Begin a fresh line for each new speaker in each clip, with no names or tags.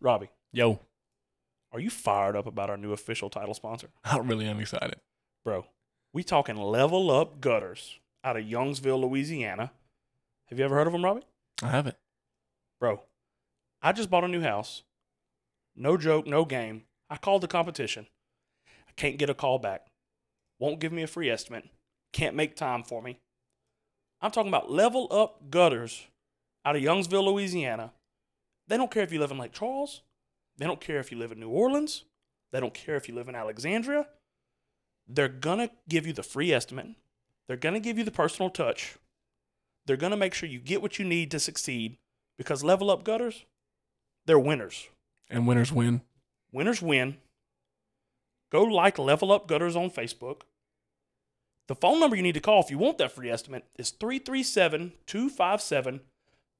Robbie,
Yo,
are you fired up about our new official title sponsor?
I really am excited.
Bro, we talking level up gutters out of Youngsville, Louisiana. Have you ever heard of them, Robbie?
I haven't.
Bro, I just bought a new house. No joke, no game. I called the competition. I can't get a call back. Won't give me a free estimate. Can't make time for me. I'm talking about level up gutters out of Youngsville, Louisiana. They don't care if you live in Lake Charles. They don't care if you live in New Orleans. They don't care if you live in Alexandria. They're going to give you the free estimate. They're going to give you the personal touch. They're going to make sure you get what you need to succeed because level up gutters, they're winners.
And winners win.
Winners win. Go like Level Up Gutters on Facebook. The phone number you need to call if you want that free estimate is 337 257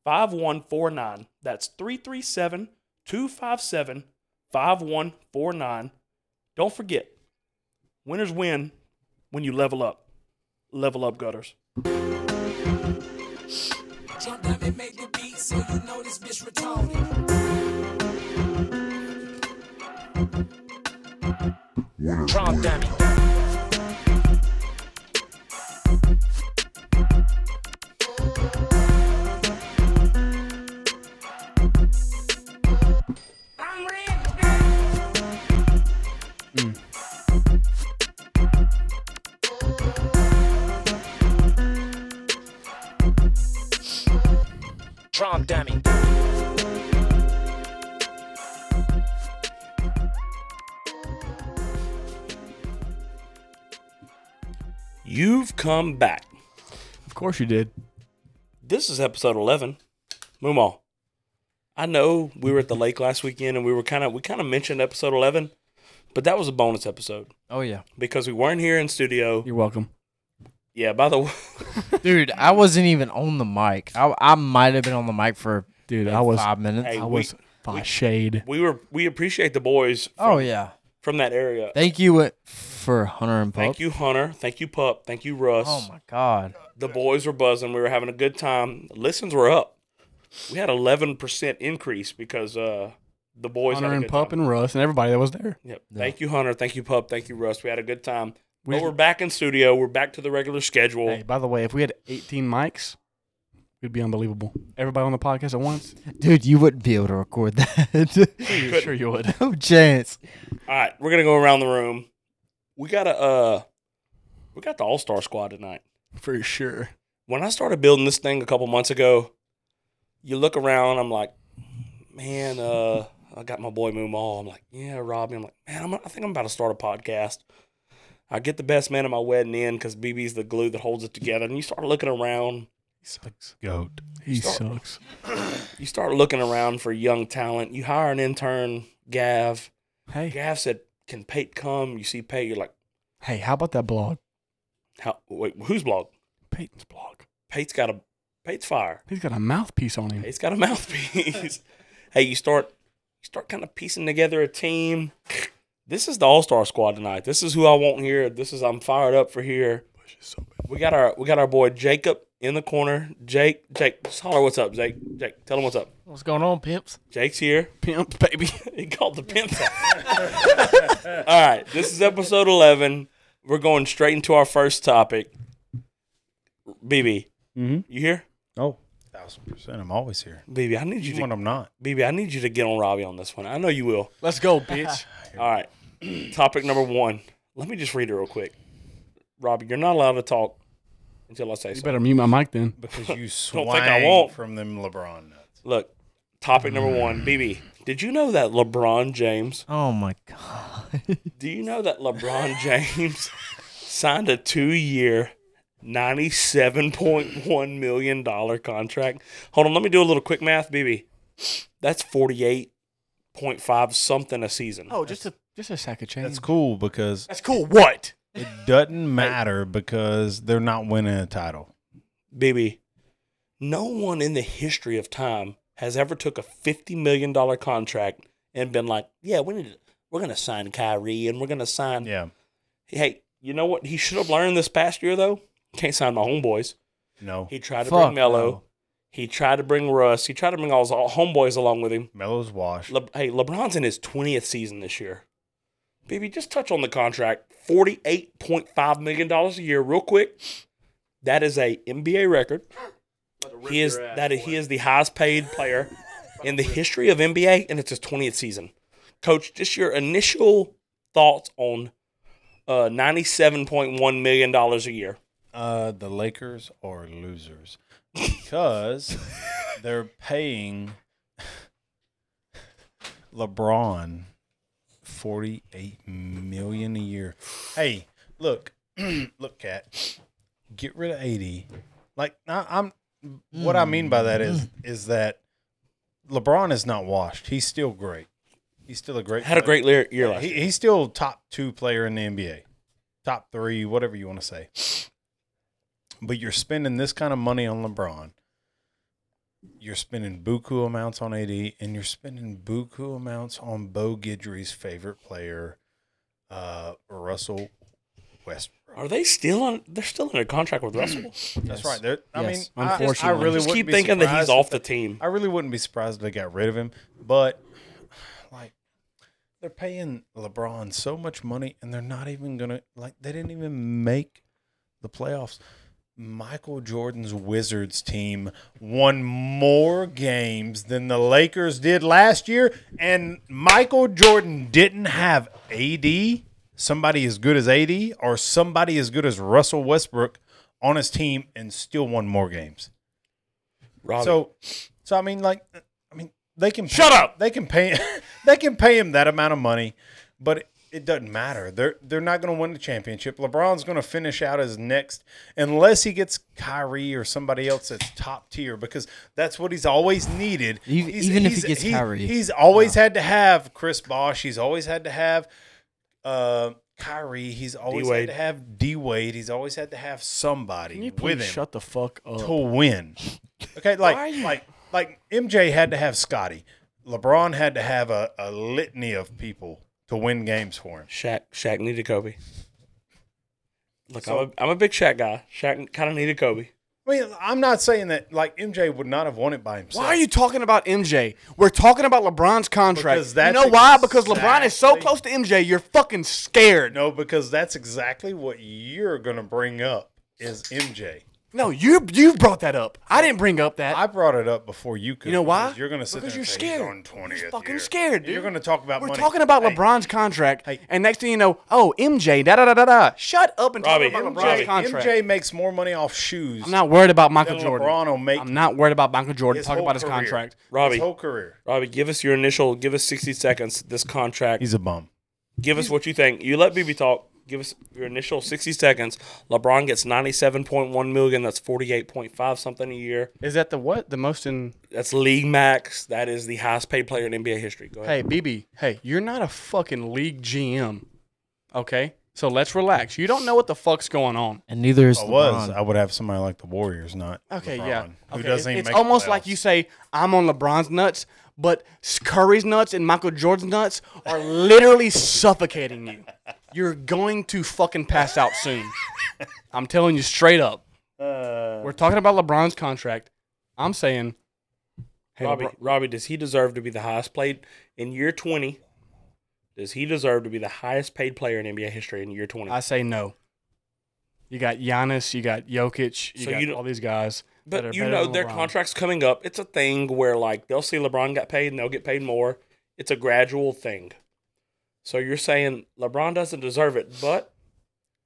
5149. That's 337 257 5149. Don't forget, winners win when you level up. Level up gutters.
Jump up and make the beat so you know this bitch retarded. Prom dummy. I'm ready. Drum dummy.
You've come back.
Of course you did.
This is episode 11. Moomaw, I know we were at the lake last weekend and we were kind of we kind of mentioned episode 11, but that was a bonus episode
Oh yeah.
because we weren't here in studio.
You're welcome.
Yeah, by the way,
Dude, I wasn't even on the mic. I, I might have been on the mic for
Dude,
like,
I was
five minutes.
Hey,
I
we-
was by shade.
we were we appreciate the boys from,
oh yeah.
from that area.
Thank you uh, for Hunter and Pup.
Thank you Hunter, thank you Pup, thank you Russ.
Oh my god.
The boys were buzzing. We were having a good time. Listens were up. We had 11% increase because uh the boys
Hunter
had a
and
good
Pup
time.
and Russ and everybody that was there.
Yep.
Yeah.
Thank you Hunter, thank you Pup, thank you Russ. We had a good time.
We
but we're back in studio. We're back to the regular schedule.
hey, by the way, if we had 18 mics, it'd be unbelievable. Everybody on the podcast at once.
Dude, you wouldn't be able to record that.
Couldn't.
sure you would.
no chance.
All right, we're gonna go around the room. We got a uh, we got the All Star squad tonight.
For sure.
When I started building this thing a couple months ago, you look around. I'm like, man, uh, I got my boy Moomaw. I'm like, yeah, Robbie. I'm like, man, I'm, I think I'm about to start a podcast. I get the best man at my wedding in because BB's the glue that holds it together. And you start looking around.
He sucks. Goat. He sucks.
You start looking around for young talent. You hire an intern, Gav.
Hey,
Gav said, "Can Pate come?" You see Pate. You're like,
hey, how about that blog?
"How? Wait, whose blog?"
Peyton's blog.
Pate's got a Pate's fire.
He's got a mouthpiece on him.
Pate's got a mouthpiece. hey, you start you start kind of piecing together a team. This is the All Star squad tonight. This is who I want here. This is I'm fired up for here. We got our we got our boy Jacob in the corner. Jake, Jake, just holler what's up, Jake. Jake, tell him what's up.
What's going on, pimps?
Jake's here.
Pimp, baby.
He called the pimp. out. All right, this is episode eleven. We're going straight into our first topic. BB,
Mm-hmm.
you here?
Oh, thousand percent. I'm always here.
BB, I need you
Even
to
when I'm not.
BB, I need you to get on Robbie on this one. I know you will.
Let's go, bitch.
All right. Topic number one. Let me just read it real quick. Robbie, you're not allowed to talk until I say
You
so.
better mute my mic then.
Because you swang
think I won't.
from them LeBron nuts.
Look, topic number one. BB, did you know that LeBron James?
Oh my god.
Do you know that LeBron James signed a two-year, ninety-seven point one million dollar contract? Hold on, let me do a little quick math, BB. That's forty-eight point five something a season.
Oh, just a just a sack of change.
That's cool because
That's cool. What?
it doesn't matter because they're not winning a title.
baby no one in the history of time has ever took a $50 million contract and been like yeah we need to, we're gonna sign Kyrie and we're gonna sign
Yeah.
hey you know what he should have learned this past year though can't sign my homeboys
No.
he tried to
Fuck
bring Melo
no.
He tried to bring Russ. He tried to bring all his all homeboys along with him.
Melo's washed.
Le- hey, LeBron's in his 20th season this year. BB, just touch on the contract. $48.5 million a year, real quick. That is a NBA record. He is that he is the highest paid player in the history of NBA, and it's his 20th season. Coach, just your initial thoughts on uh, $97.1 million a year.
Uh, the Lakers are losers because they're paying LeBron forty-eight million a year. Hey, look, look, cat, get rid of eighty. Like, I, I'm. What I mean by that
Mm.
is, is that LeBron is not washed. He's still great. He's still a great.
Had a
player.
great le- year
Yeah,
last
he,
year.
he's still top two player in the NBA, top three, whatever you want to say. But you're spending this kind of money on LeBron. You're spending buku amounts on AD, and you're spending buku amounts on Bo Guidry's favorite player, uh, Russell Westbrook.
Are they still on? They're still under contract with Russell.
That's right. They're- I mean,
Yes,
I- I,
unfortunately.
really
Just
wouldn't
keep
be
thinking that he's
surprised
off
if
the team.
I really wouldn't be surprised if they got rid of him, but like they're paying LeBron so much money and they're not even gonna like they didn't even make the playoffs. Michael Jordan's Wizards team won more games than the Lakers did last year, and Michael Jordan didn't have AD, somebody as good as AD, or somebody as good as Russell Westbrook on his team and still won more games.
Robbie,
So, so I mean, like, I mean, they can pay,
Shut up!
They can pay. they can pay him that amount of money, but it, it doesn't matter. They're they're not going to win the championship. LeBron's going to finish out as next, unless he gets Kyrie or somebody else that's top tier, because that's what he's always needed.
Even-
He's-
E-, even if he
he's-
gets Kyrie.
he's always had to have Chris Bosh. He's always had to have uh, Kyrie. He's always
D-Wade.
had to have D Wade. He's always had to have somebody
Can you
with
please
him
shut the fuck up?
to win. Okay, like like like MJ had to have Scotty. LeBron had to have a, a litany of people to win games for him.
Shaq, Shaq needed Kobe. Look, I'm, a, I'm a big Shaq guy. Shaq kind of needed Kobe.
I mean, I'm not saying that like MJ would not have won it by himself.
Why are you talking about MJ? We're talking about LeBron's contract.
Because that's
you know why? Because LeBron is so
exactly-
close to MJ, you're fucking scared. No,
No, because that's exactly what you're gonna bring up is MJ.
you you brought that up. I didn't bring up that.
I brought it up before you could.
you know why?
because You're gonna sit
because
there
you're
and
scared.
say, "He's on 20th
you're fucking
year."
scared, dude.
You're gonna talk about
We're
money.
talking about
Hey,
LeBron's contract,
Hey.
and next thing you know, oh MJ, da da da da da. Shut up and talk
Robbie,
about LeBron's
MJ,
contract.
MJ makes more money off shoes.
I'm not worried about Michael
Then
Jordan.
LeBron will make
I'm not worried about Michael Jordan.
his
Talking
whole
about his
career.
contract.
Robbie,
his whole career.
Robbie, give us your initial. Give us 60 seconds. This contract.
He's a bum.
give us what you think. You let BB talk. Give us your initial 60 seconds. LeBron gets 97.1 million. That's 48.5 something a year.
Is that the what? The most in
That's league max. That is the highest paid player in NBA history. Go ahead.
Hey, BB, hey, you're not a fucking league GM. Okay? So let's relax. You don't know what the fuck's going on.
And neither is
I
LeBron.
was, I would have somebody like the Warriors, not
Okay,
LeBron,
yeah.
who
Okay,
doesn't even
it's
make the
almost like
playoffs.
you say, I'm on LeBron's nuts, but Curry's nuts and Michael Jordan's nuts are literally suffocating you. You're going to fucking pass out soon. I'm telling you straight up.
Uh,
We're talking about LeBron's contract. I'm saying, hey,
Robbie,
LeBron-
Robbie, does he deserve to be the highest played in year 20? Does he deserve to be the highest paid player in NBA history in year 20?
I say no. You got Giannis, you got Jokic, you
So
got
you don't-
all these guys. that are
but you
better
know
than
their
LeBron.
contracts coming up. It's a thing where like they'll see LeBron got paid and they'll get paid more. It's a gradual thing. So you're saying LeBron doesn't deserve it, but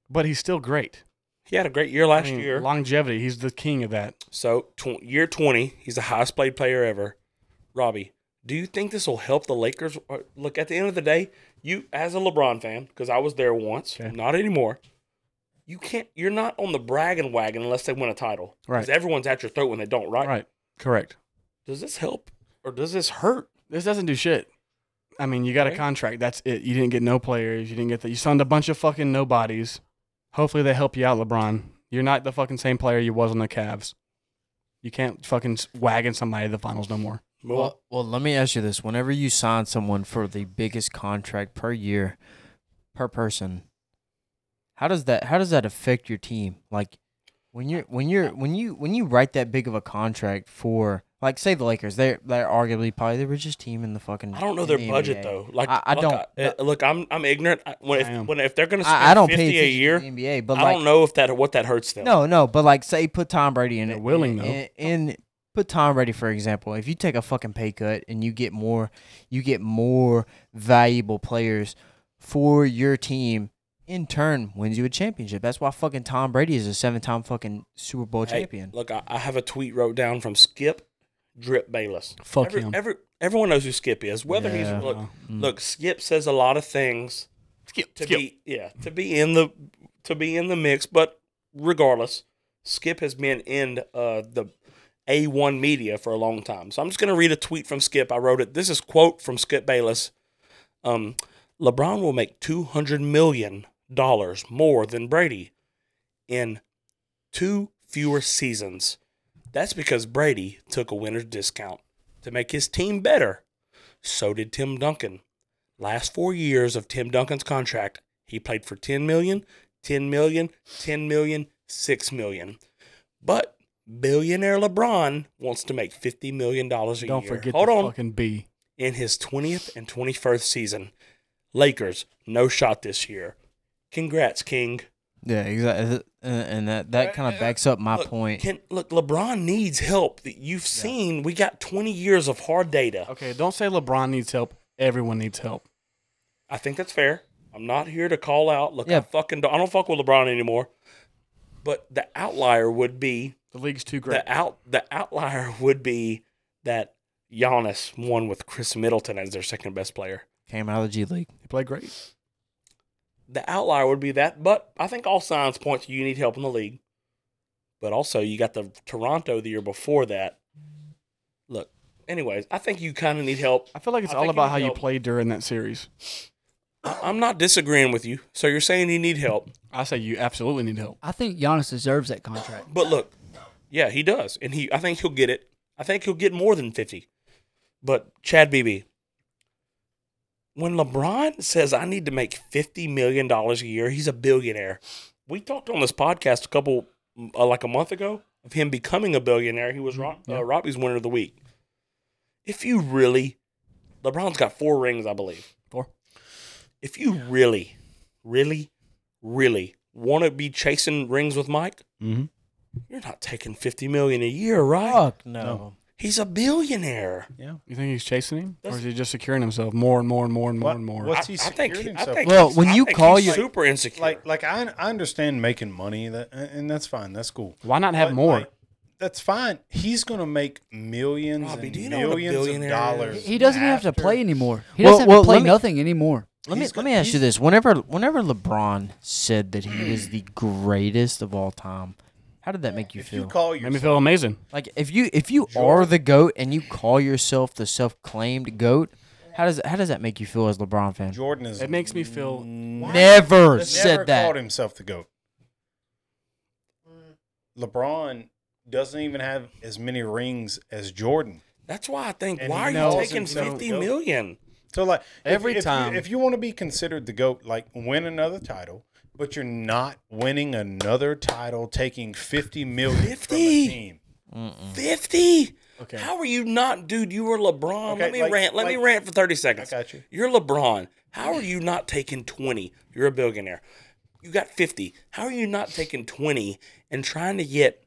But he's still great.
he had a great year last
I mean,
year.
Longevity, he's the king of that.
So tw- year 20, he's the highest played player ever. Robbie, do you think this will help the Lakers? Or- Look, at the end of the day, you as a LeBron fan, because I was there once,
Okay.
not anymore. You can't. You're not on the bragging wagon unless they win a title. 'Cause
Right.
everyone's at your throat when they don't. Right?
Right. Correct.
Does this help or does this hurt?
This doesn't do shit. I mean, you got a
Right.
contract. That's it. You didn't get no players. You didn't get that. You signed a bunch of fucking nobodies. Hopefully they help you out, LeBron. You're not the fucking same player you was on the Cavs. You can't fucking s- wagon somebody to the finals no more.
Move on.
Well, well, let me ask you this: Whenever you sign someone for the biggest contract per year, per person, how does that how does that affect your team? Like, when you're when you're when you when you write that big of a contract for like say the Lakers, they're they're arguably probably the richest team in the fucking.
I don't know
in
their
the
budget
NBA.
though. Like
I, I
look,
don't.
I- uh, look, I'm I'm ignorant. I- When
I
if,
am.
when if they're gonna spend
I, I don't pay
fifty a
attention
year,
to the NBA, but
I
like
don't know if that what that hurts them.
no, no, but like say put Tom Brady in
They're
it.
willing,
in,
though.
In, in- put Tom Brady for example. If you take a fucking pay cut and you get more, you get more valuable players for your team. In turn, wins you a championship. That's why fucking Tom Brady is a seven-time fucking Super Bowl
Hey,
champion.
Look, I, I have a tweet wrote down from Skip Drip Bayless.
Fuck
every,
him.
Every, everyone knows who Skip is. Whether
Yeah.
he's look,
Wow.
look, Skip says a lot of things
Skip,
to be yeah to be in the to be in the mix, but regardless, Skip has been in uh, the A1 media for a long time. So I'm just gonna read a tweet from Skip. I wrote it. This is quote from Skip Bayless. Um, LeBron will make 200 million dollars more than Brady in two fewer seasons. That's because Brady took a winner's discount to make his team better. So did Tim Duncan. Last 4 years of Tim Duncan's contract, he played for 10 million, 10 million, 10 million, 6 million. But billionaire LeBron wants to make 50 million dollars a
Don't
year.
forget
Hold
the
on
fucking B.
in his 20th and 21st season. Lakers, no shot this year. Congrats, King.
Yeah, exactly, and, and that that kind of backs up my
look,
point.
Can, look, LeBron needs help. That You've seen, we got 20 years of hard data.
Okay, don't say LeBron needs help. Everyone needs help.
I think that's fair. I'm not here to call out. Look, I
Yeah.
fucking don't, I don't fuck with LeBron anymore. But the outlier would be
The league's too great.
the out the outlier would be that Giannis won with Chris Middleton as their second best player.
Came out of the G League.
They play great.
the outlier would be that, but I think all signs point to you need help in the league. But also, you got the Toronto the year before that. Look, anyways, I think you kind of need help.
I feel like it's
I
all
think he
about
needs
how you
help.
played during that series.
I- I'm not disagreeing with you. So you're saying you need help,
I say you absolutely need help.
I think Giannis deserves that contract.
but look, yeah, he does, and he. I think he'll get it. I think he'll get more than fifty. But Chad BB, when LeBron says I need to make fifty million dollars a year, he's a billionaire. We talked on this podcast a couple, uh, like a month ago, of him becoming a billionaire. He was Ro- uh, Robbie's winner of the week. If you really, LeBron's got four rings, I believe.
Four.
If you really, really, really want to be chasing rings with Mike,
Mhm.
you're not taking fifty million a year, right?
Mm-hmm. Fuck no.
No.
He's a billionaire.
You think he's chasing him, or
That's-
is he just securing himself more and more and more and more
What-
and more?
what- What's
I-
he
I think,
securing
I
himself?
think
Well,
he's-
when
I
you
think
call
he's
your-
super insecure,
Like, like I, I understand making money, that, and that's fine. That's cool.
Why not have
But,
more?
like, that's fine. He's gonna make millions
Robbie,
and
do you know what a
millions
billionaire
of dollars.
is?
He doesn't have to
after-
play anymore. He
Well-
doesn't
well,
have to play
let me-
nothing anymore.
Let me
He's
let
got-
me ask
he's-
you this: Whenever whenever LeBron said that he was the greatest of all time, how did that make you
If you
feel?
call
Made me
yourself,
feel amazing.
like if you if you
Sure.
are the goat and you call yourself the self claimed goat, how does how does that make you feel as a LeBron fan?
Jordan is
It makes me feel.
Never
Never
said
called
that.
himself the goat. LeBron doesn't even have as many rings as Jordan.
that's why I think.
And
Why
he
are you
knows
taking
himself.
fifty million?
So like if-
Every
if you-
time.
if you want to be considered the goat, like win another title, but you're not winning another title, taking fifty million from a
50?
team.
Fifty?
Okay.
How are you not, dude? You were LeBron.
Okay,
let me
like-
rant. Let me
like-
rant for thirty seconds.
I got you.
You're LeBron. How are you not taking twenty? You're a billionaire. You got fifty. How are you not taking twenty and trying to get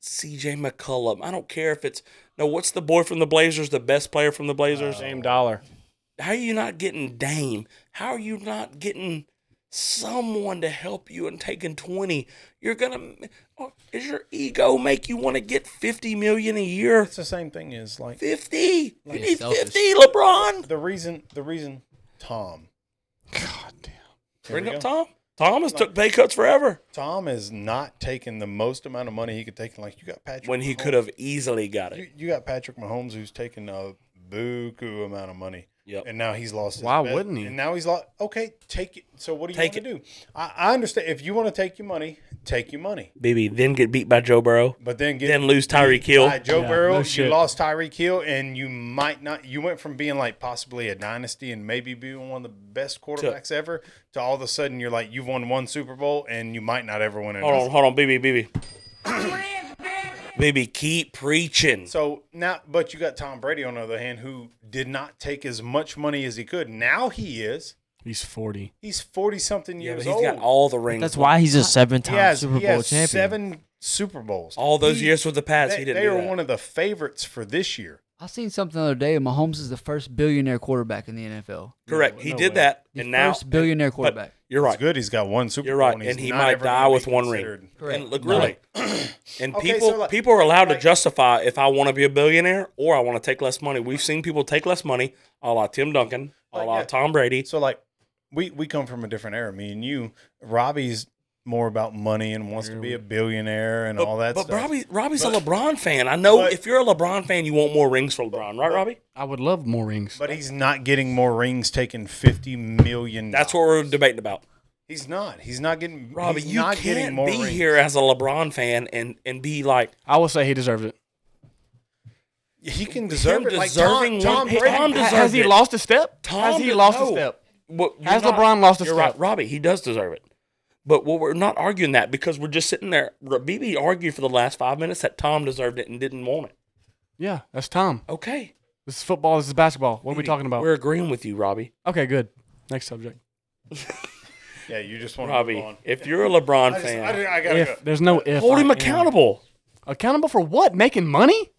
C.J. McCollum? I don't care if it's no. What's the boy from the Blazers? The best player from the Blazers?
Same dollar.
How are you not getting Dame? How are you not getting someone to help you and taking 20? You're going to is your ego make you want to get 50 million a year?
It's the same thing as like
50? You need
selfish.
50, LeBron.
the reason the reason Tom.
God damn.
Here
Bring
we
up
go.
Tom. Tom has took pay cuts forever
Tom is not taking the most amount of money he could take. Like you got Patrick
when he
Mahomes.
could have easily got
You,
it.
you got Patrick Mahomes who's taking a buku amount of money.
Yep.
And now he's lost. His
Why
bet.
wouldn't he?
And now he's lost. Okay, take it. So what do you
Take
want to do? I, I understand if you want to take your money, take your money.
BB, then get beat by Joe Burrow,
But then get
then lose Tyreek Hill.
by Joe
Yeah,
Burrow,
no
you
shit.
lost Tyreek Hill, and you might not. You went from being like possibly a dynasty and maybe being one of the best quarterbacks ever to all of a sudden you're like you've won one Super Bowl and you might not ever win another.
Hold on, hold on, BB, BB. BB, keep preaching.
So now, but you got Tom Brady on the other hand, who did not take as much money as he could. Now he is.
He's 40.
He's forty something
Yeah, but
years
he's
old.
got all the rings.
That's why he's a seven-time
he has,
Super Bowl
he has
champion.
seven Super Bowls.
all those
He-
years with the Pats,
they,
he didn't.
they
do
are
that.
one of the favorites for this year.
I seen something the other day. Mahomes is the first billionaire quarterback in the NFL.
Correct.
No-
he
no
did
way.
that,
The
and now
first billionaire
but
quarterback.
You're
It's
right.
good. He's got one Super
You're
Bowl.
right,
he's
and he
not
might
ever gonna
die
be
with one
considered.
ring.
Correct.
And look,
No.
really, and
Okay,
people
so, like-
people are allowed to
like-
justify if I want to be a billionaire or I want to take less money. We've seen people take less money, a la Tim Duncan, a
Like,
la
yeah.
Tom Brady.
So like we we come from a different era. Me and you, Robbie's more about money and wants to be a billionaire and
But,
all that
but
stuff.
Robbie, Robbie's a
But-
LeBron fan. I know
but-
if you're a LeBron fan, you want more rings for LeBron, right, Robbie?
I would love more rings.
but he's not getting more rings taking 50 million.
That's what we're debating about.
he's not. He's not getting
Robbie,
he's
you
not getting
can't
more
be
rings.
here as a LeBron fan and and be like
I would say he deserves it.
He can deserve
Him
it like
deserving
Tom, Tom
one-
Brady.
Tom
Ha-
deserves
has he
it.
lost a step?
Tom
has he
did-
lost
no.
a step?
Well, you're
Has LeBron lost a
you're
step?
Right, Robbie, he does deserve it. But well, we're not arguing that because we're just sitting there. R- BB argued for the last five minutes that Tom deserved it and didn't want it.
Yeah, that's Tom.
Okay.
This is football. This is basketball. What are we
BB,
talking about?
We're agreeing with you, Robbie.
okay, good. Next subject.
Yeah, you just want to move
Robbie,
on.
if you're a LeBron
I, just,
fan,
I, just- I gotta
If
go.
there's no if,
hold
I
him
am.
accountable.
Accountable for what? Making money?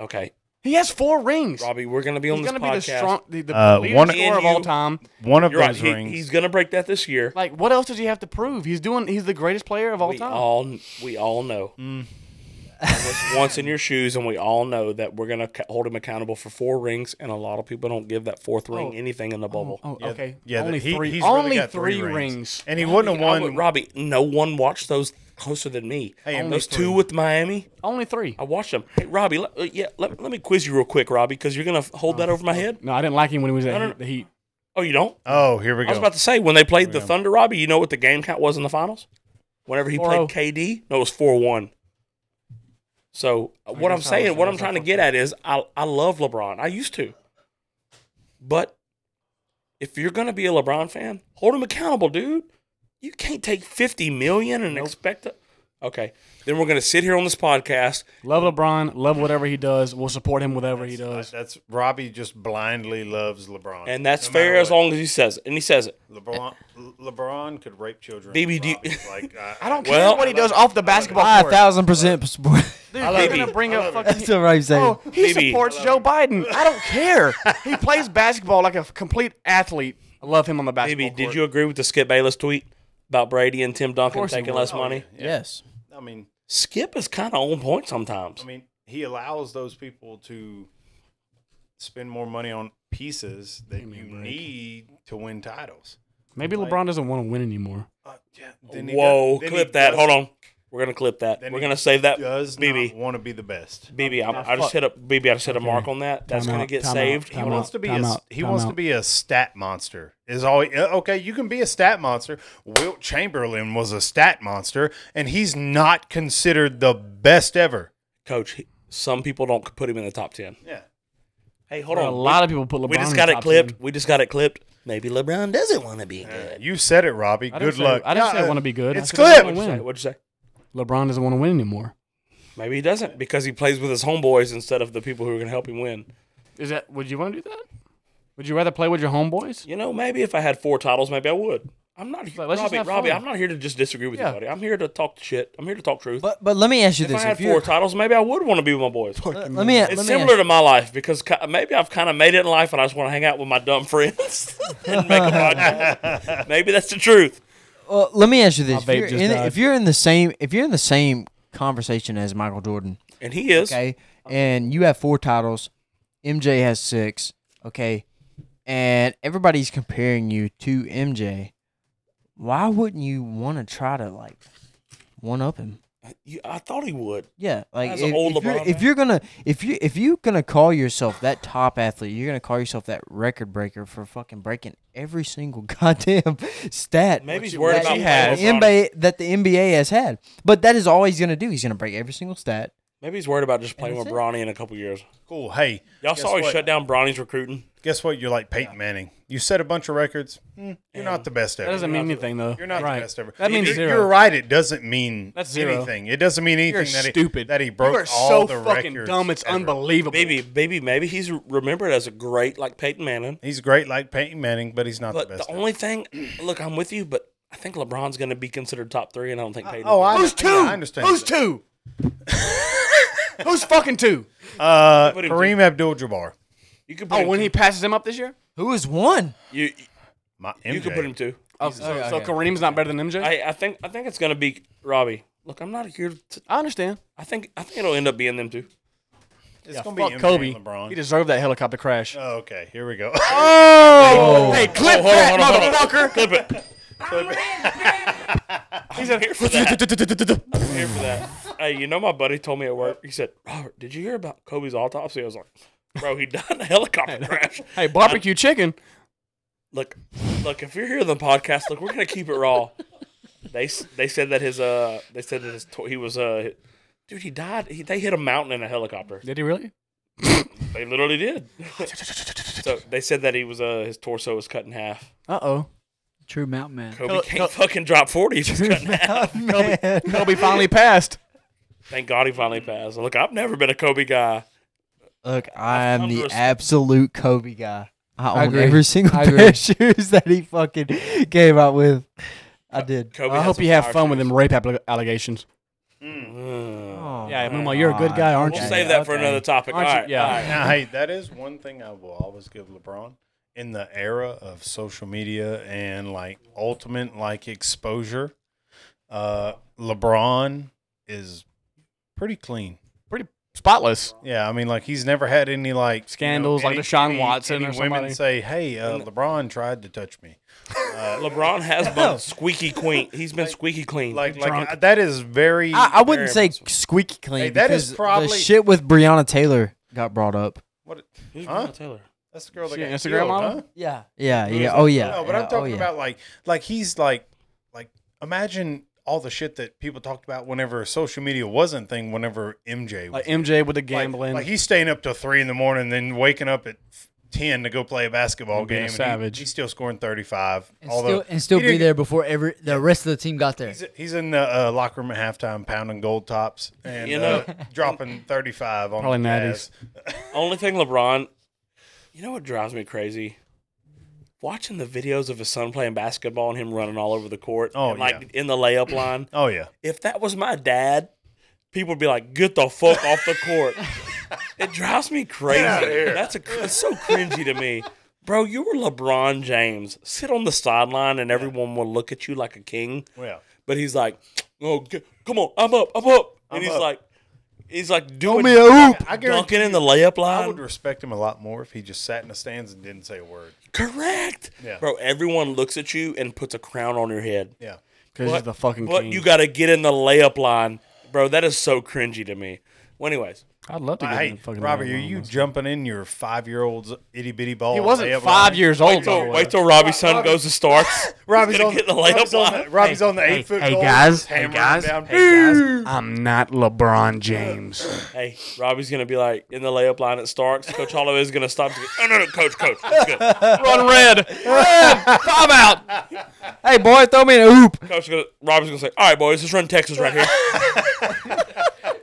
Okay.
He has four rings.
Robbie, we're going to be on
he's
this
gonna be the
podcast.
strong, the, the
Uh,
leading
one-
scorer of all
You-
time.
One of
you're right.
those
He,
rings.
he's going to break that this year.
Like, what else does he have to prove? He's doing. He's the greatest player of all
we
time.
all we all know.
Mm.
I was once in your shoes, and we all know that we're gonna ca- hold him accountable for four rings, and a lot of people don't give that fourth ring
Oh.
anything in the bubble.
oh,
Yeah,
okay.
yeah,
only
he-
three.
he's really
only
got
three,
three rings.
rings.
and he wouldn't have
I would-
won.
Robbie, no one watched those closer than me.
Hey, and
those
those
two
three.
with Miami,
Only three.
I watched them. Hey, Robbie, let, uh, yeah, let, let me quiz you real quick, Robbie, because you're gonna f-
Oh.
hold that over my head.
No, I didn't like him when he was
No, no, no.
at the Heat.
Oh, you don't?
oh, here we
I was
go.
about to say when they played the
go.
Thunder, Robbie. You know what the game count was in the finals? Whenever he
4-0.
played KD, no, it was four one. So uh, what
guess
I'm
I
saying,
was-
what
I
I'm
guess I
trying to
fucked
get at is, I I love LeBron. I used to, but if you're gonna be a LeBron fan, hold him accountable, dude. You can't take fifty million and expect it. Okay, then we're gonna sit here on this podcast.
Love LeBron. Love whatever he does. We'll support him whatever he
Uh,
does.
That's Robbie just blindly loves LeBron,
And that's
No matter
fair as
what.
long as he says it. And he says it.
LeBron, LeBron could rape children.
BB, do you-
Robbie, like I,
I don't
care Well-
care what he does off the basketball
Five
court.
thousand percent.
Dude,
love
you're
it.
gonna bring up fucking.
That's what I'm saying.
Oh, he
BB.
supports Joe Biden. I don't care. He plays basketball like a complete athlete. I love him on the basketball
Maybe
court.
did you agree with the Skip Bayless tweet about Brady and Tim Duncan
course he
taking
would. Oh,
less money?
Yes.
I mean,
Skip is kind of on point sometimes.
I mean, he allows those people to spend more money on pieces that you need to win titles.
Maybe LeBron doesn't want to win anymore.
Uh, yeah, then he
Whoa,
does- then he
clip that.
does-
Hold on. We're going to clip that.
then
We're
he
going to save that.
Does
BB.
not want to be the best.
BB, I'm, I just hit up BB. I just hit a mark on that. That's
Time
going to
out,
get
time
saved.
out,
He
time
He
wants-
wants to be
time
a
out,
he
time
wants
out.
to be a stat monster. Is all uh, okay. You can be a stat monster. Wilt Chamberlain was a stat monster, and he's not considered the best ever.
Coach, he- some people don't put him in the top 10.
Yeah,
Hey, hold
Well,
on.
a
We-
lot of people put LeBron.
We
in
just
the
got it
top
clipped.
10.
We just got it clipped. Maybe LeBron doesn't want to be good.
you said it, Robbie.
I didn't
Good
say-
luck.
I didn't say I
Yeah,
wanna be good. I
It's
said I wanna
clipped.
win.
Hey, What'd you say?
LeBron doesn't want to win anymore.
Maybe he doesn't because he plays with his homeboys instead of the people who are going to help him win.
Is that? Would you want to do that? Would you rather play with your homeboys?
You know, maybe if I had four titles, maybe I would. I'm not here,
Like, let's just
Robbie.
have
Robbie,
fun.
I'm not here to just disagree with
Yeah.
you, buddy. I'm here to talk shit. I'm here to talk truth.
But but let me ask you
if
this:
I had
If you're
four titles, maybe I would want to be with my boys.
let let me let
It's
me
similar
ask-
to my life because ki- maybe I've kind of made it in life, and I just want to hang out with my dumb friends and make a podcast. maybe that's the truth.
well, uh, let me ask you
My
this: if
vape
you're,
just
in,
died.
if you're in the same if you're in the same conversation as Michael Jordan,
And he is.
okay, and you have four titles, MJ has six, okay, and everybody's comparing you to MJ, why wouldn't you want to try to like one up him?
You, I thought he would.
Yeah, like
As
if,
an old
if, you're,
LeBron
if
fan.
you're gonna if you if you gonna call yourself that top athlete, you're gonna call yourself that record breaker for fucking breaking every single goddamn stat.
Maybe he's
that
worried
you-
about
that the
LeBron.
NBA that the NBA has had, but that is all he's gonna do. He's gonna break every single stat.
Maybe he's worried about just playing with
that's it.
Bronny in a couple years.
Cool. Hey,
Y'all
guess
saw he
what?
shut down Bronny's recruiting.
Guess what? You're like Peyton Manning. You set a bunch of records. Hmm, you're not the best
That
ever.
doesn't mean anything though.
You're not
right.
the best ever.
That
You-
means
you're,
zero.
You're right. It doesn't mean
That's zero.
anything. It doesn't mean anything
You're
that he
stupid.
that he broke
you are so
all the
fucking
records.
dumb. It's
ever.
unbelievable.
Maybe, maybe, maybe he's remembered as a great like Peyton Manning.
He's great like Peyton Manning, but he's not
But
the
the,
best. ever.
only thing, look, I'm with you, but I think LeBron's going to be considered top three, and I don't think Peyton.
oh,
will be.
I-
Who's two?
yeah, I understand
Who's
that.
two? Who's fucking two?
uh,
Put him
Kareem Abdul-Jabbar.
you could put
Oh,
him
when
two.
he passes him up this year?
Who is one?
you
My
you
MJ.
could put him two.
Oh, so, so Kareem's not better than MJ? I,
I, I think I think it's going to be Robbie. Look, I'm not here. To,
understand.
I think I think it'll end up being them two.
It's
Yeah,
gonna
fuck
be MJ
Kobe.
and LeBron.
He deserved that helicopter crash.
oh, okay, here we go.
Oh! Hey, clip
hold on,
that,
hold on, hold
motherfucker!
Clip it. He's I'm here for that. I'm here for that. Hey, you know my buddy told me at work. He said, "Robert, did you hear about Kobe's autopsy?" I was like, "Bro, he died in a helicopter crash."
Hey, barbecue chicken.
look, look. If you're here on the podcast, look, we're gonna keep it raw. They s- they said that his uh they said that his to- he was uh dude he died. He, they hit a mountain in a helicopter.
Did he really?
They literally did. so they said that he was uh his torso was cut in half.
Uh oh.
True mountain man.
Kobe can't fucking drop forty. He just cut in half.
Man.
Kobe finally passed.
Thank God he
Mm-hmm.
finally passed. Look, I've never been a Kobe guy.
Look, I am
come to
the
respect-
absolute Kobe guy. I
I
own
agree.
every single
I
pair
agree.
of shoes that he fucking came out with. I did.
Kobe.
I
had
hope
some
you have
fire
fun with
shoes.
them rape appli- allegations. Ah,
Mm.
Oh,
Yeah,
my
Momo, you're a good
God.
guy, aren't
We'll
you?
save that for
Okay.
another topic.
Aren't
all
you-
right.
yeah.
all right.
Now, hey, that is one thing I will always give LeBron in the era of social media and like ultimate like exposure. Uh, LeBron is pretty clean.
Spotless.
Yeah, I mean, like he's never had any like you know,
Scandals like
any-
Deshaun
any-
Watson
any
or somebody.
Women say, "Hey, uh, LeBron tried to touch me." Uh,
LeBron has been squeaky clean. He's been squeaky clean.
like,
Drunk.
like uh, that is very.
I, I
Very
wouldn't say
impressive.
squeaky clean.
Hey, that is
because the
probably-
shit with Breonna Taylor got brought up.
what,
Who's
Huh?
Breonna Taylor?
that's the girl that
She
got
an Instagram
killed,
model?
huh?
Yeah, yeah,
Who is
yeah.
that?
Oh yeah.
No, but
yeah,
I'm talking
oh, yeah.
about like like he's like like imagine all the shit that people talked about whenever social media wasn't a thing. Whenever MJ was
Like MJ with the
like-
gambling.
like, he's staying up till three in the morning, then waking up at ten to go play a basketball
And being a
game. and he-
savage.
he's still scoring thirty five.
And
Although
still, and still
he
be
didn't-
there before every the rest of the team got there.
He's, he's in the uh, locker room at halftime, pounding gold tops and
You know-
uh, dropping thirty five on
Probably
the
natties.
Jazz.
Only thing LeBron, you know what drives me crazy? Watching the videos of his son playing basketball and him running all over the court.
Oh,
and, like in the layup line.
Oh yeah,
If that was my dad, people would be like, "Get the fuck off the court." It drives me crazy. That's a that's so cringy to me. Bro, you were LeBron James. Sit on the sideline and everyone will look at you like a king.
well,
But he's like, "Oh, g- come on, I'm up, I'm up," and
I'm
he's
up.
like, he's like doing
me a hoop.
I guarantee
dunking in the layup line.
I would respect him a lot more if he just sat in the stands and didn't say a word.
Correct.
Yeah.
Bro, everyone looks at you and puts a crown on your head.
Yeah.
Because he's the fucking
But
king.
you got to get in the layup line. Bro, that is so cringy to me. Well, anyways,
I'd love to get
Hey,
him fucking
Robert,
layup
are
on
you
this.
jumping in your five year old's itty bitty ball?
He wasn't
layup
five
line?
years old.
wait till,
by the way.
wait till Robbie's son goes to starts.
Robbie's
gonna
on,
get in the layup
Robbie's on
line.
the, Robbie's on the eight foot
hey
goal,
guys, hey
hammering
guys,
down.
hey guys, I'm not LeBron James.
hey, Robbie's going to be like in the layup line at Starks. Coach Holloway is going to stop. and go, No, no, no, coach, coach. It's good.
Run red, red, time out.
Hey boy, throw me in a hoop.
Coach, gonna, Robbie's going to say, All right, boys, let's run Texas right here.
Let's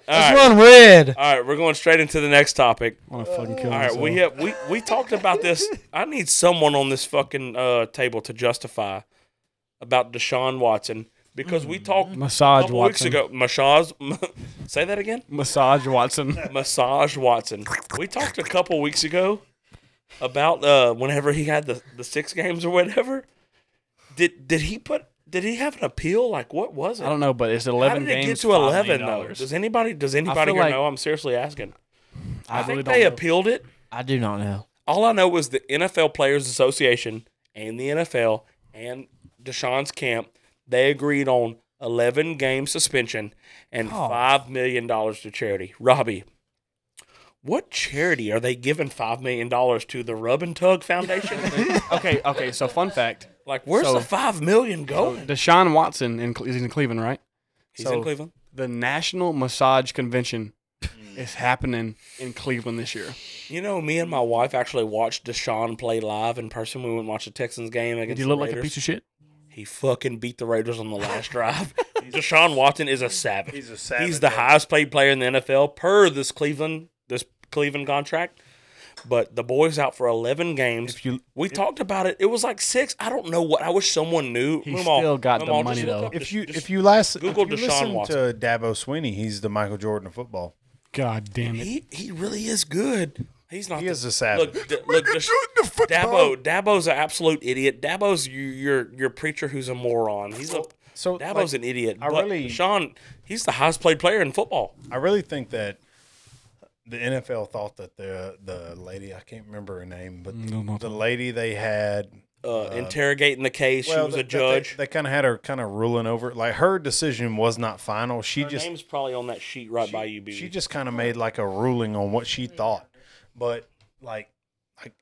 run red.
All right, we're going straight into the next topic.
I'm gonna fucking kill
All right, we have we we talked about this. I need someone on this fucking uh, table to justify about Deshaun Watson because we talked
Mm-hmm.
a
Massage
couple weeks
Watson.
ago. Massage, say that again.
Massage Watson.
Massage Watson. We talked a couple weeks ago about uh, whenever he had the the six games or whatever. Did did he put? Did he have an appeal? Like what was it?
I don't know, but it's
How
11
did it
games.
get to eleven though?
$5
Does anybody does anybody
feel
here
like-
know? I'm seriously asking. I,
really
think they
don't know.
appealed it.
I do not know.
All I know was the NFL Players Association and the NFL and Deshaun's camp, they agreed on 11 game suspension and
Oh.
$5 million to charity. Robbie, what charity are they giving $5 million to? The Rub and Tug Foundation?
Okay, okay. So fun fact:
like, where's
So-
the $5 million going?
Deshaun Watson in, Cle- is in Cleveland, right?
He's
so-
in Cleveland.
The National Massage Convention is happening in Cleveland this year.
You know, me and my wife actually watched Deshaun play live in person. We went and watched the Texans game
Did
against
he
the
look like a
Raiders.
piece of shit?
He fucking beat the Raiders on the last drive. Deshaun Watson is a savage.
He's a
He's
savage,
the
yeah.
highest paid player in the NFL per this Cleveland this Cleveland contract. But the boy's out for eleven games.
If you-
we talked about it. It was like six. I don't know what. I wish someone knew.
He
Meemaw,
still got the
Meemaw, just
money,
look
though.
up-
If
just-
you
just-
if you last
Google
if you
Deshaun
listen
Watson.
to Dabo Sweeney, he's the Michael Jordan of football.
God damn it!
he he really is good. He's not.
He
the-
is a savage.
Look, d- look just, Dabo. Dabo's an absolute idiot. Dabo's you, your your preacher who's a moron. He's a
So,
Dabo's
like,
an idiot.
I
but
really-
Sean, he's the highest played player in football.
I really think that the NFL thought that the the lady I can't remember her name, but
Mm,
the lady they had
Uh, interrogating the case, she was
they-
a judge.
They, kind of had her kind of ruling over. it. Like her decision was not final. She
Her
just
name's probably on that sheet right by you, B.
she just kind of made like a ruling on what she thought. But like like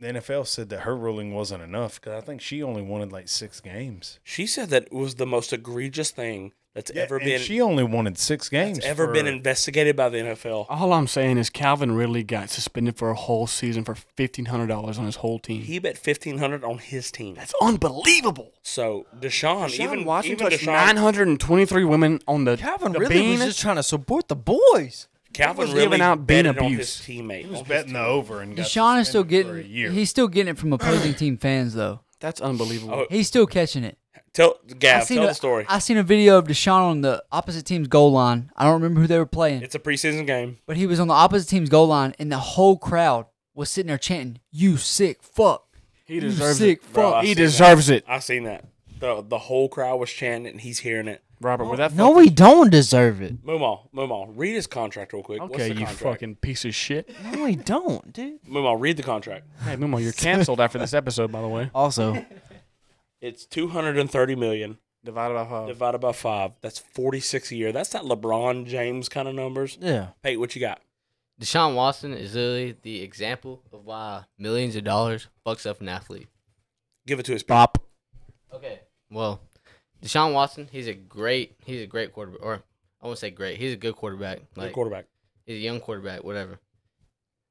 the NFL said that her ruling wasn't enough because I think she only wanted like six games.
She said that it was the most egregious thing that's
Yeah,
ever
and
been
She only wanted six games.
that's ever been
for- Um,
investigated by the NFL.
All I'm saying is Calvin Ridley got suspended for a whole season for fifteen hundred dollars on his whole team.
He bet fifteen hundred on his team.
That's unbelievable.
So Deshaun,
Deshaun
even
Watson
even
touched
Deshaun,
923 women on the
Calvin
the
really
bean.
was just trying to support the boys.
Calvin
was
really
giving out bean
betted on his
abuse.
teammate.
He was
on his
betting the over and got
Deshaun is still
suspended for
getting
a year.
he's still getting it from opposing team fans though.
That's unbelievable.
Oh,
He's still catching it.
Tell Gav,
seen
tell
a,
the story.
I seen a video of Deshaun on the opposite team's goal line. I don't remember who they were playing,
it's a preseason game.
but he was on the opposite team's goal line, and the whole crowd was sitting there chanting, "You sick fuck."
he
deserves
deserves
it. sick
it.
Bro, fuck. I
he
seen
deserves it.
I seen that. The the whole crowd was chanting it and he's hearing it.
Robert, with that
No, we don't deserve it.
Moomaw, Moomaw, read his contract real quick. What's
Okay,
the
you
contract?
fucking piece of shit.
No, we don't, dude.
Moomaw, read the contract.
Hey, Momo, you're canceled after this episode, by the way.
Also,
It's two hundred and thirty million.
Divided by five.
divided by five. That's 46 a year. That's that LeBron James kind of numbers.
yeah.
Hey, what you got?
Deshaun Watson is literally the example of why millions of dollars fucks up an athlete.
Give it to us. Pete.
Bop.
Okay. Well, Deshaun Watson, he's a great, he's a great quarterback, or I won't say great, he's a good quarterback.
Good
Like
quarterback.
he's a young quarterback, whatever.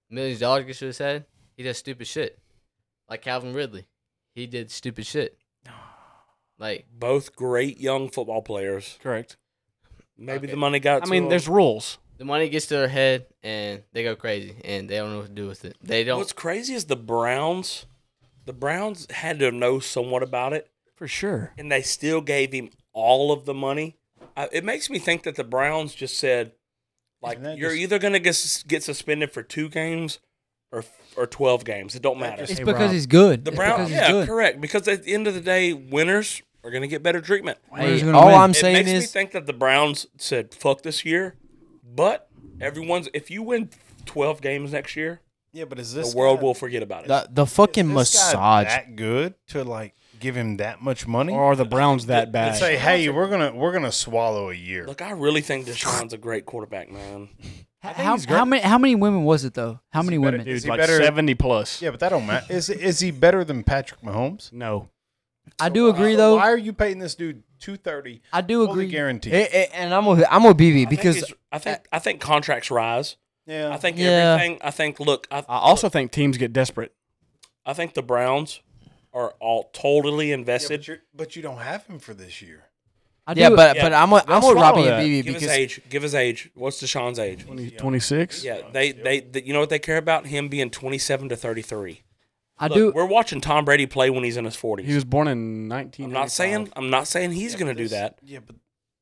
Millions of dollars gets to his head. He does stupid shit, like Calvin Ridley. He did stupid shit. Like
Both great young football players.
Correct.
Maybe
Okay.
the money got.
I
to
mean,
them.
there's rules.
the money gets to their head and they go crazy and they don't know what to do with it. They don't.
What's crazy is the Browns. The Browns had to know somewhat about it,
For sure.
and they still gave him all of the money. I, it makes me think that the Browns just said, like,
Isn't that
you're
just-
either gonna get sus- get suspended for two games, or or twelve games. It don't matter.
It's
Hey,
because
Rob.
he's good.
The
It's
Browns,
because
yeah,
he's good.
correct. Because at the end of the day, winners are gonna get better treatment.
Who's
Hey,
gonna
all
win?
I'm
it
saying
makes me
is,
think that the Browns said fuck this year, but everyone's if you win twelve games next year,
yeah, but is
the
this
world
guy-
will forget about it.
the, the fucking
is this guy
massage.
that good to like give him that much money?
Oh,
Or are the Browns that
and
bad?
say, hey, we're gonna we're gonna swallow a year.
Look, I really think Deshaun's a great quarterback, man.
How,
think
how,
he's great.
many how many women was it though? How many
better
women?
do-
Dude,
Is he
like
better-
70 plus.
yeah, but that don't matter. Is is he better than Patrick Mahomes?
No.
I do agree
Why-
though.
Why are you paying this dude two thirty?
I do
Fully
agree.
guaranteed.
Eh, eh, and I'm with I'm with BB
I think
because
it's- I think I think contracts rise.
yeah,
I think
Yeah.
everything. I think look, I,
I also think teams get desperate.
I think the Browns are all totally
Yeah,
invested.
but, you're, but you don't have him for this year.
I do
yeah, but
Yeah.
but I'm with, I'm
Don't
with Robbie
swallow that.
and BB
Give his
because
age. Give his age. What's Deshaun's age?
20, 26?
Yeah, they, they they you know what they care about him being twenty seven to thirty three.
I
Look,
do.
We're watching Tom Brady play when he's in his forties.
He was born in 19.
I'm not saying I'm not saying he's gonna do that.
Yeah, but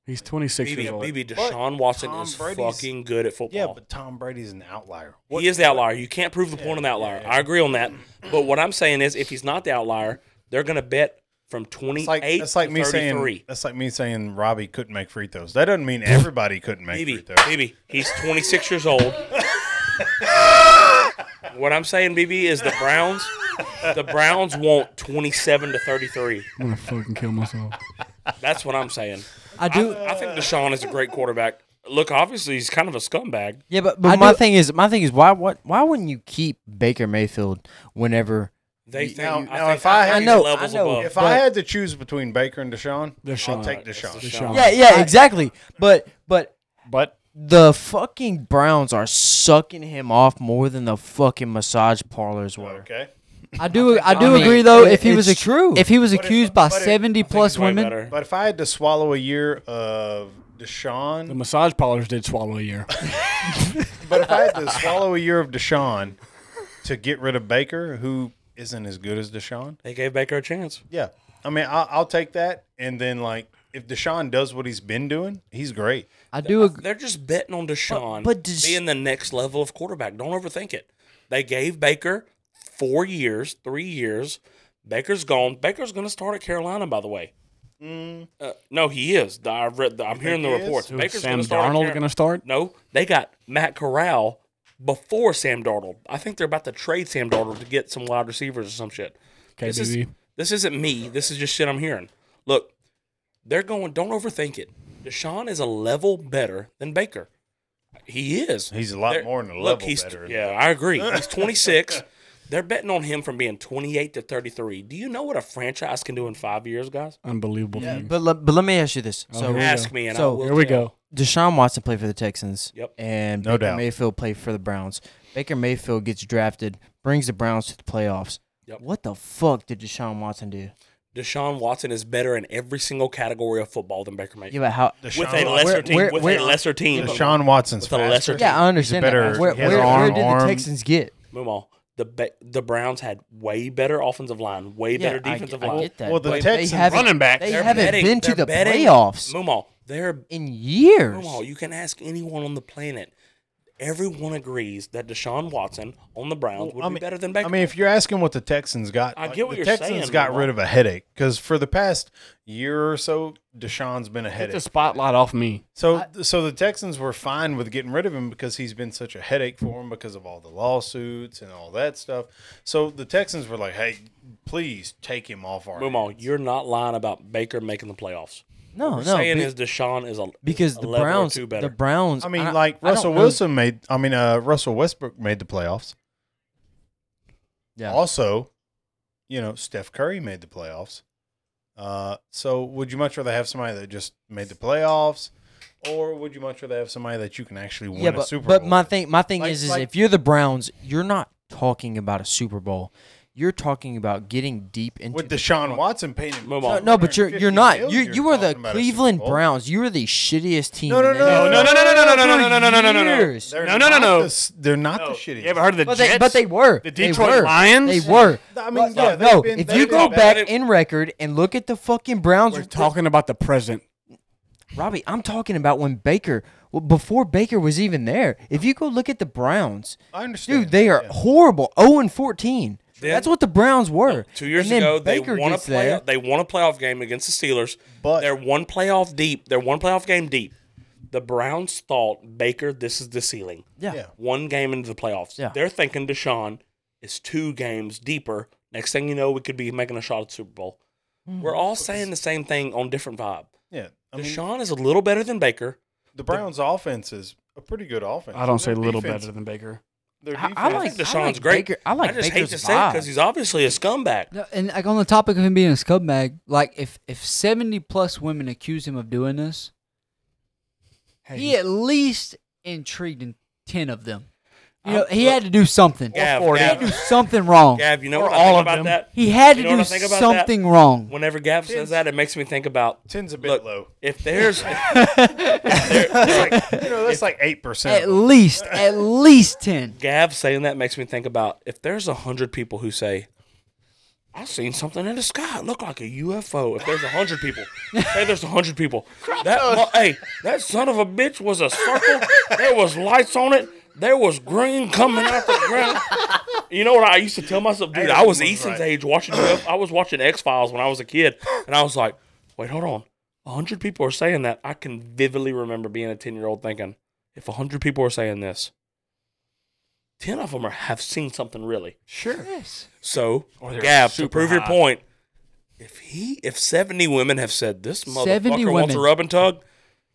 He's 26
BB,
years old.
BB
But
Deshaun Watson
Tom
is
Brady's-
fucking good at football.
yeah, but Tom Brady's an outlier.
he is the outlier. You can't prove the point on the outlier. I agree on that. But what I'm saying is, if he's not the outlier, they're gonna bet from 28
It's like that's like
to
me
33.
saying that's like me saying Robbie couldn't make free throws. That doesn't mean everybody couldn't make free
BB,
throws.
BB, he's 26 years old. what I'm saying, BB, is the Browns. The Browns want 27 to 33.
I'm going to fucking kill myself.
That's what I'm saying.
I do.
I, I think Deshaun is a great quarterback. Look, obviously he's kind of a scumbag.
Yeah, but,
I
but my
do-
thing is, my thing is, why what why wouldn't you keep Baker Mayfield whenever?
They think,
Now-
I
now
think
if I
think
had-
he's
I know,
levels
I know.
above.
If I had to choose between Baker and Deshaun, I'll
Deshaun.
take
It's
Deshaun.
Deshaun.
Yeah, yeah, exactly. But but
But
the fucking Browns are sucking him off more than the fucking massage parlors were.
Okay.
I do. I do
I mean,
agree though.
it-
If he was
it's
ac-
true.
if he was
if-
accused by
but if-
seventy plus
He's way
women,
better.
But if I had to swallow a year of Deshaun,
the massage parlors did swallow a year.
But if I had to swallow a year of Deshaun to get rid of Baker, who isn't as good as Deshaun,
They gave Baker a chance.
yeah, I mean, I'll, I'll take that. And then, like, if Deshaun does what he's been doing, he's great.
I do. Ag-
They're just betting on Deshaun
but does-
being the next level of quarterback. Don't overthink it. They gave Baker four years, three years. Baker's gone. Baker's going to start at Carolina, by the way. Uh, no, he is. I read, I'm hearing the
Mm. he is?
reports.
Who,
Baker's
Sam
gonna start at
Darnold
Car-
gonna start?
No, they got Matt Corral before Sam Darnold. I think they're about to trade Sam Darnold to get some wide receivers or some shit. This, is,
KBB.
this isn't me. This is just shit I'm hearing. Look, they're going. Don't overthink it. Deshaun is a level better than Baker. He is.
He's a lot
They're-
more than a
look,
level
he's-
better.
Yeah, I agree. He's 26. they're betting on him from being 28 to 33. Do you know what a franchise can do in five years, guys?
Unbelievable. thing.
But let, but let me ask you this.
Oh,
So
here we
Ask
go.
me, and I
So,
will
Here we
tell.
go.
Deshaun Watson played for the Texans.
Yep.
And
No
Baker
doubt.
Mayfield played for the Browns. Baker Mayfield gets drafted, brings the Browns to the playoffs.
Yep.
What the fuck did Deshaun Watson do?
Deshaun Watson is better in every single category of football than Baker Mayfield.
Yeah, but how?
Deshaun,
with a lesser
Where-
team.
where-
with
where-
a lesser team.
Deshaun Watson's
With a lesser
faster.
team.
Yeah, I understand. that.
better-
Where,
he has
where-
arm,
where did the
arm.
Texans get?
Move on. The ba- the Browns had way better offensive line, way better defensive
I,
line.
I get that.
Well, the
but
Texans-
they haven't-
Running back.
They
They're
haven't
betting-
been to
they're
the
betting-
playoffs
Move on. They're
in years.
Come on, you can ask anyone on the planet. Everyone agrees that Deshaun Watson on the Browns would
I
be
mean-
better than Baker.
I mean, if you're asking what the Texans got,
I
like,
get what
the
you're
Texans
saying,
got
Lamar.
rid of a headache because for the past year or so, Deshaun's been a
Get the
headache.
spotlight off me.
So, so the Texans were fine with getting rid of him because he's been such a headache for him because of all the lawsuits and all that stuff. So the Texans were like, "Hey, please take him off our."
Move on. You're not lying about Baker making the playoffs.
no,
What
no.
you're saying
be-
is Deshaun is a
because
a
the
level or
Browns,
two better.
the Browns.
I mean,
don't-
like
I don't
Russell
know-
Wilson made. I mean, uh, Russell Westbrook made the playoffs.
Yeah.
Also, you know, Steph Curry made the playoffs. Uh, so would you much rather have somebody that just made the playoffs, or would you much rather have somebody that you can actually win
yeah,
a
but,
Super
but
Bowl?
my
with?
thing, my thing
Like-
is, is
like-
if you're the Browns, you're not talking about a Super Bowl. You're talking about getting deep into
with
the
Deshaun Watson paying him
Move
No,
on.
no, but you're you're not.
250 mil,
You
you're
you were the
talking about a Super
Cleveland
Bowl.
Browns. You were the shittiest team.
No, no,
in the
no,
NFL
no,
no, no,
no,
no, no, no, no,
for
no, no, no, no, no, no.
years.
They're
No, no, no,
not
no.
the s- they're not the shittiest.
You ever heard of the
But
Jets?
they, but they were.
The
They
Detroit
were.
Lions?
They were.
I mean,
No, no,
yeah, they've been-
if
they've
you
been
go
bad.
back in record and look at the fucking Browns,
We're talking about the present.
Robbie, I'm talking about when Baker, well, before Baker was even there. If you go look at the Browns,
I understand.
dude, they are
Yeah.
horrible. 0 and 14.
Then-
That's what the Browns were.
Two years
And then
ago,
Baker
they won a
gets there.
play. They won a playoff game against the Steelers.
But-
they're one playoff deep. They're one playoff game deep. The Browns thought Baker, this is the ceiling.
Yeah.
Yeah.
One game into the playoffs.
Yeah.
They're thinking Deshaun is two games deeper. Next thing you know, we could be making a shot at the Super Bowl.
Hmm.
We're all saying the same thing on different vibe.
Yeah, I mean,
Deshaun is a little better than Baker.
the Browns' offense is a pretty good offense.
I don't say a
Their
little
defense-
better than Baker.
Their
I- I
defense,
I
like-
think Deshaun's
like
great.
Baker- I like
just
Baker's
hate to say it
vibe.
because he's obviously a scumbag.
No, and like on the topic of him being a scumbag, like if if seventy plus women accuse him of doing this, he at least intrigued in ten of them. You know, he had to do something.
Gav,
he had to do
Gav,
something wrong.
Gav, you know
Or
what
all
I think
of
about
them.
that?
He had
You
to
know
do
what I think about that?
something wrong.
Whenever Gav says that, it makes me think about
ten's a bit
look,
low.
if there's
You know, that's like eight percent.
At least, at least ten.
Gav saying that makes me think about if there's a hundred people who say, "I seen something in the sky, it looked like a UFO." If there's a hundred people, hey, there's a hundred people. That mo- hey, that son of a bitch was a circle. there was lights on it. There was green coming out the ground. You know what I used to tell myself, dude? I was
everyone's
Easton's
right.
age watching. UFO. I was watching X Files when I was a kid, and I was like, "Wait, hold on." A hundred people are saying that. I can vividly remember being a ten year old thinking, "If a hundred people are saying this." 10 of them are, have seen something really.
Sure. Yes.
So,
Or they're
Gab, to
super
prove your
high.
point, If he, if seventy women have said this
70
motherfucker wants a
women.
rub and tug,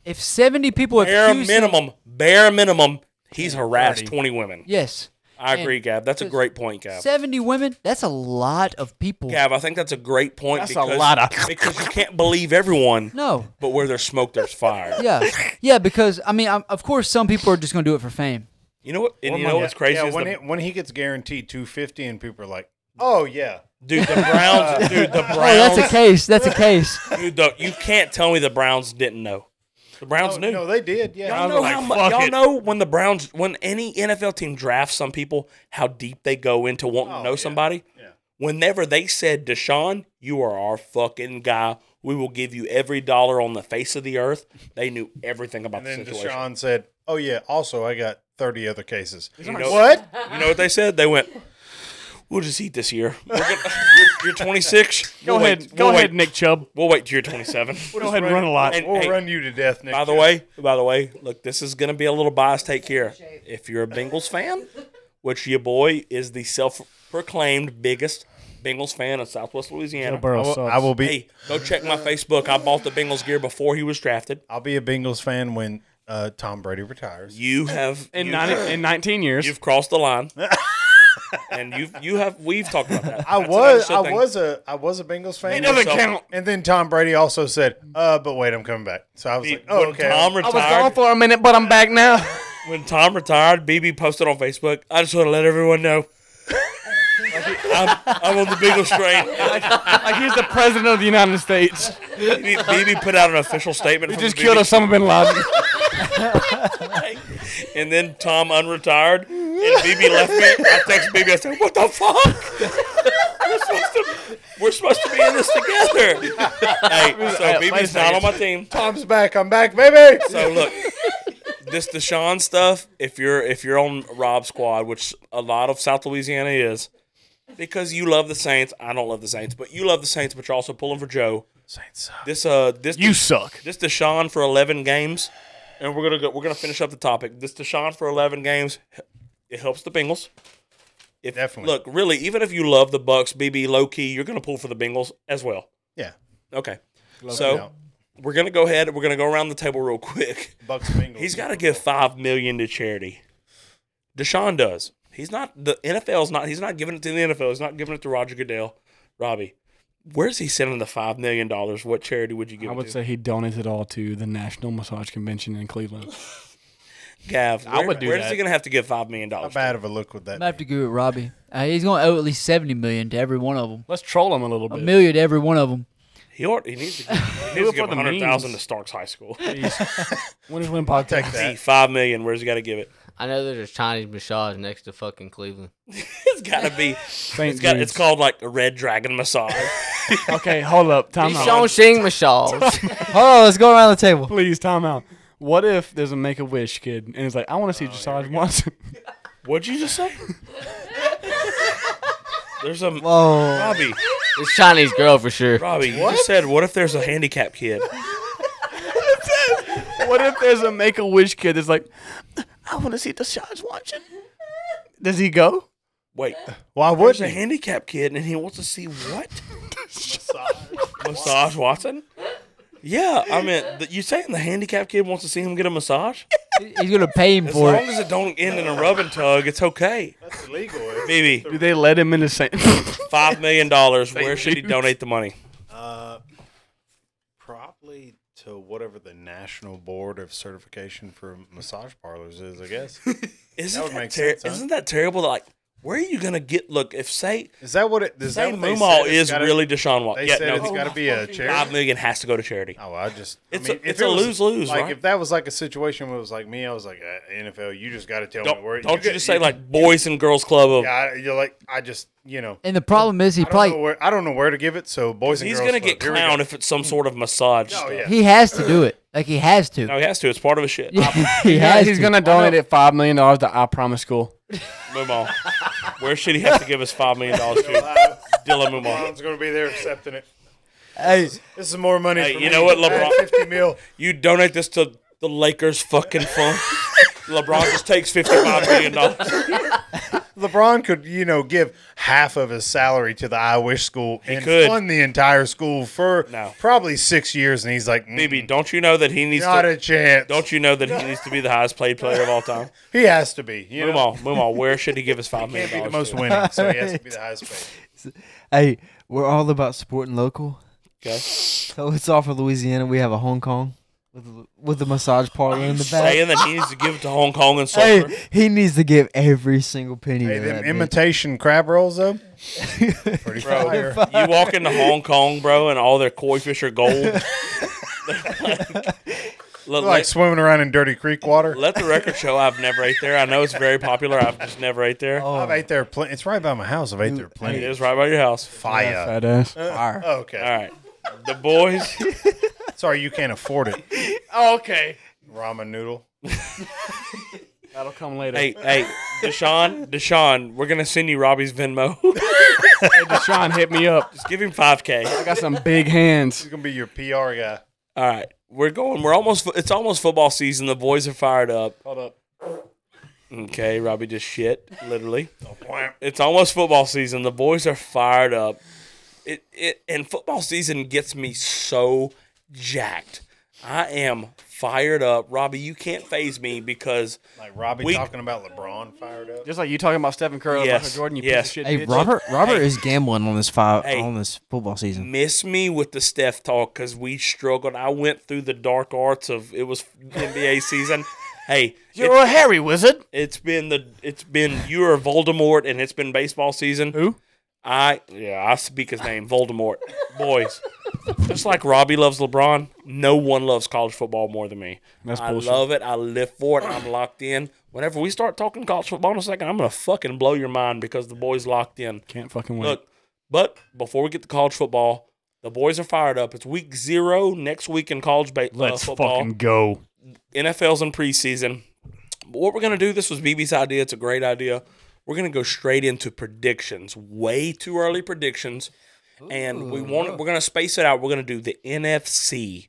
If seventy people
bare
accuse him-
minimum, bare minimum, he's harassed twenty women.
yes,
I
And-
agree, Gab. That's a great point, Gab.
seventy women. That's a lot of people.
Gab, I think that's a great point.
That's a
because,
lot of-
because you can't believe everyone,
No,
but where there's smoke, there's fire.
yeah, yeah. Because I mean, i of course, some people are just gonna do it for fame.
You know what? And
Or
you
when-
know what's crazy
Yeah,
is
when,
the,
it, when he gets guaranteed 250 and people are like, oh, yeah.
dude, the Browns, dude, the Browns,
Oh, that's a case. That's a case.
dude, the, you can't tell me the Browns didn't know. The Browns
Oh,
knew.
No, they did. Yeah.
Y'all know
like,
how
"Fuck
much. Y'all
it."
know when the Browns, when any NFL team drafts some people, how deep they go into wanting to
Oh,
know
yeah.
somebody.
Yeah.
Whenever they said Deshaun, you are our fucking guy. We will give you every dollar on the face of the earth. They knew everything about
And
the
then
situation.
Deshaun said, oh, yeah, also, I got 30 other cases.
You know-
What?
You know what they said? They went, "We'll just eat this year. We're gonna, you're, you're 26.
Go
We'll
ahead,
wait-
go
we'll
ahead,
Wait,
Nick Chubb.
we'll wait till you're 27."
Go ahead and run a lot.
And-
We'll
hey,
run you to death, Nick.
By the way, by the way, look, this is gonna be a little biased take here. If you're a Bengals fan, which your boy is the self-proclaimed biggest Bengals fan in Southwest Louisiana.
I will, I will be.
Hey, go check my Facebook. I bought the Bengals gear before he was drafted.
I'll be a Bengals fan when uh, Tom Brady retires.
You have
In,
you-
nine, in 19 years.
you've crossed the line, and you have you have we've talked about that.
I
That's another
was,
show
I
thing.
was a, I was a
it
Bengals fan,
doesn't
yourself-
count.
and then Tom Brady also said, "Uh, but wait, I'm coming back." So I was like, "Oh,
when
okay."
Tom
I was
retired,
gone for a minute, but I'm back now.
when Tom retired, BB posted on Facebook, I just want to let everyone know. I'm, I'm on the Bengals train.
like he's the president of the United States.
BB, BB put out an official statement.
He
from
just
BB,
killed Osama bin Laden.
And then Tom unretired, and BB left me. I text BB, I said, What the fuck? We're supposed to, we're supposed to be in this together. hey, so BB's not on my team.
Tom's back. I'm back, baby.
So look, this Deshaun stuff. If you're if you're on Rob Squad, which a lot of South Louisiana is, because you love the Saints, I don't love the Saints, but you love the Saints, but you're also pulling for Joe.
Saints suck.
This uh this
You suck.
this Deshaun for 11 games, and we're gonna go, we're gonna finish up the topic. This Deshaun for 11 games, it helps the Bengals. If,
Definitely.
Look, really, even if you love the Bucks, BB low key, you're gonna pull for the Bengals as well.
Yeah.
Okay,
No
so
doubt.
we're gonna go ahead. We're gonna go around the table real quick.
Bucks Bengals.
He's got to give five million to charity. Deshaun does. He's not the NFL's not. He's not giving it to the NFL. He's not giving it to Roger Goodell, Robbie. Where's he sending the five million dollars? What charity would you give?
I
it
would
to?
say he donated all to the National Massage Convention in Cleveland.
Gav.
I
where-
would do
Where's
that.
he gonna have to give five million
How
dollars?
bad of a look would
I'm
that?
gonna have to
be?
give it Robbie. Uh, he's gonna owe at least seventy million to every one of them.
Let's troll him a little
A
bit.
million to every one of them.
He, ought, he needs to. Give, he
Do
needs
it
to
for
give
the
a hundred thousand
memes.
to Starks High School.
Winners win
Take
podcast.
See,
that.
five million. Where's he got to give it?
I know that there's Chinese massage next to fucking Cleveland.
It's got to be.
Saint
It's got. It's
Jude's.
called like a red dragon massage.
Okay, hold up. Time out.
Shawshing massage.
Hold on, let's go around the table.
Please, time out. What if there's a Make a Wish kid and it's like, I
Oh,
want to see Josiah once?
What'd you just say? There's a
Oh,
Robbie.
It's Chinese girl for sure.
Robbie, you just said, "What if there's a handicap kid?"
what if there's a Make a Wish kid that's like, I want to see Deshaun's watching? Does he go?
Wait,
Why
there's a
wouldn't he?
handicap kid, and he wants to see what? massage Watson. Yeah, I mean, th- you saying the handicap kid wants to see him get a massage?
He- He's gonna pay him
As
for
long
it.
as it don't end in a rub and tug, it's okay.
That's illegal.
Baby,
Do they let him in the Saint?
five million dollars. Where should he donate the money?
Uh, probably to whatever the National Board of Certification for Massage Parlors is. I guess
Isn't
That would
that,
make
ter-
sense, huh?
isn't that terrible? Like, where are you gonna get? Look, if say
is that what it is?
say
that what they
Mumal
said? It's
is
gotta-
really Deshaun Watson,
They
yeah,
said
no,
it's got to be a
five
charity.
million has to go to charity.
Oh, I just I
It's
mean,
a-
if
it's
it
a
was-
lose-lose,
Like
right?
if that was like a situation where it was like me, I was like uh, NFL. You just got to tell me
Don't,
where.
don't you
got-
just say like Boys and Girls Club of
Yeah, I- you're like I just you know.
And the problem is he
I don't, know
probably
where, I don't know where to give it, so boys and
He's
girls.
gonna get
Club, here we go.
clowned if it's some sort of massage.
Oh
stuff.
yeah,
he has to do it. Like he has to.
No, he has to. It's part of his shit.
he has
he's
to.
going to donate it $5 million to I Promise School.
Mumal. Where should he have to give us five million dollars to? Dylan Mumal.
Mom's gonna be there accepting it.
hey,
This is more money.
Hey,
for
you
me.
know what,
I had
LeBron-
Fifty mil.
You donate this to the Lakers fucking fund. LeBron just takes fifty five million dollars.
LeBron could, you know, give half of his salary to the I Wish school
He
and
could.
fund the entire school for
No.
probably six years, and he's like, "Mm,
BB, don't you know that he needs
not
to?
a chance.
Don't you know that he needs to be the highest played player of all time?
He has to be. You
move
know,
on, move on. Where should he give us five
can't
million
be the
dollars?
most
to?
winning, so he has to be the highest paid.
Hey, we're all about supporting local.
Okay.
So it's all for Louisiana. We have a Hong Kong with the- with the massage parlor in the back.
Saying that he needs to give it to Hong Kong and
Hey,
suffer.
he needs to give every single penny
Hey,
to
them
that
imitation crab rolls though,
bitch.
pretty
Bro.
fire.
You walk into Hong Kong, bro, and all their koi fish are gold. let,
Like
let,
swimming around in dirty creek water.
let the record show I've never ate there. I know it's very popular. I've just never ate there.
Oh,
I've ate there plenty. It's right by my house. I've ate there
It
plenty.
is right by your house.
Fire. Oh,
Fat ass.
fire.
All
Okay.
right. The boys.
Sorry, you can't afford it.
Oh, okay.
Ramen noodle.
That'll come later.
Hey, hey, Deshaun, Deshaun, we're gonna send you Robbie's Venmo.
Hey, Deshaun hit me up.
just give him five k.
I got some big hands.
He's gonna be your PR guy.
All right, we're going. We're almost. It's almost football season. The boys are fired up.
Hold up.
Okay, Robbie just shit, literally. It's almost football season. The boys are fired up. It, it and football season gets me so jacked. I am fired up. Robbie, you can't phase me because
Like Robbie
We-
talking about LeBron fired up.
Just like you talking about Stephen Curry,
Yes.
Michael Jordan, you
Yes.
piece of shit.
Hey,
bitch.
Robert. Robert is gambling on this five
Hey.
on this football season.
miss me with the Steph talk because we struggled. I went through the dark arts of it was NBA season. Hey,
You're a hairy wizard.
It's been the it's been you are Voldemort and it's been baseball season.
Who?
I yeah, I speak his name, Voldemort. Boys. Just like Robbie loves LeBron, no one loves college football more than me.
That's
I
bullshit.
love it. I live for it. I'm locked in. Whenever we start talking college football in a second, I'm gonna fucking blow your mind because the boys locked in.
Can't fucking wait.
Look, but before we get to college football, the boys are fired up. It's week zero next week in college ba- uh,
Let's
football.
fucking go.
NFL's in preseason. But what we're gonna do, this was BB's idea. It's a great idea. We're gonna go straight into predictions. Way too early predictions, and we want we're gonna space it out. We're gonna do the NFC.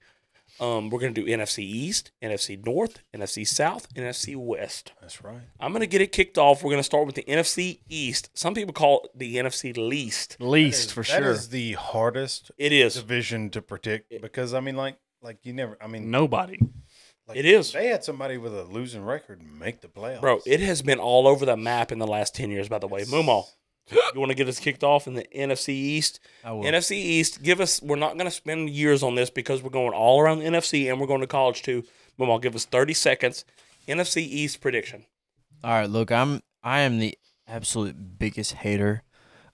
Um, we're gonna do NFC East, NFC North, NFC South, NFC West.
That's right.
I'm gonna get it kicked off. We're gonna start with the NFC East. Some people call it the NFC least.
Least for
That
sure.
is the hardest
It is.
division to predict because I mean, like, like you never. I mean,
Nobody.
like,
It is.
They had somebody with a losing record make the playoffs,
Bro, it has been all over the map in the last 10 years, by the way. Moomaw, you want to get us kicked off in the NFC East?
I will.
NFC East, give us, we're not going to spend years on this because we're going all around the NFC and we're going to college too. Moomaw, give us 30 seconds. NFC East prediction.
All right, look, I'm I am the absolute biggest hater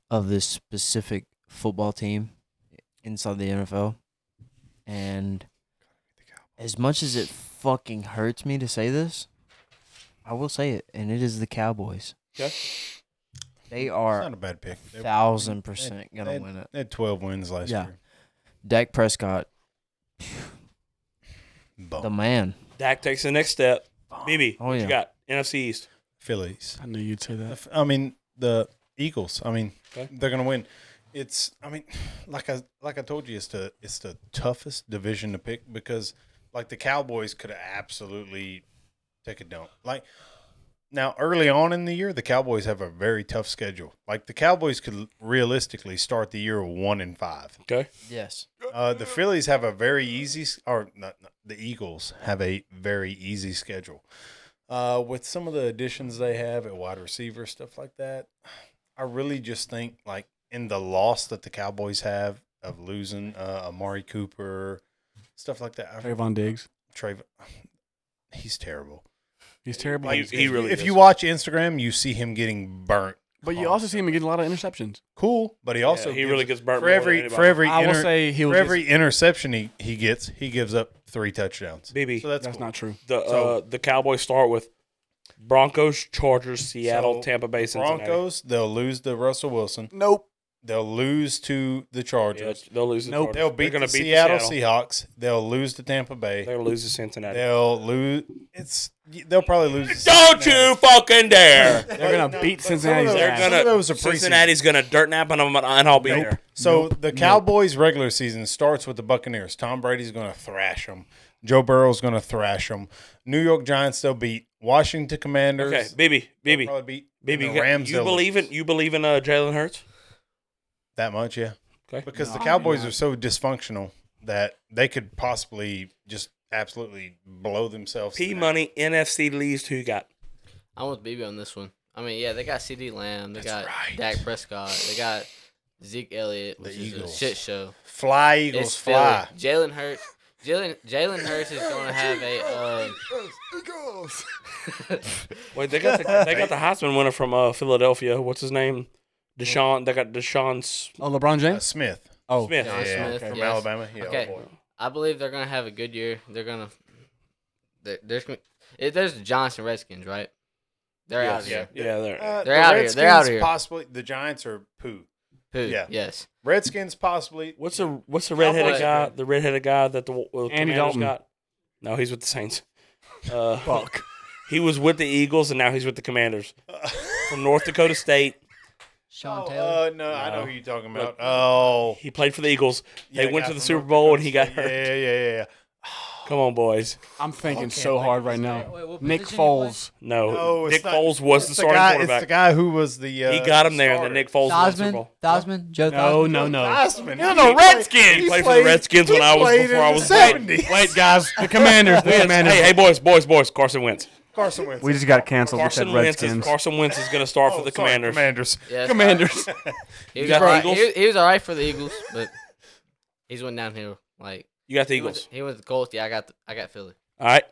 of this specific football team inside the NFL. And as much as it fucking hurts me to say this, I will say it, and it is the Cowboys.
Okay.
They
It's
are
not a bad pick. They-
thousand
they-
percent gonna
they-
win it.
They had twelve wins last
Yeah.
year.
Dak Prescott,
Bum.
the man.
Dak takes the next step. BB,
Oh,
what you
yeah.
got? NFC East.
Phillies.
I knew you'd say
The
that.
f- I mean, the Eagles. I mean,
Okay.
they're gonna win. It's. I mean, like I like I told you, it's the it's the toughest division to pick because like the Cowboys could absolutely take a dump. Like now, early on in the year, the Cowboys have a very tough schedule. Like the Cowboys could realistically start the year one and five.
Okay.
Yes.
Uh, the Phillies have a very easy, s- or not, not- the Eagles have a very easy schedule. Uh, with some of the additions they have at wide receiver, stuff like that, I really just think like in the loss that the Cowboys have of losing uh, Amari Cooper, stuff like that. I,
Trayvon Diggs.
Trav, he's terrible.
He's terrible.
He-
Like,
He's
he
if-
really
If
is.
you watch Instagram, you see him getting burnt.
But you also see him get a lot of interceptions.
Cool, but he also
Yeah, he really
gives-
gets burnt
for
more than
every
anybody.
for every
I will
inter-
say he'll
for
get-
every interception he, he gets, he gives up three touchdowns.
BB,
So that's,
That's
cool.
not true.
the uh,
so-
the Cowboys start with Broncos, Chargers, Seattle,
So,
Tampa Bay, Cincinnati.
Broncos. They'll lose to Russell Wilson.
Nope.
They'll lose to the
Yeah,
Chargers.
they'll lose. The
Nope.
Chargers.
They'll beat,
They're gonna
the Seattle,
Seattle.
Seahawks. They'll lose to Tampa Bay.
They're gonna lose to Cincinnati.
They'll lose. It's they'll probably lose. To
Don't
Cincinnati.
you fucking dare!
They're gonna beat Cincinnati's
those-
They're
ass.
some
gonna.
of those are preseason.
Cincinnati's gonna dirt nap on them, and I'll be there.
So the Cowboys' regular season starts with the Buccaneers. Tom Brady's going to thrash them. Joe Burrow's going to thrash them. New York Giants they'll beat. Washington Commanders.
Okay, BB,
they'll
BB,
probably beat.
Maybe
The
you, got,
Rams
you believe
Zillas.
in you believe in uh, Jalen Hurts.
That much, yeah.
Okay.
Because the
No, I do
Cowboys
not.
are so dysfunctional that they could possibly just absolutely blow themselves. to
P
that.
money NFC leads who you got.
I want BB on this one. I mean, yeah, they got CD Lamb, they
That's
got
right.
Dak Prescott, they got Zeke Elliott,
The
which is
Eagles.
a shit show.
Fly Eagles,
It's Philly.
fly.
Jalen Hurts. Jalen Jalen Hurts is going to have a. Um,
Wait, they got the, they got the Heisman winner from uh, Philadelphia. What's his name? Deshaun. They got Deshaun S-
Oh, LeBron
Uh,
James.
Smith.
Oh,
Smith.
John
yeah,
Smith,
from
yes.
Alabama. Yeah, oh
Okay.
boy.
I believe they're gonna have a good year. They're gonna there- there's gonna- if there's the Johnson Redskins, right? They're out of
yeah,
here.
yeah, they're
Uh,
They're
the
outta here, they're outta
Redskins
here.
Possibly the Giants are poo.
Who?
Yeah.
Yes.
Redskins possibly.
What's the what's the redheaded
Cowboys.
guy? The redheaded guy that the uh,
Andy
Commanders
Dalton.
got. No, he's with the Saints. Uh,
fuck.
he was with the Eagles and now he's with the Commanders from North Dakota State.
Sean
oh,
Taylor.
uh, no, I know
No.
who you're talking
Look.
about. Oh,
He played for the Eagles. They
yeah,
went to
guy
the
from
Super
North
Bowl
Dakota
and he got
State.
hurt.
Yeah, yeah, yeah, yeah.
Come on, boys.
I'm thinking
can't
so
think
hard
of
right
his
now.
name.
Wait, what
Nick
position he played?
Foles.
No,
No, it's
Nick
not-
Foles was
It's
the starting
guy, It's
quarterback.
the guy who was the. Uh,
he got him there, and
starter.
then Nick Foles was in the Super
Thosman.
Bowl.
Thosman. Joe
No,
Thosman.
no, no.
Osman.
No, no, Redskins. He played for the Redskins when I was- before I was born.
Wait, guys. The Commanders. The Commanders.
Hey, hey, boys, boys, boys. Carson Wentz.
Carson Wentz.
We just got canceled. We said
Carson Wentz is,
Redskins.
Carson Wentz is going to start for the
Oh, sorry,
Commanders.
Commanders.
Yes.
Commanders.
He was,
got the
alright-
Eagles?
he, was- he was all right for the Eagles, but he's went downhill. Like
You got the
he went-
Eagles.
He was the Colts. Yeah, I got the, I got Philly.
All right.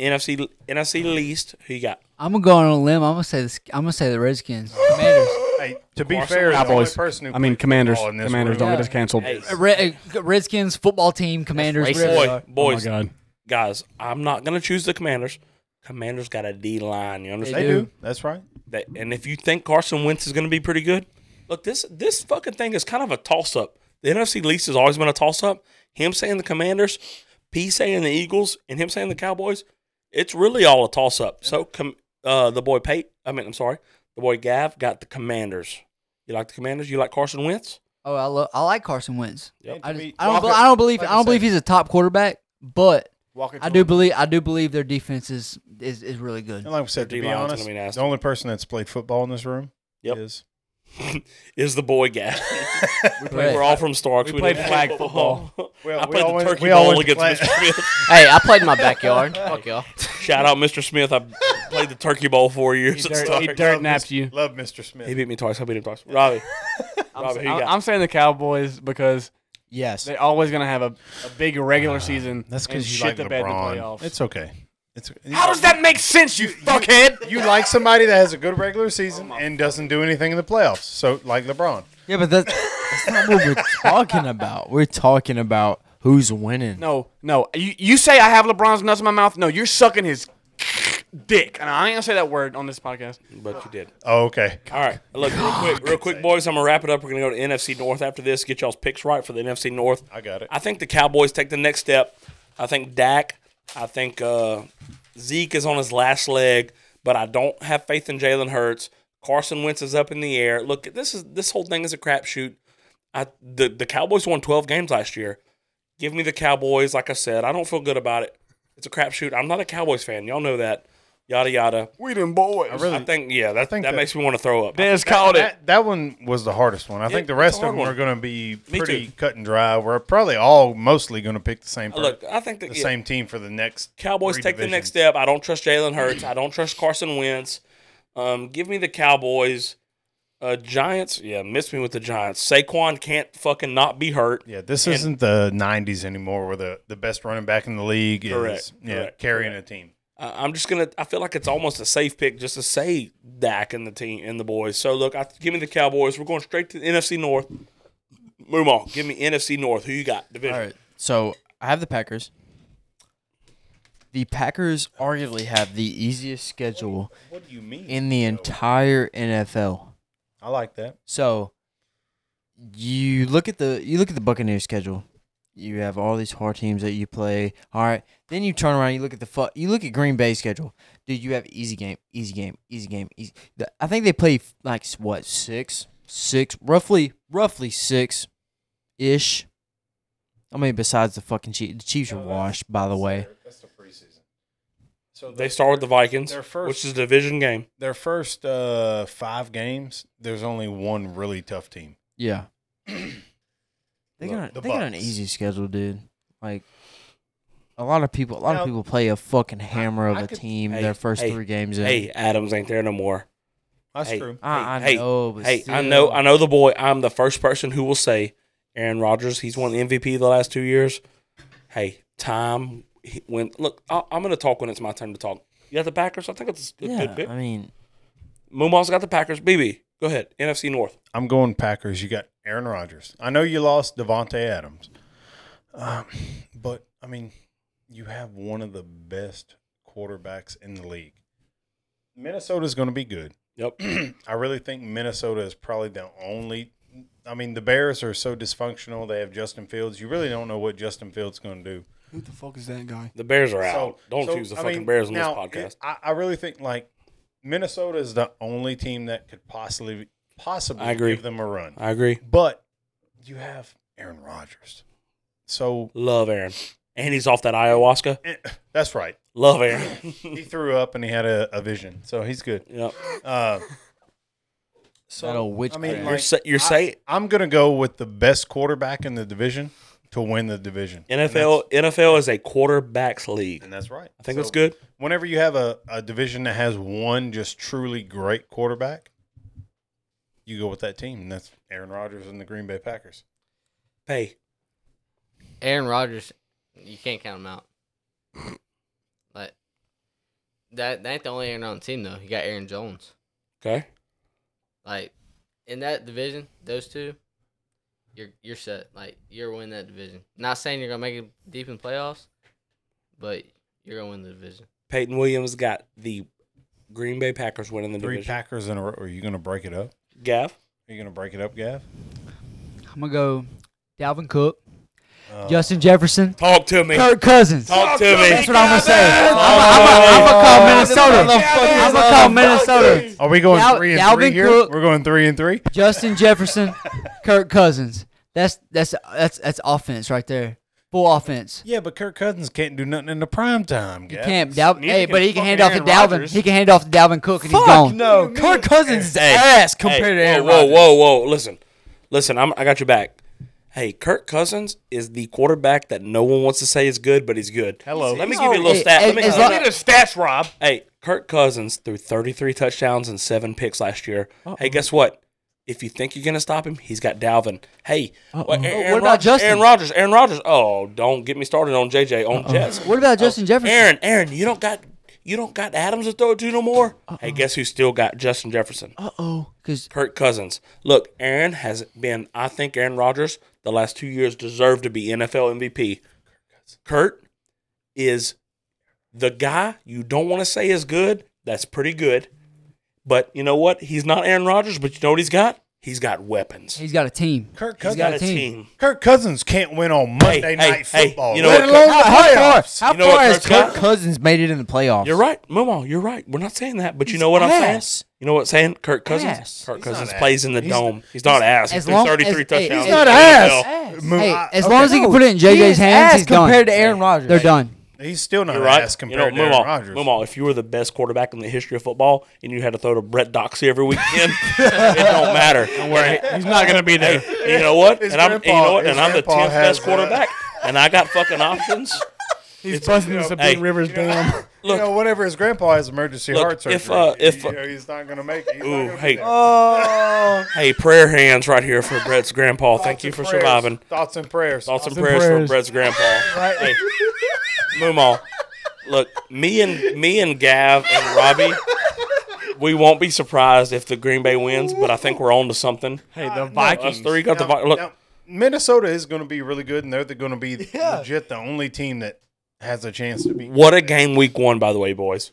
NFC NFC least. Who you got?
I'm gonna go on a limb. I'm gonna say this. I'm gonna say the Redskins. Commanders.
Hey, to be
Carson
fair, the only
Cowboys.
person who
I mean, Commanders.
Oh, in this
Commanders,
room.
don't get Oh
Yeah.
us canceled.
Hey,
Uh, Red, uh, Redskins football team. Commanders.
racist.
whatever they
boy,
are.
Oh,
boys,
my God.
guys. I'm not going to choose the Commanders. Commanders got a D line. You understand?
they do. That's right.
That, and if you think Carson Wentz is going to be pretty good, look this this fucking thing is kind of a toss up. The NFC least has always been a toss up. Him saying the Commanders, P saying the Eagles, and him saying the Cowboys. It's really all a toss up. So com, uh, the boy Pate, I mean, I'm sorry, the boy Gav got the Commanders. You like the Commanders? You like Carson Wentz?
Oh, I love. I like Carson Wentz.
Yep.
I, just,
Anthony
I don't.
Walker-
bel- I don't believe.
like
I
said,
don't believe he's a top quarterback, but
Walker
I
to
do
him.
believe. I do believe their defense is is, is really good.
And like we said, to
Their
be
D-line's
honest,
gonna be nasty.
the only person that's played football in this room
Yep.
is
Is the boy Gav?
we
played-
We're all from Starks.
We played
didn't-
flag football.
Well,
I
we
played
all
the
went-
turkey
we all
bowl
went to
against
play-
Mr. Smith.
Hey, I played in my backyard. Fuck y'all.
Shout out, Mr. Smith. I played the turkey bowl four years. at
He
Starks.
dirt naps you.
Love Mr. Smith.
He beat me twice. I beat him twice. Robbie, Robbie, who you got?
I'm saying the Cowboys because
Yes.
they're always going to have a, a big regular season.
that's
and
because you
shit
like
the
the
bed in the
LeBron.
playoffs.
It's okay. It's
How does that make sense, you fuckhead?
You like somebody that has a good regular season and doesn't do anything in the playoffs. So like LeBron.
Yeah, but that's, that's not what we're talking about. We're talking about who's winning.
No, no. You, you say I have LeBron's nuts in my mouth? No, you're sucking his dick. And I ain't going to say that word on this podcast.
But you did.
Oh, okay.
All right. Look, real quick, real quick, boys. I'm gonna wrap it up. We're gonna go to NFC North after this. Get y'all's picks right for the NFC North.
I got it.
I think the Cowboys take the next step. I think Dak. I think uh, Zeke is on his last leg, but I don't have faith in Jalen Hurts. Carson Wentz is up in the air. Look, this is this whole thing is a crapshoot. I the the Cowboys won 12 games last year. Give me the Cowboys. Like I said, I don't feel good about it. It's a crapshoot. I'm not a Cowboys fan. Y'all know that. Yada yada.
We done boys.
I really
I think yeah. That,
think
that,
that-
makes me want to throw up.
Dez called it.
that, that one was the hardest one. I think the rest
it's a hard
of them
one.
are going to be
Me
pretty
too.
cut and dry. We're probably all mostly going to pick the same. per-
Uh, Look, I think that
the
yeah,
same team for the next
Cowboys
three
take the next step.
divisions.
I don't trust Jalen Hurts. I don't trust Carson Wentz. Um, give me the Cowboys. Uh, Giants, yeah, miss me with the Giants. Saquon can't fucking not be hurt.
Yeah, this
And-
isn't the '90s anymore, where the, the best running back in the league
Correct,
is yeah
correct,
carrying a team.
Uh, I'm just gonna. I feel like it's almost a safe pick just to say Dak and the team and the boys. So look, I, give me the Cowboys. We're going straight to the NFC North. Move on. Give me NFC North. Who you got? Division.
All right. So I have the Packers. The Packers arguably have the easiest schedule
What do you mean?
in the entire NFL.
I like that.
So you look at the you look at the Buccaneers schedule. You have all these hard teams that you play. All right, then you turn around. You look at the fu- You look at Green Bay schedule, dude. You have easy game, easy game, easy game. Easy. The, I think they play f- like s- what six, six, roughly, roughly six, ish. I mean, besides the fucking Chiefs, the Chiefs are washed. By the way,
that's the preseason. So
They start with the Vikings,
They're first.
which is a division game.
their first uh, five games, there's only one really tough team.
Yeah. they
Look,
got
the
they got an
Bucks.
easy schedule, dude. Like a lot of people, a lot
Now,
of people play a fucking hammer of
I
a
could-
team
Hey,
their first
hey,
three games in.
Hey, Adams ain't there no more.
That's
Hey.
true.
I, I
hey,
know, but
hey, I
still.
know, I know the boy. I'm the first person who will say Aaron Rodgers. He's won the MVP the last two years. Hey, time he- when look, I, I'm gonna talk when it's my turn to talk. You got the Packers. I think it's a good,
yeah,
good pick.
I mean,
Moomal's got the Packers. BB, go ahead. NFC North.
I'm going Packers. You got Aaron Rodgers. I know you lost Devonte Adams, um, but I mean, you have one of the best quarterbacks in the league. Minnesota's going to be good.
Yep.
I really think Minnesota is probably the only. I mean, the Bears are so dysfunctional. They have Justin Fields. You really don't know what Justin Fields going to do.
Who the fuck is that guy?
The Bears are out.
So-
Don't
so,
choose the
I
fucking
mean,
Bears on this
now,
podcast.
it- I, I really think like Minnesota is the only team that could possibly possibly
I agree.
give them a run.
I agree.
But you have Aaron Rodgers, so
Love Aaron, and he's off that ayahuasca.
eh, that's right.
Love Aaron.
He threw up and he had a, a vision, so he's good.
yep.
Uh, so
That old witch
I mean,
crap.
You're
like,
sa- you're saying
I'm gonna go with the best quarterback in the division to win the division. And
NFL NFL is a quarterbacks league.
And that's right.
E. I think
So
that's good.
Whenever you have a, a division that has one just truly great quarterback, you go with that team, and that's Aaron Rodgers and the Green Bay Packers.
Hey,
Aaron Rodgers, you can't count him out. But that that ain't the only Aaron on the team though. You got Aaron Jones.
okay.
Like in that division, those two, you're you're set. Like you're winning that division. Not saying you're gonna make it deep in playoffs, but you're gonna win the division.
Peyton Williams got the Green Bay Packers winning the
Three
division.
Packers in a row. Are you going to break it up?
Gav,
Are you going to break it up, Gav?
I'm gonna go Dalvin Cook,
Uh,
Justin Jefferson,
talk to me.
Kirk Cousins.
Oh. Talk to me.
That's what I'm gonna say. I'm
Oh,
gonna call Minnesota. I'm
Motherfucker.
gonna call Minnesota.
Are we going
Dal-
three and three
Dalvin
here?
Cook.
We're going three and three.
Justin Jefferson, Kirk Cousins. That's that's that's that's offense right there. Full offense.
Yeah, but Kirk Cousins can't do nothing in the prime time.
You
Gav.
can't. Dal-
neither
hey,
can
but he
fucking
can hand off to
Aaron
Dalvin.
Rodgers.
He can hand off to Dalvin Cook and he's
fuck
gone.
no, Kirk Cousins is ass
Hey,
compared to Aaron
whoa,
Rodgers.
whoa, whoa, whoa. Listen, listen. I'm, I got your back. Hey, Kirk Cousins is the quarterback that no one wants to say is good, but he's good. Hello. Let me give you a little
Hey,
stat.
as-
Let me,
as
let
lo-
me-
The stats, Rob.
hey, Kirk Cousins threw 33 touchdowns and seven picks last year. Hey, guess what? If you think you're gonna stop him, he's got Dalvin. Hey, what, Aaron
Oh, What about
Rodgers,
Justin?
Aaron Rodgers. Aaron Rodgers. Oh, don't get me started on JJ on Jets.
What about Justin Jefferson?
Aaron, Aaron, you don't got you don't got Adams to throw it to no more. Hey, guess who still got Justin Jefferson?
Uh oh, because
Kirk Cousins. Look, Aaron has been. I think Aaron Rodgers the last two years deserved to be NFL MVP. Kurt is the guy you don't want to say is good. That's pretty good, but you know what? He's not Aaron Rodgers. But you know what he's got? He's got weapons.
he's got a team.
Kirk
He's
Cousins.
got a
got a
team.
Kirk Cousins can't win on Monday
hey,
Night
hey,
Football.
you know
let
what,
alone
How,
the
how far,
playoffs.
how
You know
far
what
has
Kirk's got?
Kirk Cousins made it in the playoffs?
You're right, Momo. You're right. We're not saying that, but you know what I'm
ass.
saying. You know what I'm saying? Kirk Cousins.
Ass.
Kirk
not
Cousins
ass.
plays in the
He's-
dome. He's not ass. He
as
threw
long
33
as- hey,
touchdowns.
he's not
in the
ass.
NFL.
Move-
Hey,
I-
as
okay.
long as he can
No,
put it in
he
JJ's
is
hands,
ass
he's done.
compared to Aaron Rodgers.
They're done.
He's still not
You're right.
ass
you know,
compared to Aaron
Moomaw,
Rodgers.
Moomaw, if you were the best quarterback in the history of football and you had to throw to Brett Doxey every weekend, it don't matter. Don't worry.
He's not gonna be there.
You know what?
His
and I'm, and you
grandpa-
know what?
his
And I'm the
grandpa
10th best
has, uh,
quarterback, and I got fucking options.
He's busting this Sabine
hey,
Rivers down.
Look,
you know, whenever his grandpa has emergency
Look,
heart surgery,
if, uh, if,
you
uh,
know, he's not going to make it. He's not
ooh,
gonna be
hey.
there. Oh.
hey, prayer hands right here for Brett's grandpa. Thank
Thoughts
you
and
for
prayers.
surviving.
Thoughts and prayers.
Thoughts and
and
prayers, for
prayers.
Brett's grandpa. Hey, Moomaw, look, me and me and Gav and Robbie, we won't be surprised if the Green Bay wins, but I think we're on to something.
Hey,
Uh,
the
Us
Vikings.
three got the
Now-
Vi- look.
now, Minnesota is going to be really good, and they're going to be legit the only team that has a chance to be
What a game week one, by the way, boys.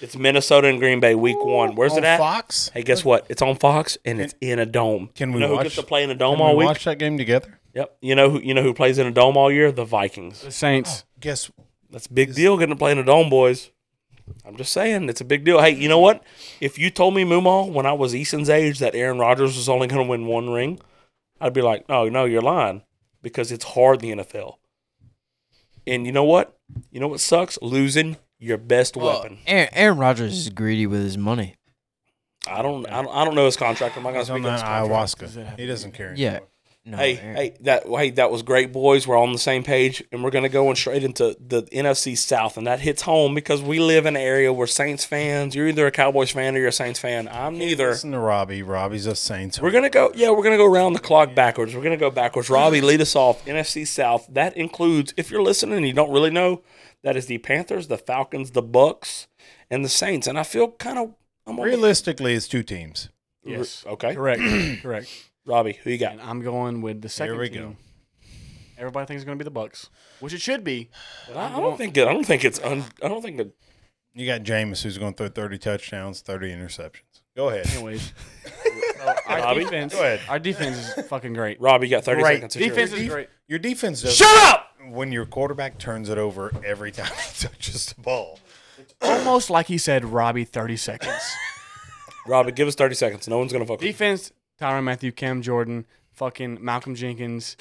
It's Minnesota and Green Bay week one. Where's
on
it at?
Fox.
Hey, guess what? It's on Fox and it's in a dome.
Can we
you know who
watch-
gets to play in a
Can
dome
we
all week?
watch that game together?
Yep. You know who you know who plays in a dome all year? The Vikings.
The Saints.
Guess
That's a big deal getting to play in a dome, boys. I'm just saying, it's a big deal. Hey, you know what? If you told me Mumal when I was Easton's age that Aaron Rodgers was only gonna win one ring, I'd be like, No, no, you're lying. Because it's hard in the NFL. And you know what? You know what sucks? Losing your best
Well,
weapon.
Aaron, Aaron Rodgers is greedy with his money.
I don't, I don't, I don't know his contract. I'm not gonna
He's on
speak on
that
his contract.
Does it
ayahuasca.
have
He doesn't care.
Yeah.
anymore.
No,
hey,
Aaron-
hey, that hey, that was great, boys. We're on the same page, and we're gonna go in straight into the NFC South, and that hits home because we live in an area where Saints fans. You're either a Cowboys fan or you're a Saints fan. I'm neither.
Listen to Robbie. Robbie's a Saints.
We're gonna go. Yeah, we're gonna go around the clock backwards. We're gonna go backwards. Robbie, lead us off. NFC South. That includes, if you're listening and you don't really know, that is the Panthers, the Falcons, the Bucks, and the Saints. And I feel kind of I'm on the-
Realistically, it's two teams.
Oh, Yes.
Okay,
Correct. Correct.
Robbie, who you got?
And I'm going with the second.
Here we
team.
go.
Everybody thinks it's going to be the Bucks, which it should be. but
I
I'm
I don't
going-
think it, I don't think it's un, I don't think it,
You got Jameis, who's going to throw 30 touchdowns, 30 interceptions. Go ahead.
Anyways, So, our
Robbie?
defense.
Go ahead.
Our defense is fucking great.
Robbie got 30
Great.
seconds. It's
Defense
yours.
is great.
Your defense does
Shut up.
when your quarterback turns it over every time he touches the ball.
Almost like he said, Robbie, 30 seconds.
Robbie, give us 30 seconds. No one's gonna fuck. with you.
defense, Tyron Matthew, Cam Jordan, fucking Malcolm Jenkins,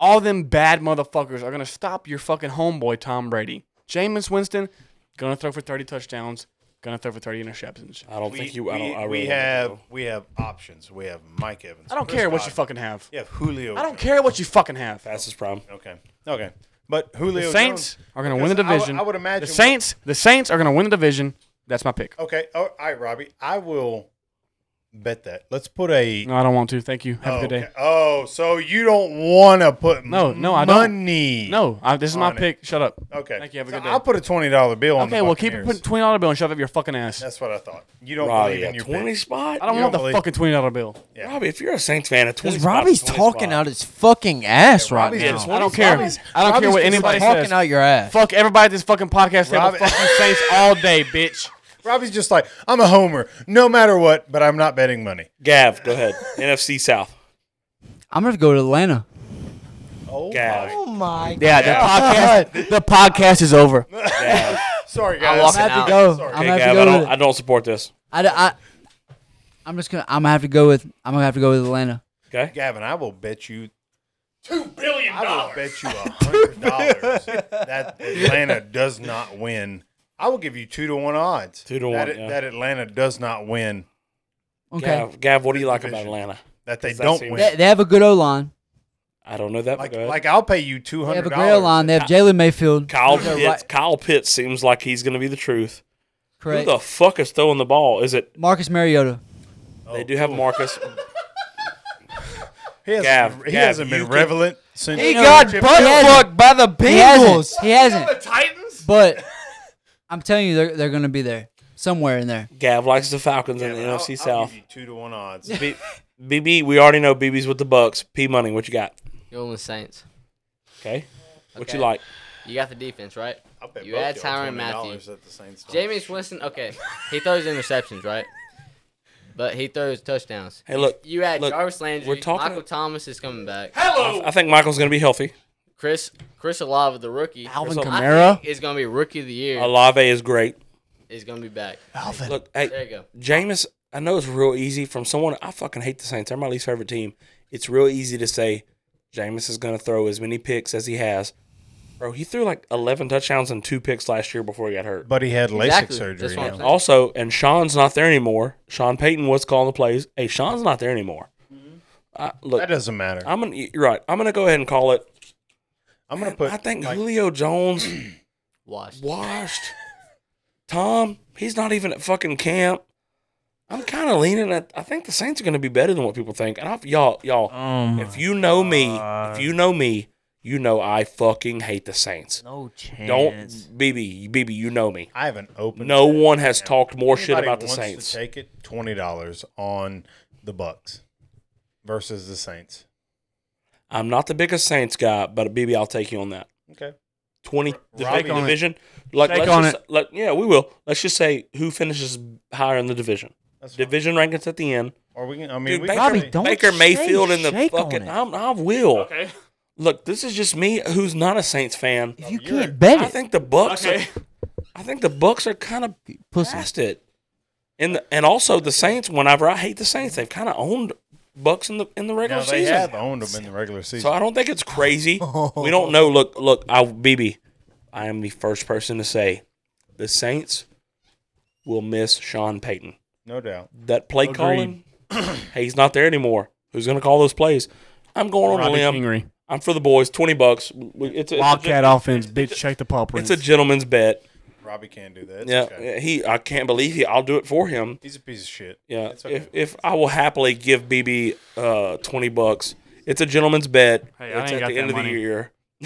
all them bad motherfuckers are gonna stop your fucking homeboy Tom Brady. Jameis Winston, gonna throw for thirty touchdowns, gonna throw for thirty interceptions.
I don't think you. I don't. I really
we
don't think
have
you will.
we have options. We have Mike Evans.
I don't
Chris
care what you
Godwin.
fucking have.
You have Julio.
I don't
Jones.
care what you fucking have.
fastest prime.
Okay. Okay. But Julio
The Saints
Jones-
are gonna
because
win the
I would-
division.
I would imagine
the Saints. The Saints are gonna win the division. That's my pick.
Okay. Oh, all right, Robbie. I will bet that. Let's put a.
No, I don't want to. Thank you. Have a good
okay.
day.
Oh, so you don't want to put
No, no, I don't.
money.
No, I, this is my
On it.
pick. Shut up.
Okay.
Thank you. Have a
So
good day.
I'll put a twenty dollar bill on.
Okay,
the
well keep it
Buccaneers.
twenty dollar bill and shove it up your fucking ass.
That's what I thought. You don't
Robbie,
believe
a
in Oh, your
20
picks.
spot.
I don't want
You don't
the
believe-
fucking twenty dollar bill.
Yeah.
Robbie, if you're a Saints fan, a 20
Because
spot
Robbie's
is a 20
talking
spot.
out his fucking ass right
Robbie's
now.
just
I don't care.
Robbie's-
I don't care what
Robbie's just
anybody
like-
says.
Talking out your ass.
Fuck everybody at this fucking podcast table.
Robbie-
Fuck you, Saints all day, bitch.
Robbie's just like I'm a homer, no matter what, but I'm not betting money.
Gav, go ahead. NFC South.
I'm gonna go to Atlanta.
Oh,
Gav.
my.
my
Yeah, the podcast. The podcast is over.
Gav.
sorry
I'm
guys.
I'm gonna have
out.
to go.
Sorry.
I'm
Okay,
gonna have
Gav,
to
I
go.
don't,
With,
I don't support this.
I, I, I'm just gonna. I'm gonna have to go with. I'm gonna have to go with Atlanta.
Okay?
Gavin, I will bet you.
Billion
I will bet you a hundred dollars that Atlanta does not win. I will give you two to one odds.
Two to
that,
one, yeah.
That Atlanta does not win.
Okay.
Gav, Gav, what do you like about
Division.
Atlanta?
That they
Does that
don't
seem-
win.
They, they have a good O line.
I don't know that. but
like,
go ahead.
like I'll pay you two
They have
hundred
a great O line.
dollars.
They have Jalen Mayfield.
Kyle
They're
Pitts.
right-
Kyle Pitts seems like he's going to be the truth.
Correct.
Who the fuck is throwing the ball? Is it?
Marcus Mariota.
Oh,
they do have Marcus.
He, hasn't,
Gav,
he
Gav,
hasn't
you
been
can-
relevant since.
He
No,
got
Jim-
butt
he hasn't.
fucked by the
He
Bengals.
hasn't. He hasn't.
Titans.
But I'm telling you, they're, they're going to be there somewhere in there.
Gav likes the Falcons in the
I'll-
NFC
I'll
South.
give you two to one odds.
B- BB, we already know BB's with the Bucks. P Money, what you got?
Going with Saints.
Okay. What
Okay.
you like?
You got the defense, right?
I'll bet
You
both
add
y'all
Tyrann
$20
Mathieu.
at the Saints.
Jameis Winston, okay. He throws interceptions, right? But he throws touchdowns.
Hey, look.
You add
Look,
Jarvis Landry.
we're talking-
Michael Thomas is coming back.
I think Michael's going to be healthy.
Chris Chris Olave, the rookie,
Alvin
There's a-
I
Kamara.
think is going to be rookie of the year.
Alave is great.
Is going to be back.
Alvin.
Look, hey,
There you go.
Jameis, I know it's real easy from someone. I fucking hate the Saints. They're my least favorite team. It's real easy to say Jameis is going to throw as many picks as he has. Bro, he threw like 11 touchdowns and two picks last year before he got hurt.
But he had LASIK
Exactly.
surgery.
That's what I'm
now.
saying.
Also, and Sean's not there anymore. Sean Payton was calling the plays. Hey, Sean's not there anymore. I,
That
look,
doesn't matter.
I'm gonna. You're right. I'm gonna go ahead and call it.
I'm gonna put.
I think
like,
Julio Jones
Washed.
washed. Tom, he's not even at fucking camp. I'm kind of leaning at. I think the Saints are gonna be better than what people think. And I've, y'all, y'all,
Um,
if you know me, if you know me, you know I fucking hate the Saints.
no chance.
Don't, BB, BB, you know me.
I have an open.
No
bet.
one has talked more shit
Anybody
about the
wants to
Saints.
take it twenty dollars on the Bucks versus the Saints.
I'm not the biggest Saints guy, but BB, I'll take you on that.
Okay.
20
Robbie-
divi- division. Like,
Take
let's
on
just, Let, yeah, we will. Let's just say who finishes higher in the division.
That's fine.
Division rankings at the end.
Or we can. I mean,
Dude,
we
Baker,
can
Robbie,
say-
don't
Baker
shake-
Mayfield in the
shake on
fucking.
it.
I'm, I will. Okay. Look, this is just me who's not a Saints fan.
If you
you're-
can't bet
I
it,
think the Bucks.
Okay.
Are, I think the Bucks are kind of
pussy.
past it. And the, and also the Saints. Whenever I hate the Saints, they've kind of owned Bucks in the in the regular
Now, they
season.
have owned them in the regular season.
So I don't think it's crazy. we don't know. Look, look, I BB, I am the first person to say the Saints will miss Sean Payton.
No doubt.
That play
Agreed.
calling, hey, he's not there anymore. Who's going to call those plays? I'm going on a
Robbie
limb.
Kingery.
I'm for the boys. Twenty bucks. We- It's a, it's a
Wildcat
gen-
offense, bitch. Check the paw
It's
prints.
a gentleman's bet.
Robbie can do that. It's
Yeah,
okay.
yeah, he. I can't believe he. I'll do it for him.
He's a piece of shit.
Yeah.
It's okay.
If if I will happily give BB uh twenty bucks, it's a gentleman's bet.
Hey, I
it's
ain't got
at the
that
end of the
money.
year.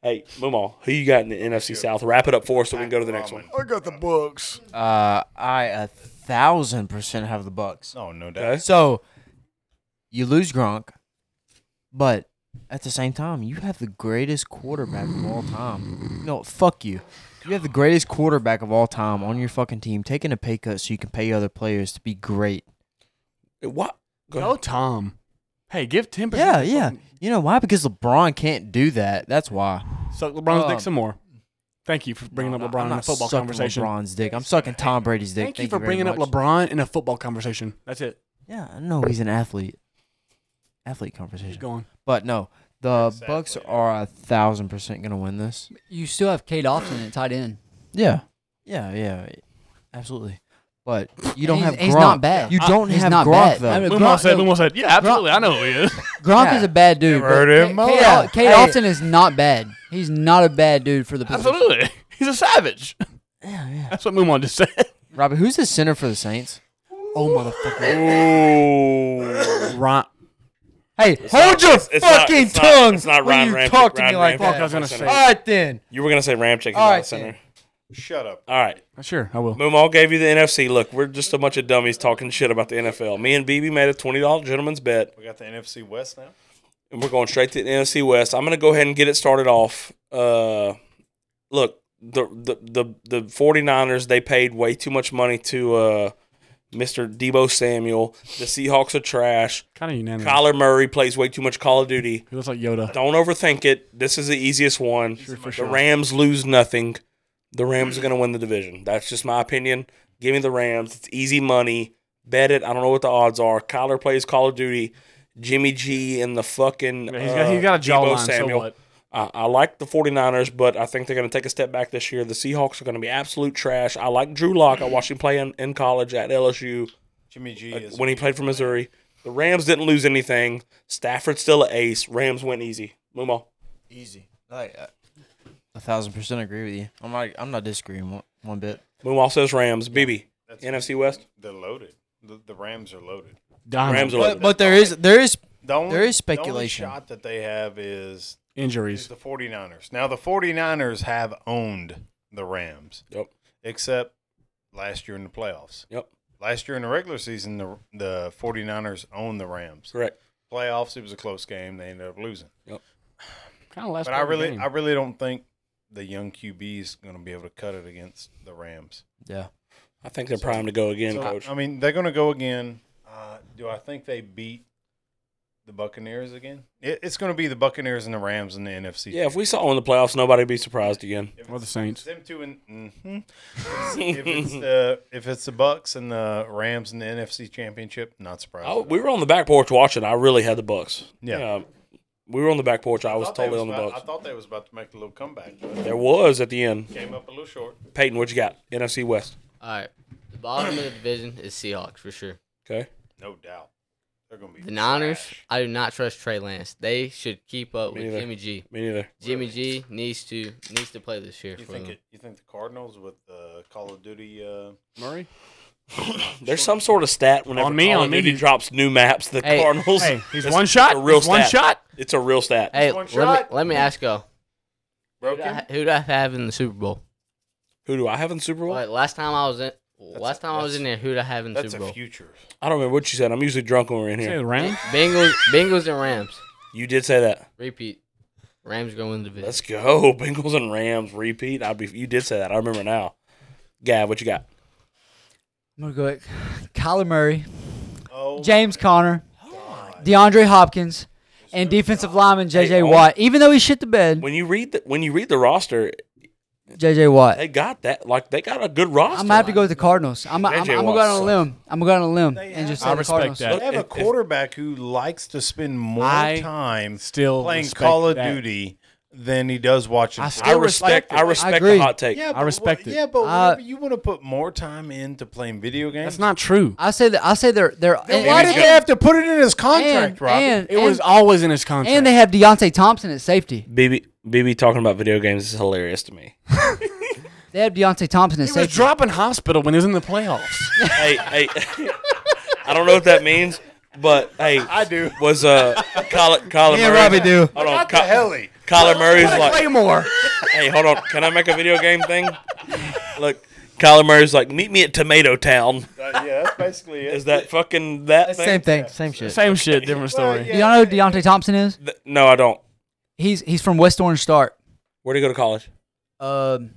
hey, Mumal, who you got in the NFC South? Wrap it up for us so we can go to the next one.
Brahman.
I got the books.
Uh, I a thousand percent have the Bucks.
Oh, no doubt.
Okay.
So you lose Gronk, but at the same time, you have the greatest quarterback of all time. No, fuck you. You have the greatest quarterback of all time on your fucking team, taking a pay cut so you can pay other players to be great.
What? Go
Go
ahead.
Tom. Hey, give ten
Yeah,
percent.
yeah. You know why? Because LeBron can't do that. That's why.
Suck LeBron's dick
Um,
some more. Thank you for bringing
No,
up
I'm
LeBron in
not
a football
sucking
conversation.
LeBron's dick. I'm sucking Tom Brady's dick.
Thank, you for
very
bringing up
much.
LeBron in a football conversation. That's it.
Yeah, I know he's an athlete. Athlete
Keep
conversation.
going.
But no, the
Exactly.
Bucks are a thousand percent gonna win this.
You still have Kate Austin at tight end.
Yeah, yeah, yeah, absolutely. But you don't
he's-
have Gronk.
he's not bad.
You
I-
don't
he's
have
not
Gronk
bad.
though.
I mean- But
Mumal
Gronk-
said,
no.
Mumal said, yeah, absolutely, I know who he is.
Gronk
Yeah.
is a bad dude.
Never
but
heard of him in my
Kate,
life.
Kate Austin is not bad. He's not a bad dude for the position.
absolutely. He's a savage.
yeah, yeah.
That's what Mumal just said.
Robbie, who's the center for the Saints?
Oh, motherfucker.
Ooh.
Ron-
Hey, hold your
it's not-
fucking
it's not-
tongue
it's not
when
Ryan
you
Ramchick,
talk to
Ryan
me like
Ramchick.
Fuck,
that.
I was going to
All
say.
All right then.
You were gonna say Ramchick is
All
not
right,
center.
Shut up.
All right.
Sure, I will.
Moomal gave you the NFC. Look, we're just a bunch of dummies talking shit about the NFL. Me and BB made a twenty dollar gentleman's bet,
We got the NFC West now.
and we're going straight to the NFC West. I'm gonna go ahead and get it started off. Uh, look, the the the the 49ers they paid way too much money to uh, Mr. Debo Samuel. The Seahawks are trash.
Kind of unanimous.
Kyler Murray plays way too much Call of Duty.
He looks like Yoda.
Don't overthink it. This is the easiest one.
for
the
sure.
Rams lose nothing. The Rams are going to win the division. That's just my opinion. Give me the Rams. It's easy money. Bet it. I don't know what the odds are. Kyler plays Call of Duty. Jimmy G and the fucking.
Yeah, he's got, he's got a
uh, Debo
jawline, so
Samuel.
what?
I, I like the 49ers, but I think they're going to take a step back this year. The Seahawks are going to be absolute trash. I like Drew Lock. I watched him play in, in college at LSU
Jimmy G
uh,
is
when he played for Missouri. The Rams didn't lose anything. Stafford's still an ace. Rams went easy. Move on.
Easy. Like uh, a thousand percent agree with you. I'm not. I'm not disagreeing one, one bit.
Moomal says Rams. BB,
That's-
NFC West.
They're loaded. The, the Rams are loaded.
Diamond.
Rams are
But, but there is there is
The only,
There is
The only
speculation.
shot that they have is is
Injuries.
the 49ers. Now, the 49ers have owned the Rams.
Yep.
Except last year in the playoffs.
Yep.
Last year in the regular season, the, the 49ers owned the Rams.
Correct.
Playoffs, it was a close game. They ended up losing.
Kind of last
but I really, I really don't think the young QB is going to be able to cut it against the Rams.
yeah.
I think they're primed to go again,
So,
coach.
I mean, they're going to go again. Uh, do I think they beat the Buccaneers again? It, it's going to be the Buccaneers and the Rams in the NFC.
yeah, if we saw in the playoffs, nobody would be surprised again.
If
Or the
it's-
Saints.
it's them two and mhm. if it's the if it's the Bucks and the Rams in the NFC Championship, not surprised.
I, Oh, we were on the back porch watching. I really had the Bucks.
Yeah.
we were on the back porch. I, was
thought they
totally on the
about-
Bucks.
I thought they was about to make a little comeback, but
there was at the end.
came up a little short.
Peyton, what you got? NFC West.
All right. The bottom of the division is Seahawks for sure.
Okay.
No doubt, they're going to be
The Niners,
trash.
I do not trust Trey Lance. They should keep up
Me
with
neither.
Jimmy G.
Me neither.
Jimmy G needs to needs to play this year
You
for
think
them.
it, you think the Cardinals with the Call of Duty? Uh,
Murray.
There's some sort of stat whenever
On me,
Call of
on me,
Duty
he's-
drops new maps. The
Hey,
Cardinals.
Hey, he's
It's
one shot.
A real
he's one
stat.
shot.
It's a real stat.
Hey,
one
let me,
shot.
let me ask y'all. Who do,
broken?
I, who do I have in the Super Bowl?
Who do I have in the Super Bowl?
Like, last time I was in, last time I was
that's-
in there, who do I have in the
That's
Super
a
Bowl?
future.
I don't remember what you said. I'm usually drunk when we're in
Say
here.
the Rams.
Bengals, Bengals and Rams.
You did say that.
Repeat. Rams going to win the division.
Let's go. Bengals and Rams repeat. I'd be you did say that. I remember now. Gav, what you got?
I'm going to go Kyler Murray,
Oh,
James Conner, DeAndre Hopkins, and defensive lineman J.J. Watt. Even though he shit the bed,
When you read the when you read the roster,
J.J. Watt.
they got that like they got a good roster.
I'm gonna have to go with the Cardinals. I'm, I'm, I'm
J.J.
gonna go
Watt
out on a limb. I'm gonna go out on a limb and just say
I
the
respect
Cardinals.
that.
They have a
If- if-
quarterback who likes to spend more
I
time
Still
playing
respect
Call of
that.
Duty than he does watching.
I
film.
I
still
respect.
respect.
I respect
agree.
the hot take.
yeah,
I respect
wha-
it.
Yeah, but
Uh,
whenever you want to put more time into playing video games.
That's not true.
I say that I say they're they're
Then
and-
why
and-
did they have to put it in his contract,
and,
Robbie?
and,
It
and-
was always in his contract.
and they have Deontay Thompson at safety.
BB BB talking about video games is hilarious to me.
They have Deontay Thompson at
he was
safety.
dropping hospital when he was in the playoffs.
hey, hey, I don't know what that means, but hey, I do. Was uh, Colin, Colin Murray?
do.
Hold on,
Not
Col-
the Helly.
Colin Murray's
Like,
like,
Claymore.
hey, hold on, can I make a video game thing? Look, Colin Murray's like, meet me at Tomato Town.
Uh, yeah, that's basically it.
Is that fucking that thing?
Same thing. Same shit.
Same shit, different story.
Do y'all know who Deontay Thompson is?
Th- no, I don't.
He's he's from West Orange Start.
Where'd he go to college?
Um,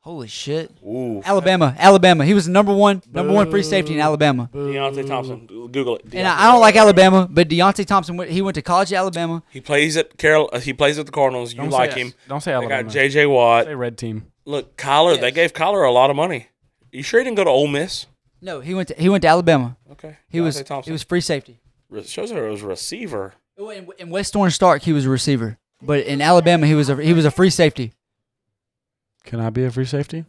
holy shit,
Ooh,
Alabama, Alabama. He was the number one number one free safety in Alabama.
Deontay Thompson. Google it.
And I, I don't like Alabama, but Deontay Thompson went, he went to college at Alabama.
he plays at Carol. uh, He plays at the Cardinals. You
Don't say
like
yes.
him?
Don't say
They got
Alabama.
J.J. Watt.
Say red team.
Look, Collar. They gave Collar a lot of money. You sure he didn't go to Ole Miss?
No, he went to, he went to Alabama.
Okay.
He was
Deontay Thompson.
he was free safety.
Re- shows her it was a receiver.
Oh, In, in West Orange Stark, he was a receiver, but in Alabama, he was a he was a free safety.
Can I be a free safety?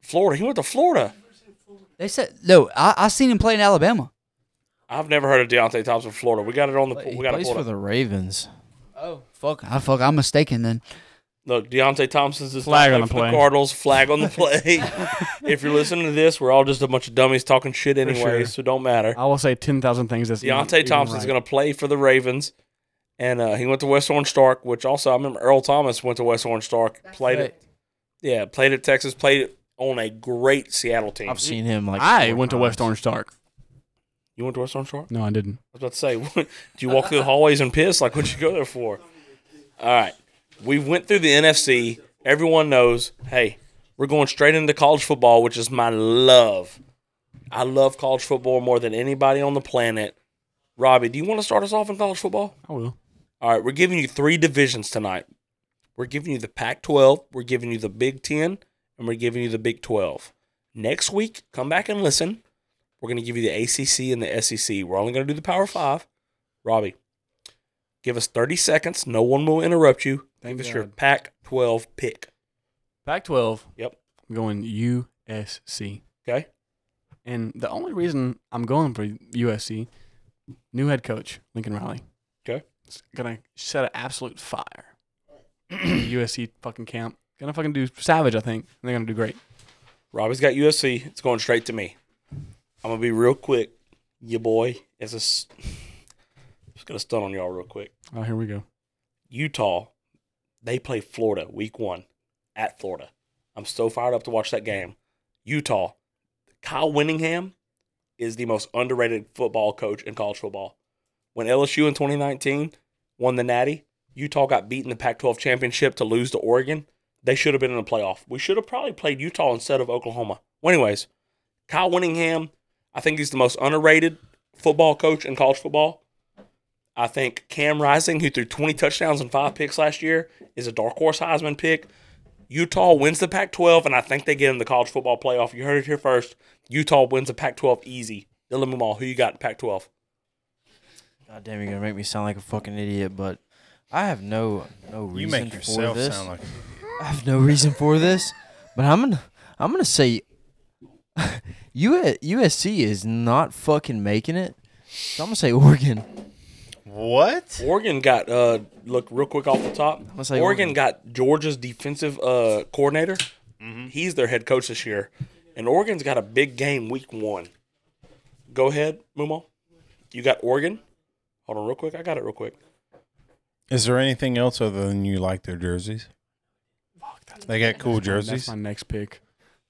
Florida. He went to Florida.
They said no. I, I seen him play in Alabama.
I've never heard of Deontay Thompson from Florida. We got it on the.
He
We got it
plays
pulled
for
up.
the Ravens.
Oh fuck! I fuck. I'm mistaken then.
Look, Deontay Thompson's is
Flag on the
for the
play.
Cardinals. Flag on the play. if you're listening to this, we're all just a bunch of dummies talking shit anyway,
sure.
so don't matter.
I will say 10,000 things that's not
Deontay
even
Thompson's
right.
going to play for the Ravens, and uh, he went to West Orange Stark, which also I remember Earl Thomas went to West Orange Stark, played it. Yeah, played at Texas, played it on a great Seattle team.
I've seen him like.
I
four
went to
times.
West Orange Stark.
you went to West Orange Stark.
No, I didn't.
I was about to say, do you walk through the hallways and piss? Like, what'd you go there for? All right. We went through the NFC. Everyone knows, hey, we're going straight into college football, which is my love. I love college football more than anybody on the planet. Robbie, do you want to start us off in college football?
I will.
All right, we're giving you three divisions tonight. We're giving you the Pac 12, we're giving you the Big 10, and we're giving you the Big 12. Next week, come back and listen. We're going to give you the ACC and the SEC. We're only going to do the Power Five. Robbie, give us 30 seconds. No one will interrupt you.
Thank
give us your
God.
Pac 12 pick.
Pac 12.
Yep.
I'm going USC.
Okay.
And the only reason I'm going for USC, new head coach, Lincoln Riley.
Okay.
It's gonna set an absolute fire. USC fucking camp. Gonna fucking do savage, I think. And they're gonna do great.
Robbie's got USC. It's going straight to me. I'm going to be real quick. Your boy is a. s- Just going to stun on y'all real quick.
Oh, here we go.
Utah, they play Florida week one at Florida. I'm so fired up to watch that game. Utah, Kyle Winningham is the most underrated football coach in college football. When LSU in 2019 won the Natty, Utah got beat in the Pac 12 championship to lose to Oregon. They should have been in the playoff. We should have probably played Utah instead of Oklahoma. Well, anyways, Kyle Winningham, I think he's the most underrated football coach in college football. I think Cam Rising, who threw 20 touchdowns and five picks last year, is a dark horse Heisman pick. Utah wins the Pac 12, and I think they get in the college football playoff. You heard it here first. Utah wins the Pac 12 easy. Dylan Mumal, who you got in Pac 12?
God damn, you're gonna make me sound like a fucking idiot, but I have no no
you
reason
make
for
yourself
this.
sound like
I have no reason for this, but I'm gonna I'm gonna say U- USC is not fucking making it. So I'm gonna say Oregon.
what?
Oregon got, uh, look real quick off the top. Oregon,
say Oregon.
got Georgia's defensive uh, coordinator. He's their head coach this year. And Oregon's got a big game week one. Go ahead, Mumal. You got Oregon. Hold on, real quick. I got it real quick.
Is there anything else other than you like their jerseys? They got cool jerseys.
That's my next pick.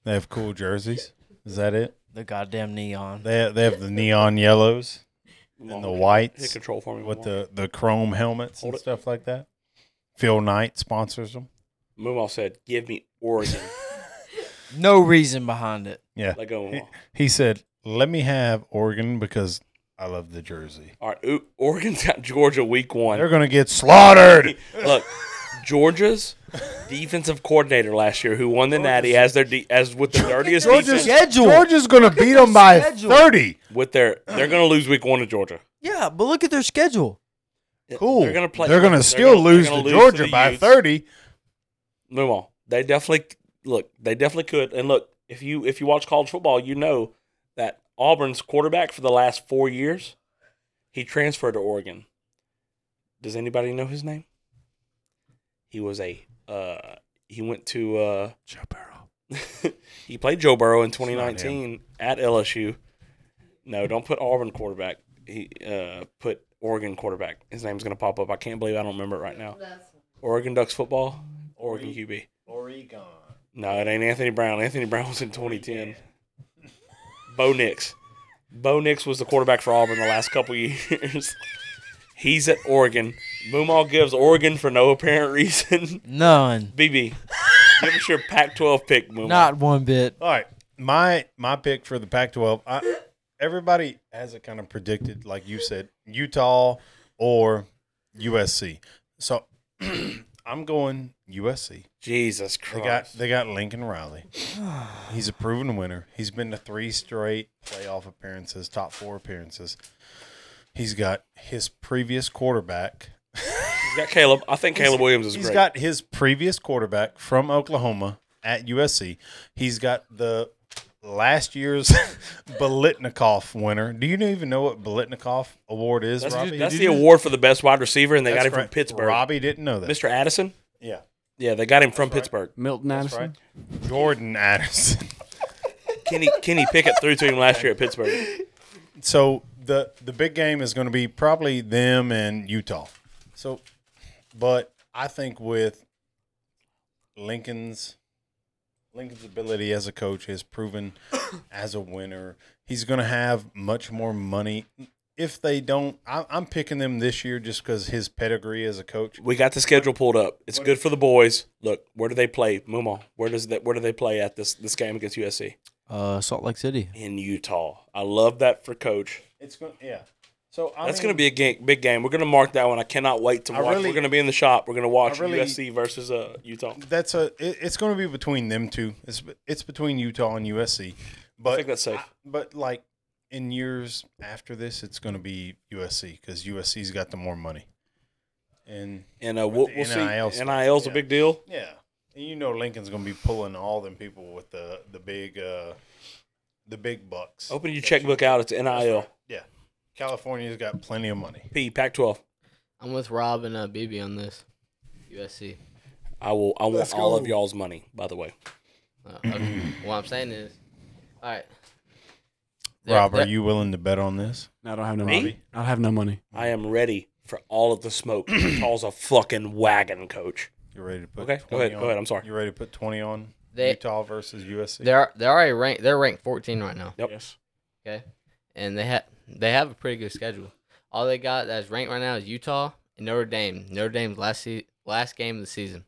They have cool jerseys. Is that it?
The goddamn neon.
They they have the neon yellows and the
Hit
whites
control for me.
with
Mumal.
the the chrome helmets
Hold it.
and stuff like that. Phil Knight sponsors them.
Moomaw said, "Give me Oregon."
No reason behind it.
Yeah.
Let go.
He,
Moomaw.
he said, "Let me have Oregon because I love the jersey."
All right, ooh, Oregon's got Georgia week
They're
one.
gonna get slaughtered.
Look, Georgia's defensive coordinator last year, who won the Natty as their de- as with the dirtiest
Georgia's
defense,
schedule.
Georgia's gonna beat them by
schedule.
thirty.
with their they're going to lose week one to Georgia.
Yeah, but look at their schedule.
Cool.
They're gonna play.
They're gonna still
gonna- they're
lose
gonna
to
lose to
Georgia
the
by
Utes.
thirty.
Move on. They definitely look. They definitely could. And look, if you if you watch college football, you know that Auburn's quarterback for the last four years, he transferred to Oregon. Does anybody know his name? He was a. Uh, he went to. Uh,
Joe Burrow.
he played Joe Burrow in
not him.
2019 at LSU. No, don't put Auburn quarterback. He uh, put Oregon quarterback. His name's gonna pop up. I can't believe I don't remember it right now. Oregon Ducks football. Oregon QB.
Oregon.
No, it ain't Anthony Brown. Anthony Brown
Oh,
was in 2010. Bo Nix. Bo Nix was the quarterback for Auburn the last couple years. He's at Oregon. Moomaw gives Oregon for no apparent reason.
None.
BB, give us your Pac-12 pick, Moomaw.
Not one bit.
All right, my my pick for the Pac-12. I, everybody has it kind of predicted, like you said, Utah or USC. So I'm going USC.
Jesus
They
Christ.
got they got Lincoln Riley. He's a proven winner. He's been to three straight playoff appearances, top four appearances. He's got his previous quarterback.
He's got Caleb. I think Caleb Williams is
He's
great.
got his previous quarterback from Oklahoma at USC. He's got the last year's Belitnikov winner. Do you even know what Belitnikov award is,
that's
Robbie?
that's
Did
the
you-
award for the best wide receiver, and they
That's
got him from
correct.
Pittsburgh.
Robbie didn't know that.
Mr. Addison?
Yeah,
Yeah, they got him from
That's right.
Pittsburgh.
Milton
that's
Addison.
right. Jordan Addison.
Kenny Kenny Pickett threw to him last year at Pittsburgh.
so the the big game is going to be probably them and Utah. So, but I think with Lincoln's Lincoln's ability as a coach is proven as a winner. He's going to have much more money. If they don't, I, I'm picking them this year just because his pedigree as a coach.
We got the schedule pulled up. It's good for the boys. Look, where do they play? Moomaw, where does that where do they play at this this game against USC?
Uh, Salt Lake City.
In Utah. I love that for coach.
It's going, yeah. So I
That's
mean,
going to be a ga- big game. We're going to mark that one. I cannot wait to
I
watch.
really-
We're going to be in the shop. We're going to watch
I really-
USC versus uh, Utah.
that's a it, it's going to be between them two. It's it's between Utah and USC. But
I think that's safe.
but like in years after this, it's going to be USC because USC's got the more money. And
And uh, we'll,
the
we'll see.
NIL stuff,
NIL's a
yeah.
big deal.
yeah, and you know Lincoln's going to be pulling all them people with the the big uh the big bucks.
Open your checkbook out. It's NIL.
Yeah, California's got plenty of money.
P Pac 12.
I'm with Rob and uh, BB on this. USC.
I will. I want
Let's
all
go.
of y'all's money. By the way,
Uh, okay. what I'm saying is, all right.
Rob, are you willing to bet on this?
No, I don't have no
Me?
money. I don't have no money.
Mm.
I am ready for all of the smoke. Utah's a fucking wagon, coach.
You ready to put
Okay, go
20
ahead, go
on?
ahead, I'm sorry.
You ready to put twenty on
They-
Utah versus USC?
They're they're already ranked. They're ranked 14 right now.
Yep.
Yes.
Okay, and they have they have a pretty good schedule. All they got that's ranked right now is Utah and Notre Dame. Notre Dame's last se- last game of the season.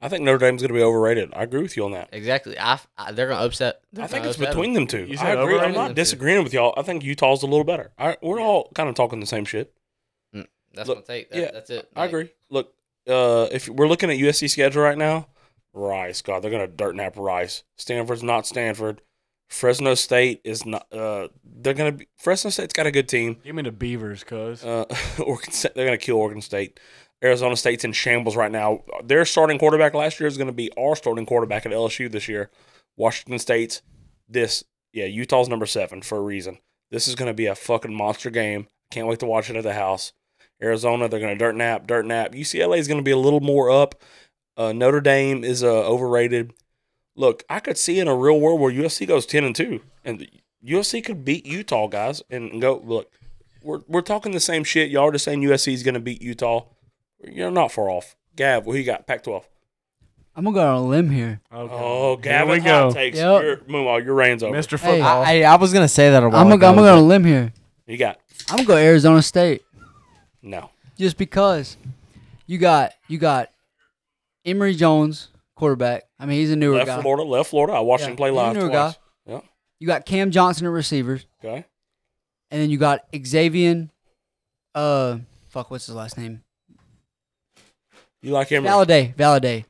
I think Notre Dame's going to be overrated. I agree with you on that.
Exactly. I, f- I- they're gonna upset.
I
they're
think
gonna
it's
upset 'em.
between them two.
You
I
said
agree. I'm
overrated?
not disagreeing with y'all. I think Utah's a little better. I, we're all kind of talking the same shit.
That's
Look,
my take. That,
yeah,
that's it.
I
Like,
agree. Look, uh, if we're looking at USC schedule right now, Rice, God, they're going to dirt nap Rice. Stanford's not Stanford. Fresno State is not. Uh, they're going to be. Fresno State's got a good team.
Give me the Beavers, cuz.
Uh, Oregon State, they're going to kill Oregon State. Arizona State's in shambles right now. Their starting quarterback last year is going to be our starting quarterback at LSU this year. Washington State's this. Yeah, Utah's number seven for a reason. This is going to be a fucking monster game. Can't wait to watch it at the house. Arizona, they're going to dirt nap, dirt nap. UCLA is going to be a little more up. Uh, Notre Dame is uh, overrated. Look, I could see in a real world where USC goes ten and two, and USC could beat Utah guys and go. Look, we're we're talking the same shit. Y'all are just saying USC is going to beat Utah. You're not far off. Gav, who you got? Pac-12.
I'm gonna go on a limb here.
Okay.
Oh,
Here
Gav,
we
hot
go.
takes.
Yep.
Your, Moomaw, your reign's over.
Mr.
Hey,
Football.
I, I was gonna say that a while
I'm gonna,
ago.
I'm gonna go on a limb here.
You got
I'm gonna go Arizona State
no.
just because you got you got Emory Jones quarterback. I mean, he's a newer
Left
guy.
Florida, left Florida. I watched
Yeah,
him play
he's a
live
newer
twice.
You got Cam Johnson at receivers,
Yeah. Okay.
and then you got Xavier. Uh, fuck, what's his last name?
You like Emory?
Valaday. Valaday.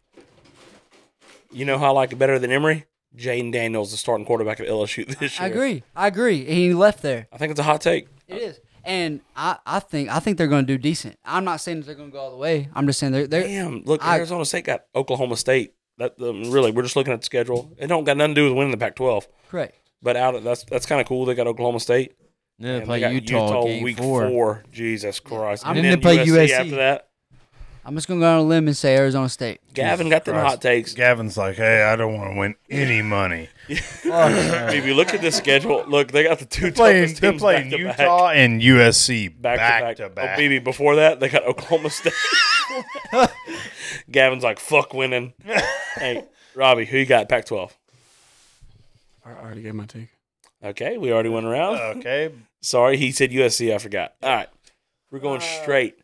You know how I like it better than Emory? Jaden Daniels, the starting quarterback at LSU this year.
I agree. I agree. He left there.
I think it's a hot take.
It is. And I, I think I think they're going to do decent. I'm not saying that they're going to go all the way. I'm just saying they're they're
Damn, look,
I-
Arizona State got Oklahoma State. That um, really, we're just looking at the schedule. It don't got nothing to do with winning the Pac-12,
correct.
but out of that's that's kind of cool. They got Oklahoma State.
Then they
and
play
they got
Utah, game
week
four.
Jesus Christ!
I'm-
and
Didn't
then
they play
USC,
USC?
after that.
I'm just going to go on a limb and say Arizona State.
Gavin got them
Christ.
hot takes.
Gavin's like, hey, I don't want to win any money.
if you look at the schedule, look, they got the two
Playing,
toughest
they're
teams
playing
back to back.
Utah and USC
back, to back. Oh, BB, before that, they got Oklahoma State. Gavin's like, fuck winning. hey, Robbie, who you got? Pac 12.
I already gave my take.
Okay, we already went around.
Oh, Okay,
Sorry, he said USC. I forgot. All right, we're going
Uh,
straight,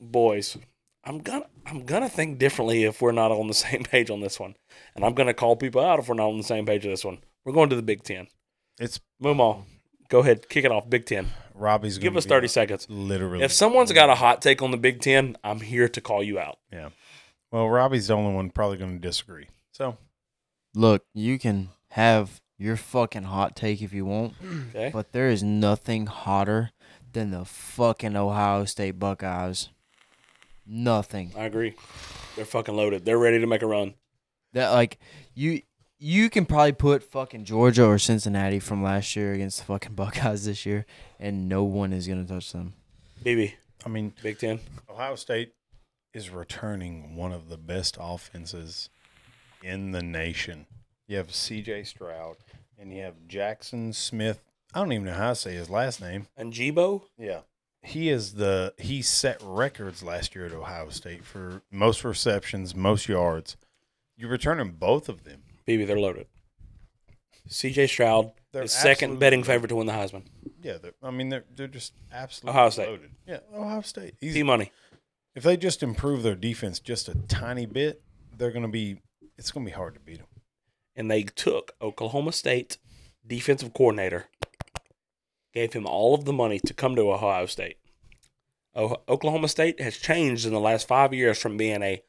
boys. I'm gonna I'm gonna think differently if we're not on the same page on this one, and I'm gonna call people out if we're not on the same page on this one. We're going to the Big Ten.
it's
Moomaw, go ahead, kick it off. Big Ten.
Robbie's. Gonna
Give us
be
thirty
like,
seconds.
Literally,
If someone's got a hot take on the Big Ten, I'm here to call you out.
yeah. Well, Robbie's the only one probably going to disagree. So
Look, you can have your fucking hot take if you want,
Okay.
but there is nothing hotter than the fucking Ohio State Buckeyes. Nothing.
I agree. They're fucking loaded. They're ready to make a run.
That like you you can probably put fucking Georgia or Cincinnati from last year against the fucking Buckeyes this year, and no one is gonna touch them.
BB,
I mean,
Big Ten.
Ohio State is returning one of the best offenses in the nation. You have C.J. Stroud and you have Jackson Smith. I don't even know how to say his last name.
And Jibo.
Yeah. He is the he set records last year at Ohio State for most receptions, most yards. You're returning both of them.
BB, they're loaded. CJ Stroud
They're
is second
absolutely
betting
loaded.
favorite to win the Heisman.
Yeah, they're, I mean they're they're just absolutely
Ohio State.
loaded. Yeah, Ohio State. Easy.
P money.
if they just improve their defense just a tiny bit, they're going to be it's going to be hard to beat them.
and they took Oklahoma State defensive coordinator, gave him all of the money to come to Ohio State. Oh, Oklahoma State has changed in the last five years from being a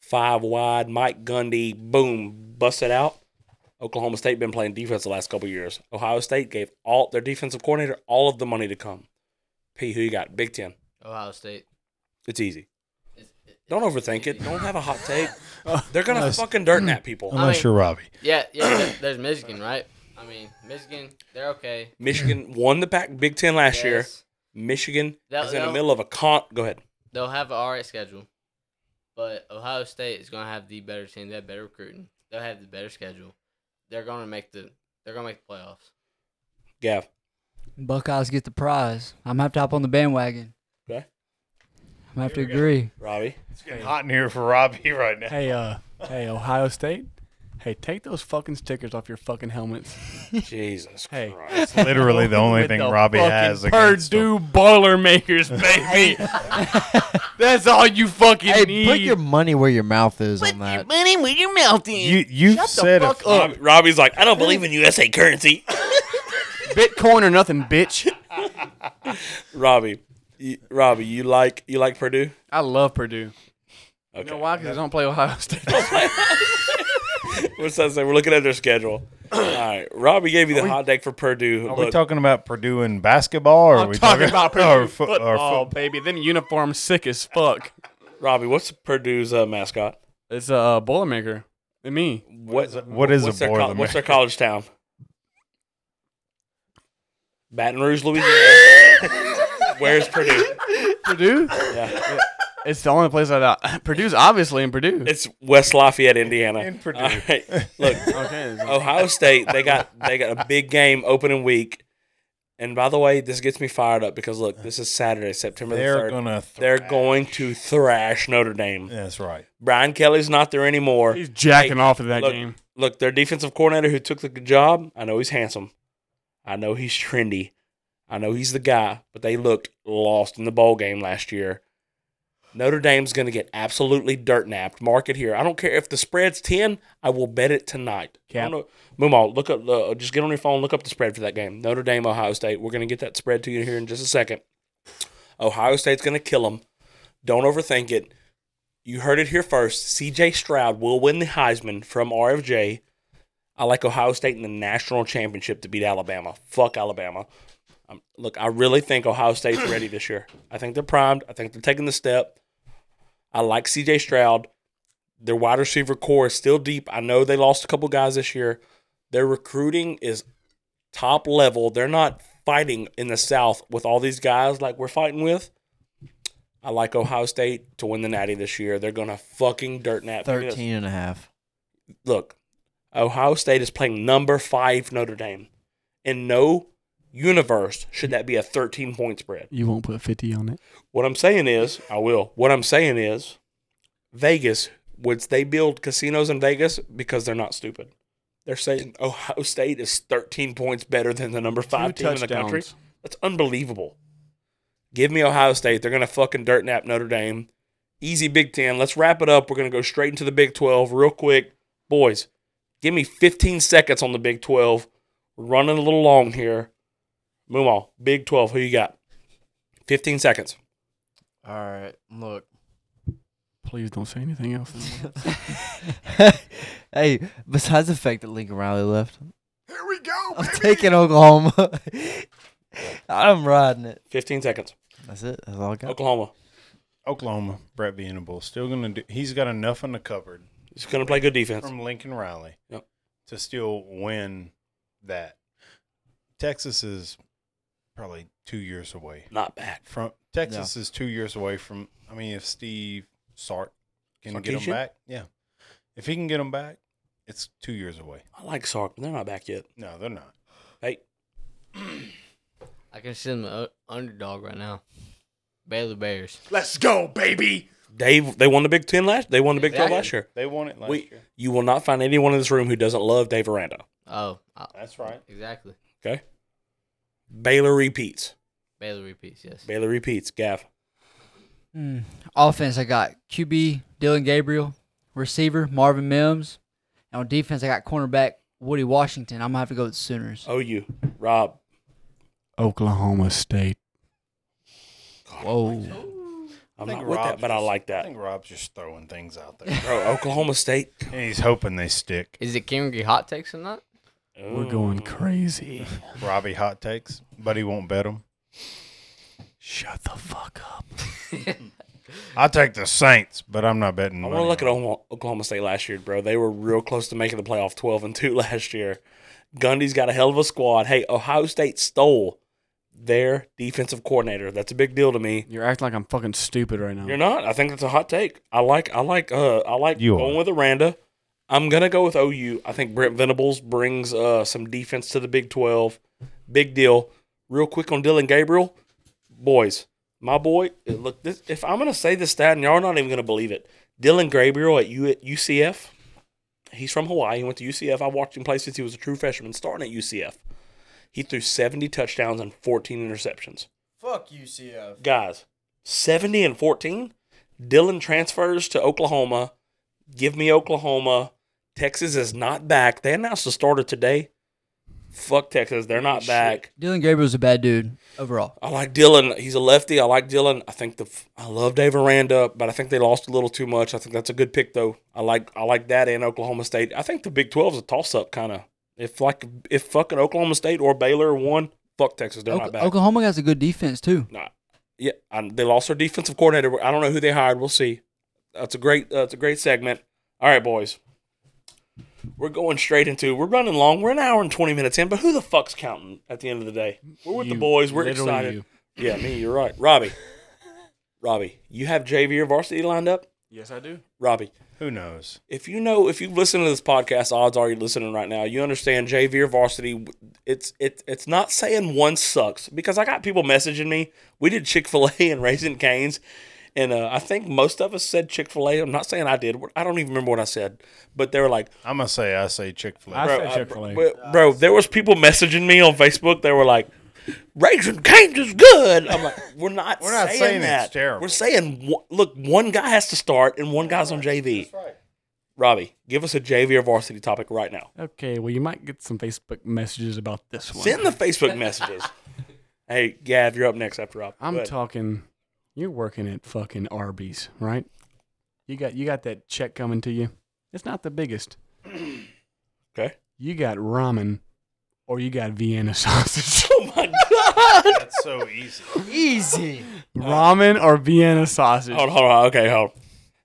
five wide Mike Gundy boom bust it out. Oklahoma State been playing defense the last couple years. Ohio State gave all their defensive coordinator all of the money to come. P, who you got? Big Ten.
Ohio State.
It's easy.
It's- it-
Don't overthink it. Don't have a hot take. They're gonna fucking dirt nap people.
Unless
mean-
you're Robbie.
Yeah, yeah. there- There's Michigan, right? I mean, Michigan. They're okay.
Michigan won the pack Big Ten last year.
Yes.
Michigan
That-
is in the
that-
middle of a con. Go ahead.
They'll have an alright schedule, but Ohio State is gonna have the better team. They have better recruiting. They'll have the better schedule. They're gonna make the. They're gonna make the playoffs.
Gav.
Buckeyes get the prize. I'm gonna have to hop on the bandwagon.
Okay.
I'm gonna have to agree.
Robbie.
It's getting hot in here for Robbie right now.
Hey, uh, hey, Ohio State. Hey, take those fucking stickers off your fucking helmets.
Jesus
Hey.
Christ.
It's literally the only
With
thing
the
Robbie
fucking
has against them.
Purdue Boilermakers, baby. That's all you fucking
Hey,
need.
put your money where your mouth is on that.
You you've said a few-
Rob- Robbie's like, I don't believe in USA currency.
Bitcoin or nothing, bitch.
Robbie. You, Robbie, you like you like Purdue?
I love Purdue.
Okay.
You know why? Because I don't play Ohio State.
What's that say? We're looking at their schedule. All right. Robbie gave you the
we-
hot deck for Purdue.
Are
Look,
we talking about Purdue in basketball? Or are
I'm
we
talking about Purdue
or fo- or
football,
football?
baby. Them uniforms sick as fuck.
Robbie, what's Purdue's uh, mascot?
It's a uh, Boilermaker. And me.
What
What is a
what's their, co-
Boilermaker?
what's their college town? Baton Rouge, Louisiana. Where's Purdue?
Purdue?
Yeah.
It's the only place I thought. Purdue's obviously in Purdue.
It's West Lafayette, Indiana.
In Purdue.
All right. Look,
okay.
Ohio State, they got they got a big game opening week. And by the way, this gets me fired up because look, this is Saturday, September the
They're
3rd.
gonna. Th-
They're going to thrash Notre Dame.
That's right.
Brian Kelly's not there anymore.
He's jacking
Oh. Hey,
off of that
look,
game.
Look, their defensive coordinator who took the job, I know he's handsome. I know he's trendy. I know he's the guy, but they looked lost in the bowl game last year. Notre Dame's going to get absolutely dirt napped. Mark it here. I don't care if the spread's 10, I will bet it tonight.
Cap.
I don't know. Mumal, look up, uh, just get on your phone, look up the spread for that game. Notre Dame, Ohio State. We're going to get that spread to you here in just a second. Ohio State's going to kill them. Don't overthink it. You heard it here first. CJ Stroud will win the Heisman from RFJ. I like Ohio State in the national championship to beat Alabama. Fuck Alabama. Um, look, I really think Ohio State's ready this year. I think they're primed. I think they're taking the step. I like CJ Stroud. Their wide receiver core is still deep. I know they lost a couple guys this year. Their recruiting is top level. They're not fighting in the South with all these guys like we're fighting with. I like Ohio State to win the Natty this year. They're gonna fucking dirt nap. Look at this.
13 and a half.
Look, Ohio State is playing number five Notre Dame. In no universe should that be a 13 point spread.
You won't put 50 on it.
What I'm saying is, I will. What I'm saying is, Vegas, would they build casinos in Vegas because they're not stupid? They're saying Ohio State is 13 points better than the number five team in the country. That's unbelievable. Give me Ohio State. They're going to fucking dirt nap Notre Dame. Easy Big Ten. Let's wrap it up. We're going to go straight into the Big 12 real quick. Boys, give me 15 seconds on the Big 12. We're running a little long here. Moomaw, Big 12, who you got? 15 seconds.
All right. Look.
Please don't say anything else.
hey, besides the fact that Lincoln Riley left, here we go. I'm taking Oklahoma. I'm riding it.
15 seconds.
That's it. That's all I got.
Oklahoma.
Oklahoma, Brett Venables still gonna do. He's got enough in the cupboard
He's going to play good defense.
from Lincoln Riley
Yep.
to still win that. Texas is probably two years away
Not bad.
from Texas is two years away from. I mean, if Steve Sark can get
Sarkisian?
him back, yeah, if he can get him back, it's two years away.
I like Sark, but they're not back yet.
No, they're not.
Hey,
I can see them uh, underdog right now. Baylor Bears.
Let's go, baby.
they they won the Big Ten last. They won the Big
Exactly.
Twelve last year.
They won it last
We,
year.
you will not find anyone in this room who doesn't love Dave Aranda.
Oh, I,
That's right.
exactly.
Okay. Baylor repeats.
Baylor repeats. Yes.
Baylor repeats. Gav.
Hmm. Offense, I got QB Dylan Gabriel, receiver Marvin Mims, and on defense, I got cornerback Woody Washington. I'm gonna have to go with the Sooners.
OU. Rob.
Oklahoma State.
Whoa.
I'm not with that, but I like
I
that.
think Rob's just throwing things out there,
Bro, Oklahoma State.
and he's hoping they stick.
Is it Kimberly hot takes or not?
We're going
Ooh.
crazy.
Robbie hot takes, but he won't bet them.
Shut the fuck up.
I take the Saints, but I'm not betting.
I want
money
to look at
on
Oklahoma Oklahoma State last year, bro. They were real close to making the playoff, twelve and two last year. Gundy's got a hell of a squad. Hey, Ohio State stole their defensive coordinator. That's a big deal to me.
You're acting like I'm fucking stupid right now.
You're not. I think that's a hot take. I like. I like. Uh, I like
You
going
are.
with Aranda. I'm gonna go with OU. I think Brent Venables brings uh, some defense to the Big Twelve. Big deal. Real quick on Dylan Gabriel, boys. My boy, it- look. This, if I'm gonna say this stat, and y'all are not even gonna believe it, Dylan Gabriel at, U, at UCF. He's from Hawaii. He went to UCF. I watched him play since he was a true freshman, starting at UCF. He threw 70 touchdowns and 14 interceptions
Fuck UCF.
guys, 70 and 14. Dylan transfers to Oklahoma. Give me Oklahoma. Texas is not back. They announced the starter today. Fuck Texas. They're not back.
Dylan Gabriel's a bad dude overall.
I like Dylan. He's a lefty. I like Dylan. I think the I love Dave Aranda, but I think they lost a little too much. I think that's a good pick though. I like I like that and Oklahoma State. I think the Big 12 is a toss up kind of. If like if fucking Oklahoma State or Baylor won, fuck Texas. They're
Ok-
not back.
Oklahoma has a good defense too.
Nah, yeah, I, they lost their defensive coordinator. I don't know who they hired. We'll see. That's a great. That's a great segment. All right, boys. We're going straight into. We're running long. We're an hour and twenty minutes in, but who the fuck's counting at the end of the day? We're with the
You-
boys. We're
literally
excited.
you.
Yeah, me. You're right, Robbie. Robbie, you have JV or varsity lined up.
Yes, I do.
Robbie,
it. Who knows?
if you know if you've listened to this podcast odds are you're listening right now you understand jv or varsity it's it, it's not saying one sucks because i got people messaging me we did chick-fil-a and raisin canes and uh, i think most of us said chick-fil-a i'm not saying i did i don't even remember what i said but they were like
I'm gonna say I say Chick Fil
I
A.
bro,
said
uh,
Chick-fil-A.
bro, bro, there was people messaging me on facebook they were like Raisin Canes is good. I'm like, we're not.
We're not
saying,
saying it's
that.
terrible.
We're saying, one- look, one guy has to start and one guy's on JV.
right.
Robbie, give us a JV or varsity topic right now.
Okay, well, you might get some Facebook messages about this one.
Send the Facebook messages. hey, Gav, you're up next after Rob. Go
I'm
ahead.
talking. You're working at fucking Arby's, right? You got you got that check coming to you. It's not the biggest.
Okay.
You got ramen, or you got Vienna sausage.
Oh my
That's so easy.
Easy.
Ramen or Vienna sausage?
Oh. Hold on, hold on. Okay, hold.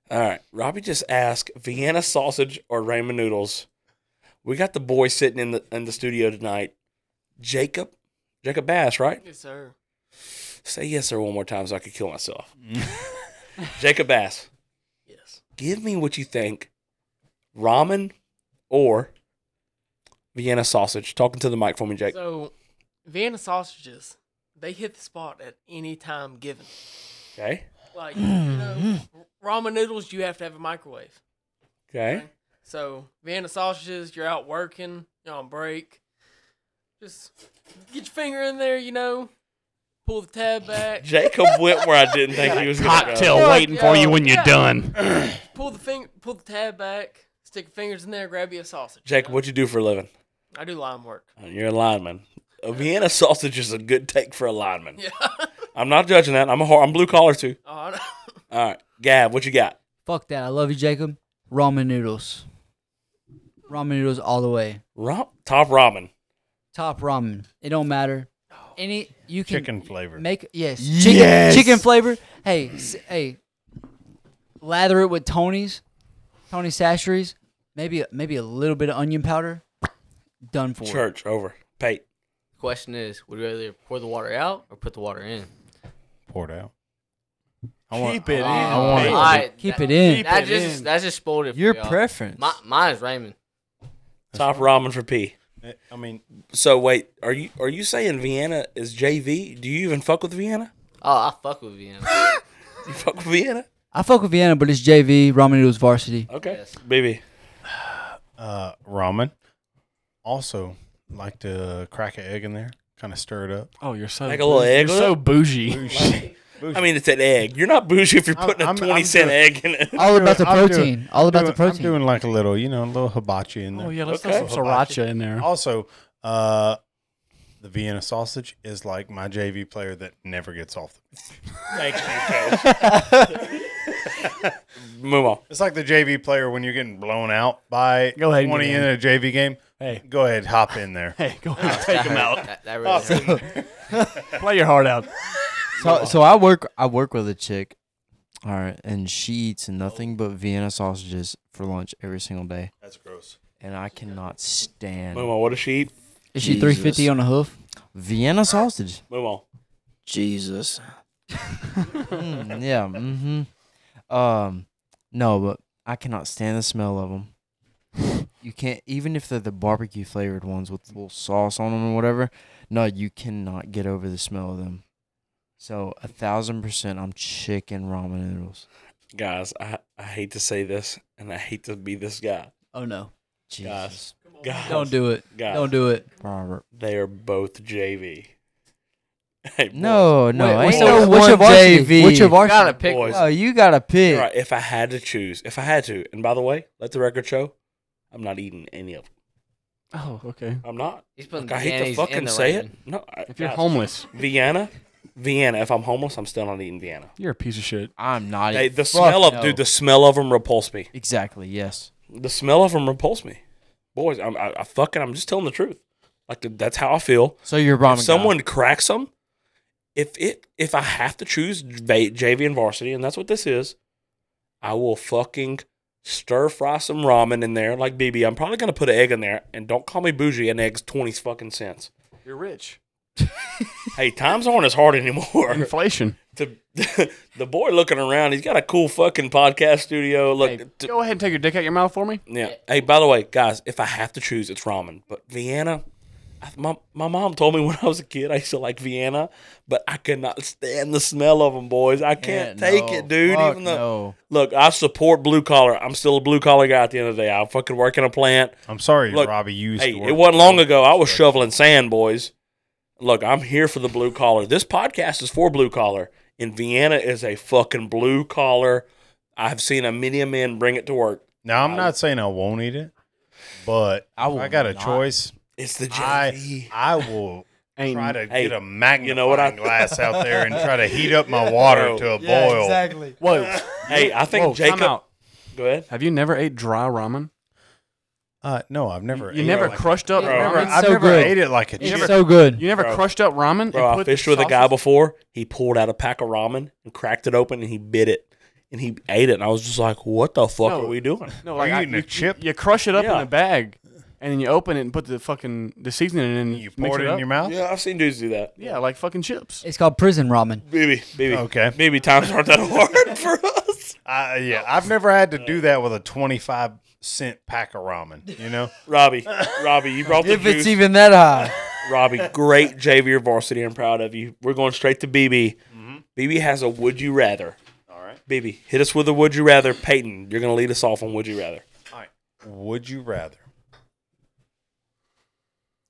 on. All right. Robbie just asked Vienna sausage or ramen noodles. We got the boy sitting in the in the studio tonight. Jacob, Jacob Bass, right?
Yes, sir.
Say yes sir one more time so I could kill myself. Jacob Bass,
Yes.
give me what you think. Ramen or Vienna sausage. Talking to the mic for me, Jake.
So, Vienna sausages, they hit the spot at any time given.
Okay.
Like, you know, ramen noodles, you have to have a microwave.
Okay.
So, Vienna sausages, you're out working, you're on break. Just get your finger in there, you know, pull the tab back,
Jacob went where I didn't think he was going to go.
Cocktail waiting for you when you're done.
pull the finger, pull the tab back, stick your fingers in there, grab you a sausage.
Jacob, what you do for a living?
I do lime work.
You're a lineman. A Vienna sausage is a good take for a lineman.
Yeah.
I'm not judging that. I'm a whore. I'm blue collar too.
Oh, I know.
All right, Gab, what you got?
Fuck that. I love you, Jacob. Ramen noodles. Ramen noodles all the way.
Rom- top ramen.
Top ramen. It don't matter. Any you can
Chicken flavor.
make yes chicken chicken flavor. Hey s- hey, lather it with Tony's, Tony Sashery's. Maybe maybe a little bit of onion powder. Done for.
Church over. Pate.
Question is, would you rather pour the water out or put the water in?
Poured out.
Keep it in.
I
want it.
Keep it in.
Keep
That
it
just
in.
that just spoiled it. For
Your
y'all.
preference.
My, mine is Raymond.
Top ramen for P.
I mean,
So wait, are you are you saying Vienna is JV? Do you even fuck with Vienna?
Oh, I fuck with Vienna.
You fuck with Vienna?
I fuck with Vienna, but it's JV ramen noodles varsity.
Okay,
Yes.
baby.
uh, ramen. Also, like to crack an egg in there, kind of stir it up.
Oh, you're so
Like a little egg
You're
with
so bougie.
I mean, it's an egg. You're not bougie if you're
I'm-
putting a
I'm- I'm
twenty cent egg
doing-
in it.
All about the
I'm doing-
protein. All about the
doing-
protein.
I'm doing like a little, you know, a little hibachi in there.
Oh yeah, let's
Okay.
throw some sriracha in
Oh.
there.
Also, uh, the Vienna sausage is like my JV player that never gets off. The,
Thank you, coach. Move on.
it's like the JV player when you're getting blown out by
Go ahead and
20
get
in
in.
a JV game.
Hey.
Go ahead, hop in there.
Hey, go ahead, take them out. Oh,
That, that really hurt.
Play your heart out.
So, so I work I work with a chick, all right, and she eats nothing but Vienna sausages for lunch every single day,
That's gross.
and I cannot stand
Move on. What does she eat?
Is she three fifty
Jesus.
on a hoof?
Vienna sausage.
Move on.
Jesus. Mm, yeah. Mm-hmm. Um, no, but I cannot stand the smell of them. You can't even if they're the barbecue flavored ones with little sauce on them or whatever. No, you cannot get over the smell of them. So a thousand percent, I'm chicken ramen noodles.
Guys, I, I hate to say this, and I hate to be this guy.
Oh no!
Jesus,
Guys,
Don't do it.
Guys,
Don't do it.
Robert.
They are both JV. Hey, boys.
No, no,
Wait,
ain't
what's
no
your-
one
what's your varsity?
JV.
What's your varsity?
Gotta pick
Boys.
Oh, you gotta pick.
All right, if I had to choose, if I had to, and by the way, let the record show, I'm not eating any of them.
Oh, okay.
I'm not.
He's putting
Like, I hate to
Vienna's in
fucking
the
say
ramen.
it. No, I,
If you're
guys,
homeless,
Vienna, Vienna. If I'm homeless, I'm still not eating Vienna.
you're a piece of shit.
I'm not.
Hey,
eating-
the
fuck
smell of
no.
dude, the smell of them repulse me.
exactly. Yes.
The smell of them repulse me. Boys, I'm I, I fucking. I'm just telling the truth. Like that's how I feel.
So you're a ramen.
if
guy.
someone cracks them, if it if I have to choose va- JV and varsity, and that's what this is, I will fucking stir fry some ramen in there like BB. I'm probably gonna put an egg in there, and don't call me bougie. An egg's twenty fucking cents.
You're rich.
Hey, times aren't as hard anymore.
Inflation.
to, the boy looking around, he's got a cool fucking podcast studio. Look,
Hey,
to-
go ahead and take your dick out your mouth for me.
yeah. Hey, by the way, guys, if I have to choose, it's ramen. But Vienna, I, my my mom told me when I was a kid I used to like Vienna, but I could not stand the smell of them, boys. I can't
Yeah,
take
no.
it, dude.
Fuck
even though,
no.
look, I support blue collar. I'm still a blue collar guy at the end of the day. I fucking work in a plant.
I'm sorry,
Look,
Robbie. You used
Hey,
to
it
work-
wasn't long ago I was shoveling sand, boys. Look, I'm here for the blue collar. This podcast is for blue collar, and Vienna is a fucking blue collar. I've seen a many a man bring it to work.
Now I'm not saying I won't eat it, but
I
I,
will
I got a
not.
choice.
It's the JV.
I I will
Ain't
try to
Hey,
get a magnifying
you know what I-
glass out there and try to heat up my water to a boil.
exactly.
whoa.
Hey, I think
whoa, time
Jacob.
out.
Go ahead.
Have you never ate dry ramen?
Uh, no, I've never.
You
ate
never
it like
crushed up.
Bro.
Never,
It's
I've
so
never
good.
ate it like a
You
chick.
It's
never-
so good.
You never
Bro.
crushed up ramen.
Bro,
and
I
put
fished with a guy
sausage-
before. He pulled out a pack of ramen and cracked it open and he bit it and he ate it. And I was just like, what the fuck
No.
are we doing?
No,
Are
like
you
I-
eating a chip?
You crush it up
Yeah.
in a bag, and then you open it and put the fucking the seasoning in. And
You
mix
poured it in
up.
your mouth.
Yeah, I've seen dudes do that.
Yeah, like fucking chips.
It's called prison ramen.
Baby, baby.
Okay.
Baby, times aren't that hard for us.
I, Uh, yeah, I've never had to do that with a twenty-five cent pack of ramen. You know,
Robbie, Robbie, you brought the
If it's
juice.
even that high.
e-
Robbie, great JV varsity. I'm proud of you. We're going straight to BB.
Mm-hmm.
BB has a would you rather. All
right.
BB, hit us with a would you rather. Peyton, you're going to lead us off on would you rather.
would you rather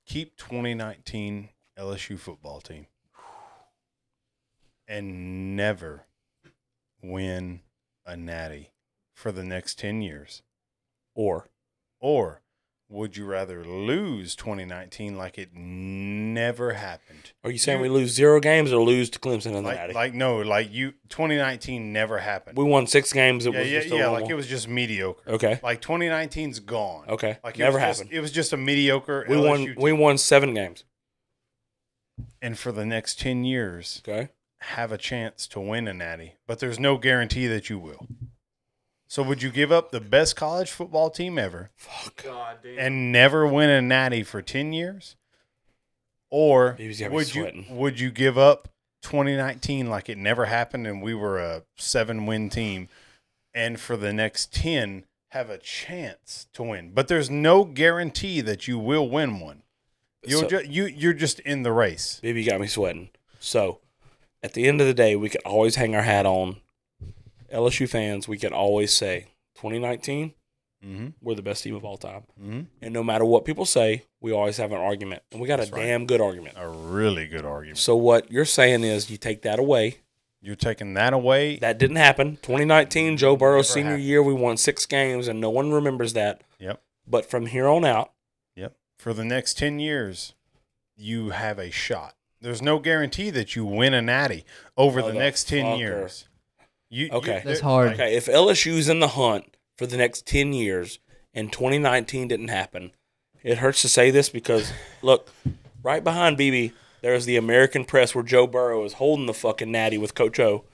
keep twenty nineteen LSU football team and never win a natty for the next ten years,
Or
or would you rather lose 2019 like it never happened?
are you saying we lose zero games or lose to Clemson in the
Like,
Natty?
like no, like you 2019 never happened.
we won six games. It
yeah,
was
yeah,
just a
yeah.
normal-
Like it was just mediocre.
Okay.
Like 2019's gone.
Okay.
Like
Never
was just-
happened.
it was just a mediocre.
We won.
LSU
We
team.
won seven games.
and for the next 10 years
Okay.
have a chance to win a natty, but there's no guarantee that you will. So would you give up the best college football team ever
God damn.
and never win a natty for 10 years? Or
He was gonna be
would you
sweating.
would you give up 2019 like it never happened and we were a 7-win team and for the next 10 have a chance to win, but there's no guarantee that you will win one. You're
So-
ju- you you're just in the race.
BB got me sweating. So, at the end of the day, we can always hang our hat on LSU fans. We can always say 2019,
Mhm.
we're the best team of all time.
Mhm.
And no matter what people say, we always have an argument. And we got
That's
a
right.
damn good argument.
A really good argument.
So, what you're saying is you take that away.
You're taking that away.
That didn't happen. 2019, Joe Burrow's
Never
senior
happened.
year, we won six games, and no one remembers that.
Yep.
But from here on out,
Yep. For the next 10 years, you have a shot. There's no guarantee that you win a natty over the next 10
Motherfucker.
years. You, you-
Okay.
That's hard.
Okay, if LSU's in the hunt for the next 10 years and 2019 didn't happen, it hurts to say this because, look, right behind BB, there's the American press where Joe Burrow is holding the fucking natty with Coach O.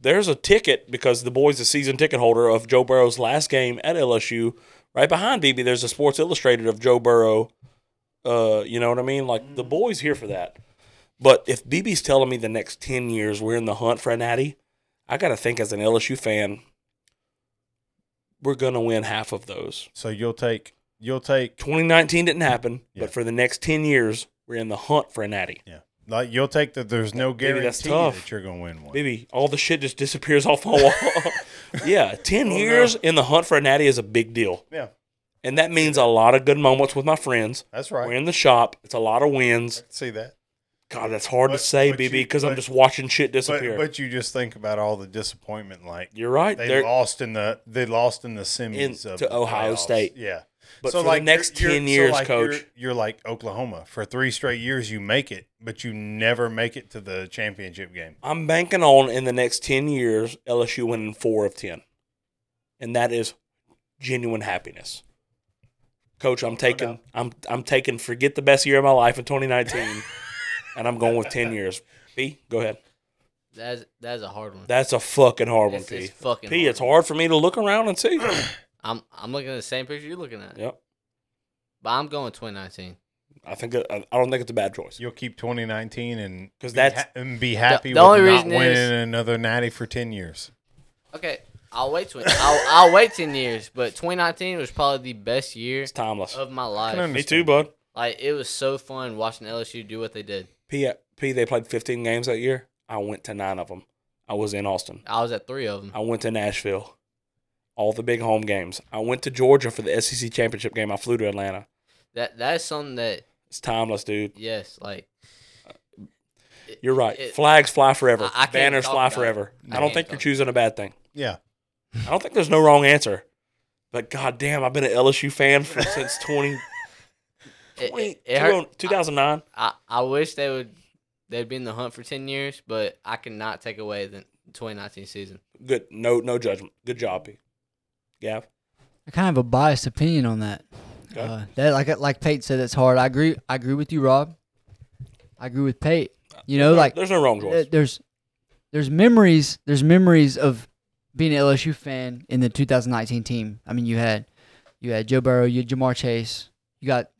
There's a ticket because the boy's a season ticket holder of Joe Burrow's last game at LSU. Right behind BB, there's a Sports Illustrated of Joe Burrow. Uh, you know what I mean? Like, the boy's here for that. But if BB's telling me the next 10 years we're in the hunt for a natty, I got to think as an LSU fan, we're going to win half of those.
So you'll take, you'll take,
2019 didn't happen,
Yeah.
but for the next 10 years, we're in the hunt for a natty.
yeah. Like you'll take that there's no
Maybe
guarantee
that's tough.
that you're going to win one.
Maybe all the shit just disappears off my wall. yeah,
Oh,
10 years in the hunt for a natty is a big deal.
Yeah.
And that means a lot of good moments with my friends.
That's right.
We're in the shop. It's a lot of wins.
See that?
God, that's hard
But-
to say,
but
BB,
you-
because I'm
but-
just watching shit
But,
disappear.
but you just think about all the disappointment. Like
You're right.
they
They're-
lost in the, they lost in the semis
In-
of
to
the
Ohio
playoffs.
State.
Yeah.
But for the
like, you're-
next
you're-
10 years,
like,
coach.
you're, you're like Oklahoma for three straight years. You make it, but you never make it to the championship game.
I'm banking on in the next 10 years LSU winning four of 10. And that is genuine happiness. Coach, I'm taking I'm I'm taking forget the best year of my life in 2019 and I'm going with 10 years. P, go ahead.
That's that's a hard one.
That's a fucking hard
That's-
one, P.
it's fucking
P,
hard.
it's hard for me to look around and see.
I'm I'm looking at the same picture you're looking at.
yep.
But I'm going 2019.
I think it, I I don't think it's a bad choice.
You'll keep 2019 and
'Cause
be
that's-
ha- and be happy
the only
with
reason
not winning
is-
another natty for 10 years.
Okay, I'll wait 20. I'll, I'll wait 10 years, but 2019 was probably the best year
It's timeless.
of
I
my
can
life.
me
understand.
too, bud.
Like it was so fun watching LSU do what they did.
P, uh, P, they played 15 games that year. I went to 9 of them. I was in Austin.
I was at three of them.
I went to Nashville, all the big home games. I went to Georgia for the SEC championship game. I flew to Atlanta.
That that is something that
It's timeless, dude.
yes, like it-
You're right.
it-
Flags fly forever.
I- I can't
Banners
talk
fly
about it.
forever.
I
I don't
can't
think you're
talk.
choosing a bad thing.
Yeah.
I don't think there's no wrong answer. But goddamn, I've been an LSU fan for, since 20,
it,
20
it, it
oh-
hurt.
2009.
I, I wish they would they'd be in the hunt for 10 years, but I cannot take away the 2019 season.
Good. No, no judgment. Good job, P. Gav.
I kind of have a biased opinion on that.
Okay.
Uh, that like like Pate said, it's hard. I agree. I agree with you, Rob. I agree with Pate. You know, like
There's no wrong choice.
th- there's there's memories there's memories of being an LSU fan in the 2019 team. I mean, you had you had Joe Burrow, you had Jamar Chase, you got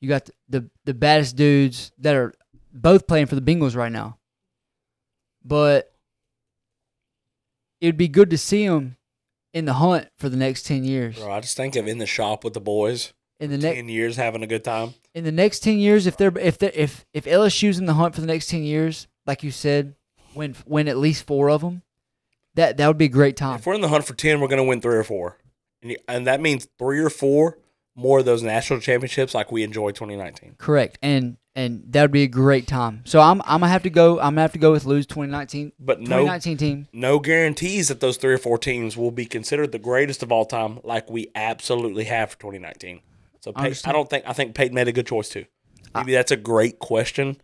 you got the the baddest dudes that are both playing for the Bengals right now. But it'd be good to see them in the hunt for the next 10 years.
Bro, I just think of in the shop with the boys,
In the next
ten years having a good time.
in the next 10 years if they're if they're, if if LSU's in the hunt for the next 10 years like you said win win at least 4 of them that that would be a great time
If we're in the hunt for ten, we're gonna win three or four, and, you, and that means three or four more of those national championships like we enjoyed 2019.
correct and and that would be a great time so I'm I'm going to have to go I'm going to have to go with lose 2019
But no,
2019 team
no guarantees that those three or four teams will be considered the greatest of all time, like we absolutely have for 2019. So Peyton, I
understand.
don't think I think Peyton made a good choice too. Maybe that's a great question,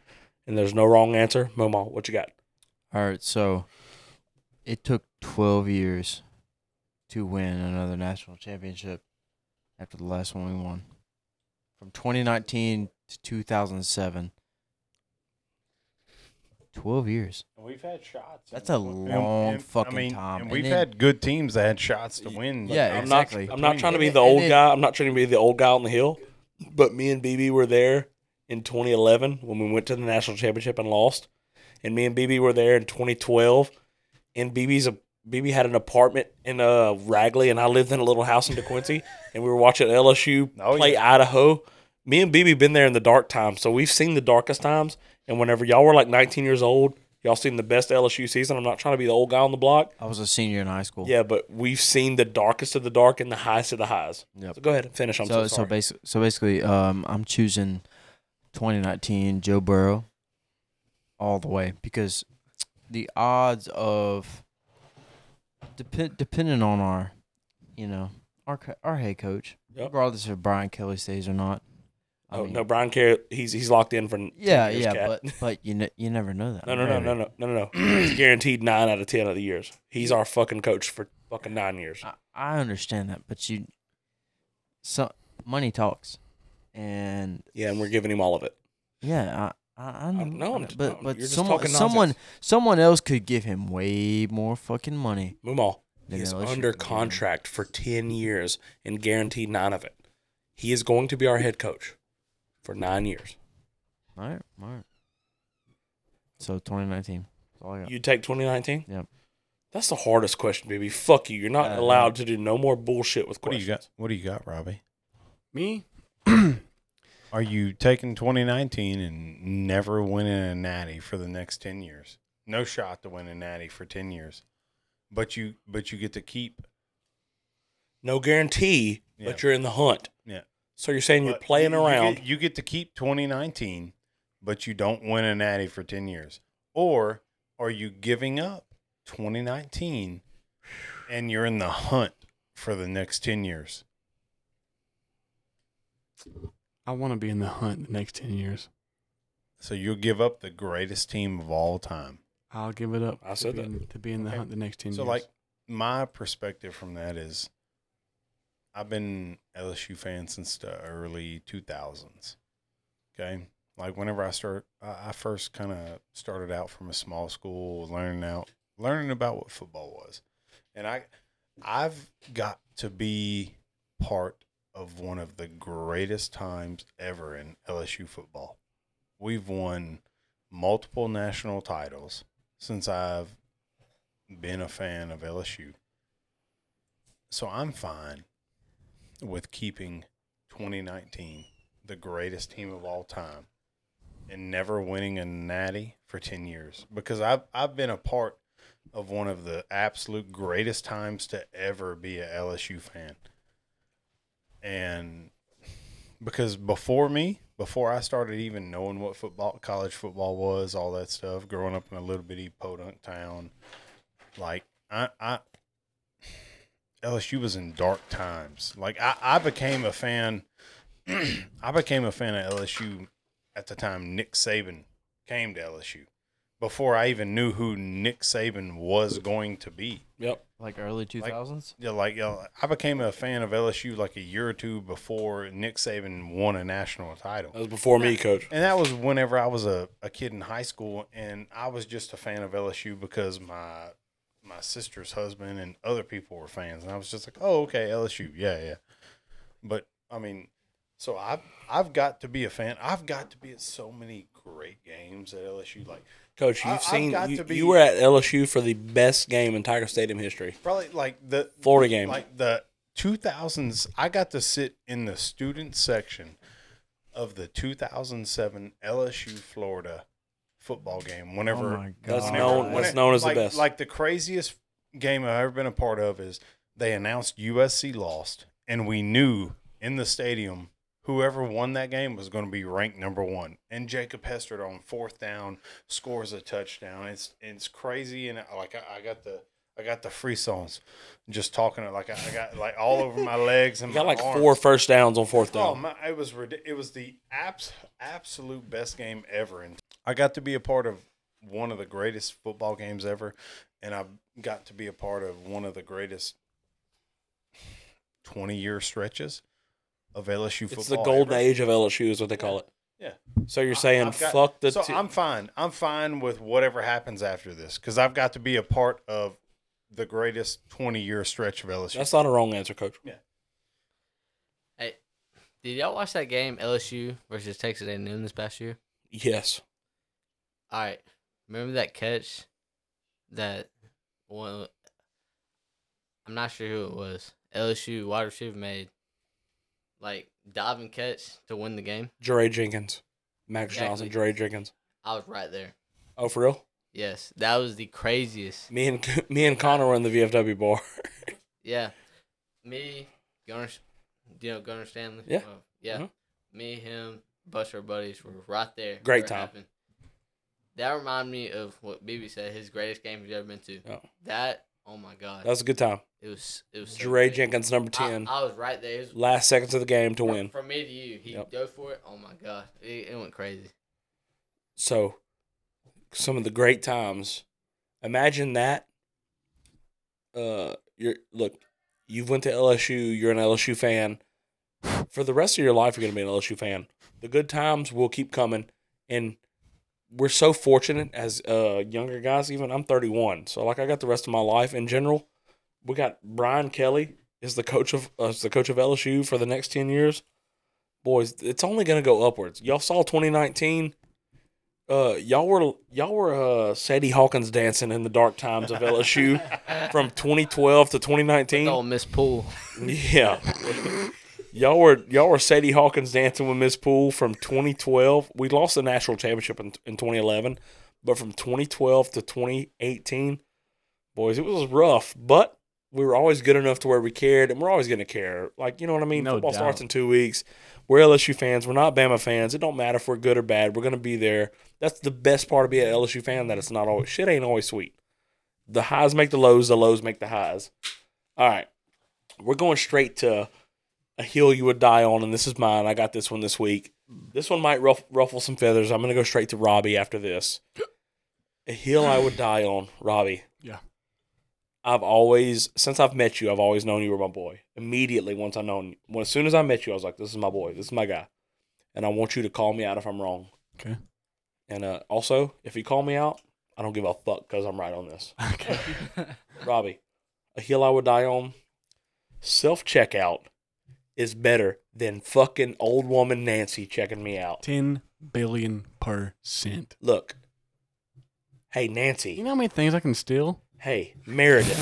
and there's no wrong answer. Momo, what you got?
All right, so it took 12 years to win another national championship after the last one we won. From 2019 to 2007. 12 years.
We've had shots.
That's a long fucking time.
And
And
we've
then-
had good teams that had shots to win. but
Yeah,
not
I'm
exactly.
not. I'm not trying to be
And
the old
it-
guy. I'm not trying to be the old guy on the hill. But me and BB were there in 2011 when we went to the national championship and lost, and me and BB were there in 2012. And BB's a BB had an apartment in uh, Ragley, and I lived in a little house in DeQuincy, and we were watching LSU
Oh,
play Idaho. Me and BB been there in the dark times, so we've seen the darkest times. And whenever y'all were like 19 years old, y'all seen the best LSU season. I'm not trying to be the old guy on the block.
I was a senior in high school.
Yeah, but we've seen the darkest of the dark and the highest of the highs.
Yep.
So go ahead and finish. I'm so,
so so,
sorry.
basi- so basically, um, I'm choosing 2019 Joe Burrow all the way because the odds of depend depending on our, you know, our co- our head coach,
Yep.
regardless if Brian Kelly stays or not. I
oh
mean,
no, Brian Kerr, he's he's locked in for. n- 10
Yeah,
years,
yeah,
Cat.
but but you ne- you never know that.
no, no, no, no, no, no, no, no. It's guaranteed nine out of ten of the years. He's our fucking coach for fucking nine years.
I, I understand that, but you, so money talks, and
Yeah, and we're giving him all of it.
Yeah, I, I, I
don't
don't
know,
know,
I'm just-
but
no,
but
you're just
someone
talking
someone
nonsense.
someone else could give him way more fucking money.
Mumal,
Then
he's
LSU could
under
give him-
contract for ten years and guaranteed nine of it. He is going to be our head coach for nine years.
All right, all right. So 2019. That's all I got.
You take 2019.
Yep.
That's the hardest question, baby. Fuck you. You're not
Uh,
allowed to do no more bullshit with
What do
questions.
you got? What do you got, Robbie?
Me?
Are you taking 2019 and never winning a natty for the next 10 years? No shot to win a natty for 10 years, but you but you get to keep.
No guarantee,
Yeah.
but you're in the hunt.
Yeah.
So you're saying you're
But
playing
you- you
around.
get- You get, to keep 2019, but you don't win a natty for 10 years. Or are you giving up 2019 and you're in the hunt for the next 10 years?
I want to be in the hunt the next 10 years.
So you'll give up the greatest team of all time.
I'll give it up.
I
to
said
be
that.
in- to be in the
Okay.
hunt the next 10
So
years.
like my perspective from that is I've been LSU fan since the early 2000s. Okay? Like whenever I start I I first kind of started out from a small school learning out learning about what football was. And I I've got to be part of one of the greatest times ever in LSU football. We've won multiple national titles since I've been a fan of LSU. So I'm fine with keeping 2019 the greatest team of all time and never winning a natty for 10 years because I've, I've been a part of one of the absolute greatest times to ever be a LSU fan. And because before me, before I started even knowing what football, college football was, all that stuff, growing up in a little bitty podunk town, like I, I LSU was in dark times. Like I, I became a fan. I became a fan of LSU at the time Nick Saban came to LSU. before I even knew who Nick Saban was going to be.
Yep.
Like early 2000s?
Yeah, like you know, I became a fan of LSU like a year or two before Nick Saban won a national title.
That was before me, coach.
And that was whenever I was a, a kid in high school, and I was just a fan of LSU because my my sister's husband and other people were fans, and I was just like, oh, okay, LSU, yeah, yeah. But I mean, so I've I've got to be a fan. I've got to be at so many great games at LSU, like
Coach,
I-
you've
I've
seen
got
you,
to be-
you were at LSU for the best game in Tiger Stadium history.
probably like the
Florida game.
like the 2000s i got to sit in the student section of the 2007 lsu florida football game whenever
Oh my
That's
God.
known-
whenever-
that's known as the
like-
best.
like the craziest game i've ever been a part of is they announced usc lost and we knew in the stadium whoever won that game was going to be ranked number one and jacob hester on fourth down scores a touchdown it's it's crazy and like i, I got the I got the free songs, just talking it like I, I got like all over my legs and
You got
my
like
arms.
four first downs on fourth
Oh
down.
my! It was rid- it was the abs- absolute best game ever, and I got to be a part of one of the greatest football games ever, and I got to be a part of one of the greatest twenty year stretches of LSU football.
it's the golden
ever.
age of LSU, is what they call it.
Yeah.
So you're
I-
saying
I've got-
fuck the.
So
t-
i I'm fine. I'm fine with whatever happens after this because I've got to be a part of the greatest twenty year stretch of LSU.
that's not a wrong answer, Coach.
Did y'all watch that game LSU versus Texas A&M this past year?
Yes.
All right, remember that catch? That one. I'm not sure who it was. LSU wide receiver made, like diving catch to win the game.
Jere Jenkins, Max Johnson,
Exactly.
Jere Jenkins.
I was right there.
Oh, for real?
Yes, that was the craziest.
Me and me and Connor were in the VFW bar.
Yeah, me, Gunner, you know Gunner Stanley.
Yeah.
Well, yeah.
Mhm.
Me, him, Buster buddies were right there.
Great
where it
time.
happened. That reminded me of what BB said. His greatest game he's ever been to.
Yeah.
That. Oh my God.
That was a good time.
It was it was so
Jere
big.
Jenkins, number
I-
ten,
I, was right there. It was
last seconds of the game to
from-
win.
From me to you, he
Yep.
go for it. Oh my god, it, it went crazy.
So, some of the great times. Imagine that. Uh, you're look, you went to LSU. You're an LSU fan. For the rest of your life, you're gonna be an LSU fan. The good times will keep coming, and we're so fortunate as uh younger guys. Even I'm 31, so like I got the rest of my life in general. We got Brian Kelly is the coach of uh, is the coach of LSU for the next 10 years. Boys, it's only gonna go upwards. Y'all saw 2019 uh, y'all were y'all were uh, Sadie Hawkins dancing in the dark times of LSU from 2012 to
Oh,
2019.
Miss Pool.
Yeah, y'all were y'all were Sadie Hawkins dancing with Miss Poole from 2012. We lost the national championship in, in 2011, but from 2012 to 2018, boys, it was rough. But we were always good enough to where we cared, and we're always going to care. Like you know what I mean?
No
Football
doubt.
starts in two weeks. We're LSU fans. We're not Bama fans. It don't matter if we're good or bad. We're going to be there. That's the best part of being an LSU fan. That it's not always shit ain't always sweet. The highs make the lows. The lows make the highs. All right, we're going straight to a hill you would die on, and this is mine. I got this one this week. This one might ruff, ruffle some feathers. I'm going to go straight to Robbie after this. A hill I would die on, Robbie.
Yeah.
I've always, since I've met you, I've always known you were my boy. Immediately, once I known you, well, as soon as I met you, I was like, this is my boy. This is my guy. And I want you to call me out if I'm wrong.
Okay.
And uh, also, if you call me out, I don't give a fuck because I'm right on this.
Okay.
Robbie, a hill I would die on. Self checkout is better than fucking old woman Nancy checking me out.
Ten billion percent.
Look, hey
You
Nancy,
know how many things I can steal?
hey Meredith.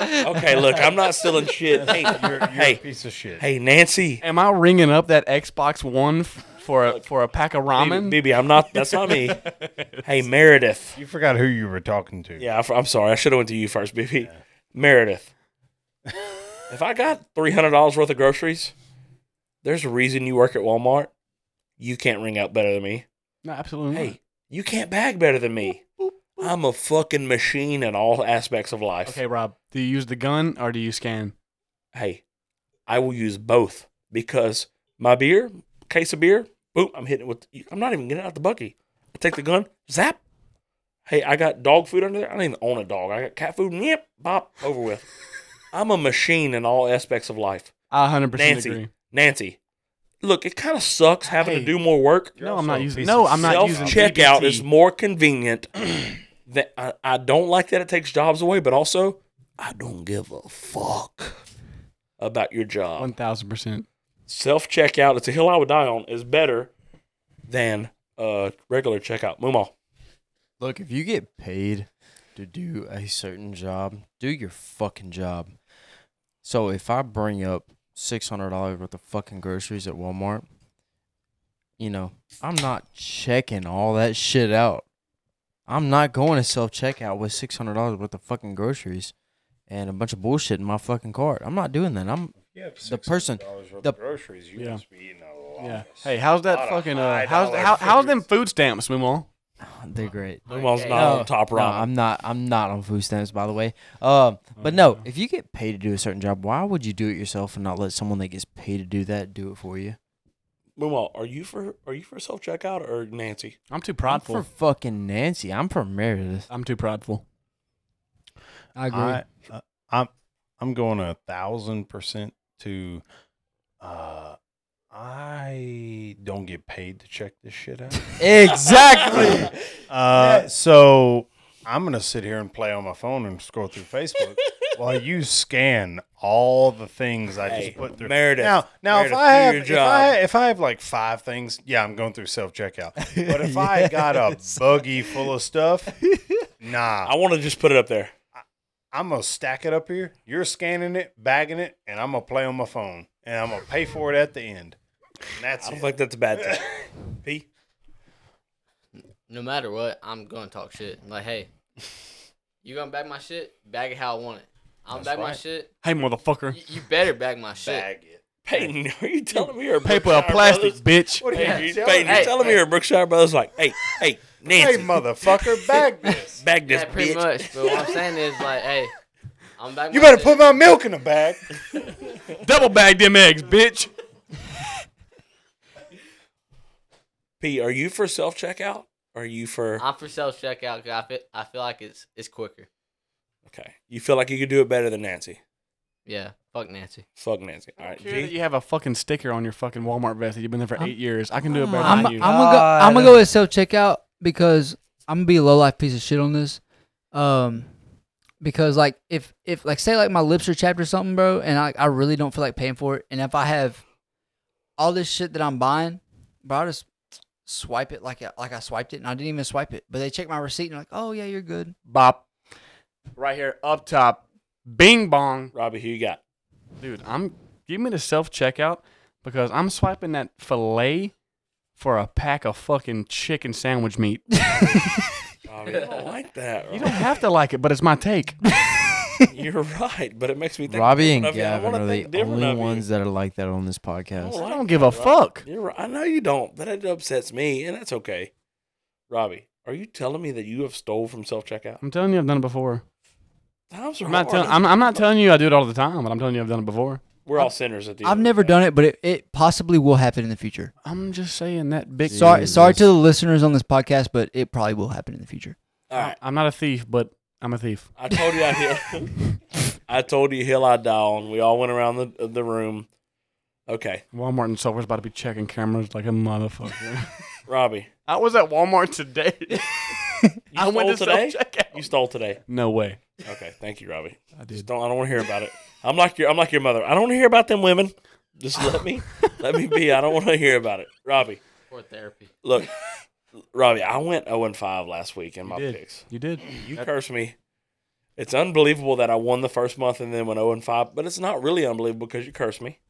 okay, look, I'm not stealing shit. Hey, hey,
piece of shit.
hey Nancy,
Am I ringing up that Xbox One f- for a for a pack of ramen?
BB, I'm not. That's not me. hey Meredith.
You forgot who you were talking to.
Yeah, I f- I'm sorry. I should have went to you first, BB. Meredith. if I got three hundred dollars worth of groceries, there's a reason you work at Walmart. You can't ring out better than me.
no, absolutely not.
Hey, you can't bag better than me. I'm a fucking machine in all aspects of life.
Okay, Rob, do you use the gun or do you scan?
Hey, I will use both because my beer, case of beer, boom, I'm hitting it with. I'm not even getting out the bucky. I take the gun, zap. Hey, I got dog food under there. I don't even own a dog. I got cat food. Yep, bop, over with. I'm a machine in all aspects of life.
I 100%
Nancy,
agree.
Nancy, look, it kind of sucks having
Hey,
to do more work.
No, I'm not using. No, I'm not
Self
using.
checkout
DBT.
is more convenient. that I, I don't like that it takes jobs away, but also I don't give a fuck about your
Oh.
job.
One thousand percent.
Self checkout, it's a hill I would die on, is better than uh, regular checkout. Moomaw.
Look, if you get paid to do a certain job, do your fucking job. So if I bring up six hundred dollars worth of fucking groceries at Walmart, you know, I'm not checking all that shit out. I'm not going to self checkout with six hundred dollars worth of fucking groceries and a bunch of bullshit in my fucking cart. I'm not doing that. I'm
Yeah,
the person-
the
the-
groceries. You
Yeah.
must be eating a lot.
Yeah. Hey, how's
Lot
that
of
fucking? Uh,
high
how's
dollar
how, how's them
figures.
food stamps, Mimo?
they're great.
Moomaw's
Okay.
not
No,
on top
no,
ramen.
I'm not. I'm not on food stamps, by the way. Um, but no,
Mm-hmm.
if you get paid to do a certain job, why would you do it yourself and not let someone that gets paid to do that do it for you?
Moomaw, are you for are you for self checkout or Nancy?
I'm too
I'm
prideful.
for
I'm,
fucking Nancy. I'm for Meredith.
too prideful.
I agree.
I, uh, I'm I'm going a thousand percent to. Uh, I don't get paid to check this shit out.
Exactly.
Uh, so I'm gonna sit here and play on my phone and scroll through Facebook while you scan all the things I
Hey,
just put through.
Meredith,
now, now if
Meredith,
I
do
have
your
if I
job.
if I have like five things, yeah, I'm going through self checkout. But if I got a buggy full of stuff, nah,
I want to just put it up there.
I'm gonna stack it up here. You're scanning it, bagging it, and I'm gonna play on my phone, and I'm gonna pay for it at the end. And that's
I don't
it.
think that's a bad thing. P.
No matter what, I'm gonna talk shit. Like, hey, you gonna bag my shit? Bag it how I want it. I'm
That's
bag my
right.
shit.
Hey, motherfucker.
You, you better bag my shit.
bag it.
Peyton, are you telling me you're a
Paper of
Brookshire
plastic,
Brothers?
bitch.
What are
Peyton,
you
you-
telling
Peyton,
me?
you're
Hey,
telling me
hey.
you're a Brookshire Brothers? Like, hey, hey,
Hey,
Nancy,
motherfucker, bag this.
bag this
Yeah,
bitch.
pretty much. But what I'm saying is, like, hey, I'm back.
You better put my milk in a bag.
Double bag them eggs, bitch.
P, are you for self checkout? Are you for
I'm for self checkout because I feel I feel like it's it's quicker.
okay? You feel like you could do it better than Nancy?
Yeah. Fuck Nancy.
Fuck Nancy. All right,
Sure that
G.
you have a fucking sticker on your fucking Walmart vest that you've been there for
I'm-
eight years. I can do it better
I'm,
than
I'm
you.
gonna go. I'm gonna go with self checkout because I'm gonna be a low life piece of shit on this. Um, because like if if like say like my lips are chapped or something, bro, and I I really don't feel like paying for it, and if I have all this shit that I'm buying, bro, I just swipe it like I- like I swiped it, and I didn't even swipe it, but they check my receipt and they're like, oh yeah, you're good.
Bop. Right here, up top. Bing bong.
Robbie, who you got?
Dude, I'm give me the self checkout because I'm swiping that filet for a pack of fucking chicken sandwich meat.
Robbie, I don't like that.
You
Robbie.
don't have to like it, but it's my take.
You're right, but it makes me think.
Robbie and
different of you. I
Gavin
wanna
are
think
the
different
only
of you.
ones that are like that on this
I
podcast.
I
like
don't
that,
give a
Robbie.
fuck.
You're right. I know you don't, but it upsets me, and that's okay. Robbie, are you telling me that you have stole from self checkout?
I'm telling you, I've done it before.
Times are
I'm not,
hard.
telling. I'm, I'm not telling you I do it all the time, but I'm telling you I've done it before.
We're all sinners at the.
I've
end of
never
the day.
done it, but it, it possibly will happen in the future.
I'm just saying that big.
Sorry-
Sorry,
Jesus.
sorry to the listeners on this podcast, but it probably will happen in the future.
All right,
I'm not a thief, but I'm a thief.
I told you I hit. I told you hill I die on. We all went around the the room. Okay,
Walmart and Silver's about to be checking cameras like a motherfucker.
Robbie,
I was at Walmart today.
you stole today.
checkout.
You stole today.
No way.
Okay, thank you, Robbie.
I
Just
did.
don't. I don't want to hear about it. I'm like your. I'm like your mother. I don't want to hear about them women. Just let me. let me be. I don't want to hear about it, Robbie.
For therapy.
Look, Robbie. I went 0 and 5 last week in my
did.
picks.
You did.
You cursed me. It's unbelievable that I won the first month and then went 0 and 5, but it's not really unbelievable because you cursed me.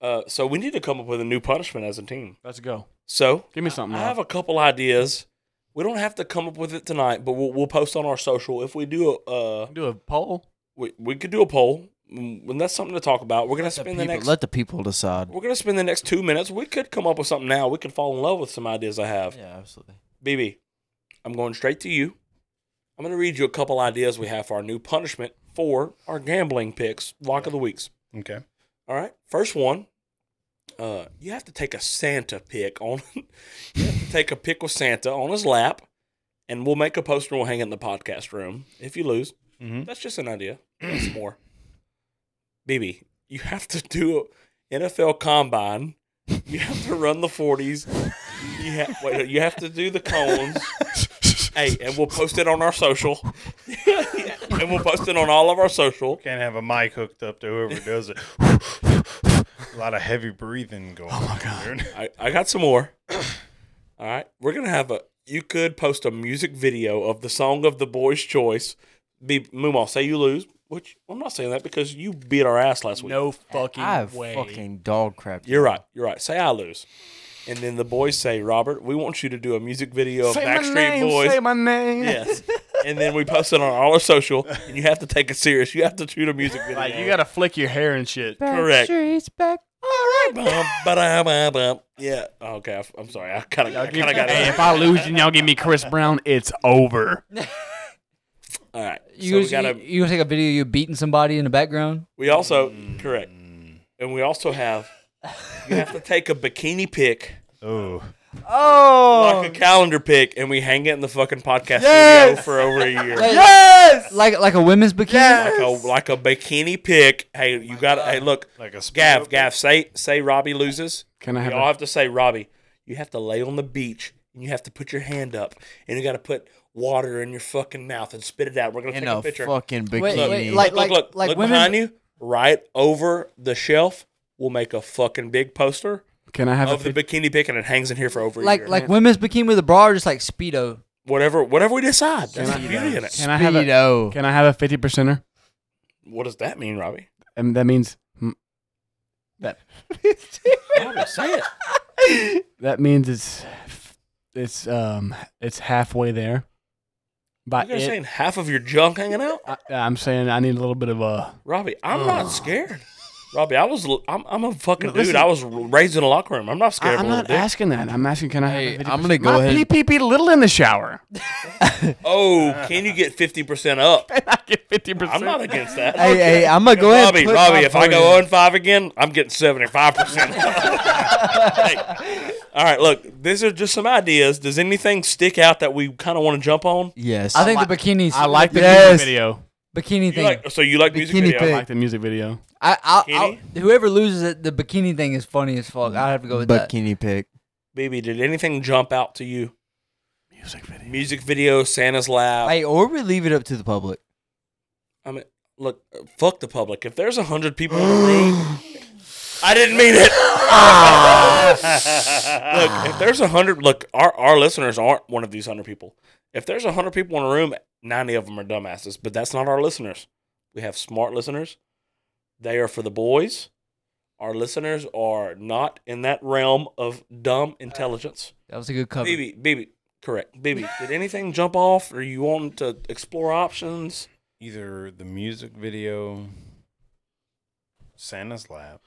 Uh, so we need to come up with a new punishment as a team.
Let's go.
So
Give me something.
I
Rob.
have a couple ideas. We don't have to come up with it tonight, but we'll, we'll post on our social. If we do a, uh,
do a poll.
we, we could do a poll, Mm, and that's something to talk about. We're gonna
Let the
spend the
people,
next
let the people decide.
we're gonna spend the next two minutes. We could come up with something now. We could fall in love with some ideas I have.
Yeah, absolutely.
BB, I'm going straight to you. I'm going to read you a couple ideas we have for our new punishment for our gambling picks, lock of the weeks.
Okay.
All right. First one, uh, you have to take a Santa pick on. you have to take a pick with Santa on his lap, and we'll make a poster and we'll hang it in the podcast room. If you lose,
Mhm.
that's just an idea. It's more. BB, you have to do a NFL combine. You have to run the forties. You have wait, you have to do the cones. Hey, and we'll post it on our social. and we'll post it on all of our social.
Can't have a mic hooked up to whoever does it. a lot of heavy breathing going. Oh my god!
I, I got some more. All right. We're going to have a. You could post a music video of the song of the boy's choice. Be Moomaw, say you lose, which I'm not saying that because you beat our ass last week.
No fucking
I've
way.
fucking dog crap.
You're right. You're right. Say I lose. And then the boys say, Robert, we want you to do a music video of
say my
Backstreet
name.
Boys.
Say my name.
yes. and then we post it on all our social, and you have to take it serious. You have to shoot a music video.
Like you gotta flick your hair and shit.
Correct.
Streets back. All right.
Bum, ba-da-ba-bum. Yeah. Okay. I- I'm sorry. I kind of kind of got
Hey,
it.
if I lose and y'all give me Chris Brown, it's over.
All right.
You,
so we
just-
got to
you, you gonna take a video of you beating somebody in the background?
We also correct, and we also have you have to take a bikini pic,
Oh,
Oh.
like a calendar pic, and we hang it in the fucking podcast studio
Yes!
for over a year.
Like,
yes.
like like a women's bikini.
Like a like a bikini pic. Hey, you got to hey look,
like a speedo
Gav,
pic?
Gav, say say Robbie loses.
Can I
You
have
all
a,
have to say Robbie. You have to lay on the beach and you have to put your hand up and you got to put water in your fucking mouth and spit it out. We're gonna
In
take
a
a picture.
fucking bikini.
Wait,
Look,
wait,
look,
like-
look, look,
like
look
women-
behind you, right over the shelf. We'll make a fucking big poster
can I have a
of the
pic-
bikini pic, and it hangs in here for over a
Like
year.
like women's bikini with a bra, or just like speedo.
whatever, whatever we decide. That's
Can
the beauty in it.
Can I have a
Speedo.
Can I have a fifty percenter?
What does that mean, Robbie?
And that means hmm,
Robbie, say it.
that means it's it's um it's halfway there. By
You guys
it-
saying half of your junk hanging out,
I, I'm saying I need a little bit of a.
Robbie? I'm not scared. Robbie, I was, l- I'm, I'm a fucking
No,
dude.
listen.
I was r- raised in a locker room. I'm not
I,
scared. of
I'm
a
not
little dick.
asking that. I'm asking, can I?
Hey,
have a 50%?
I'm gonna go
My
ahead-
pee pee pee little in the shower.
Oh, can you get fifty percent up?
I get fifty percent.
I'm not against that.
Hey, hey, I'm gonna go ahead.
Robbie,
and put
Robbie,
my
if I
vote
go
in.
0 and 5 again, I'm getting 75%. Hey. All right, look, these are just some ideas. Does anything stick out that we kind of want to jump on?
Yes.
I think the bikinis.
I like the
Yes.
music video.
bikini
You
thing.
like, so you like music
Bikini
video?
I
pic.
like the music video.
I, I, I
Bikini?
whoever loses it, the bikini thing is funny as fuck. I have to go with that.
bikini pick.
BB, did anything jump out to you?
Music video.
Music video, Santa's Lab. I,
Hey, or we leave it up to the public.
mean, look, fuck the public. If there's 100 people in the room, I didn't mean it.
Ah.
look, if there's 100, look, our, our listeners aren't one of these 100 people. If there's 100 people in a room, 90 of them are dumbasses, but that's not our listeners. We have smart listeners. They are for the boys. Our listeners are not in that realm of dumb intelligence.
That was a good
Uh,
cover.
BB, BB, correct. BB, did anything jump off or you want to explore options?
Either the music video, Santa's lap.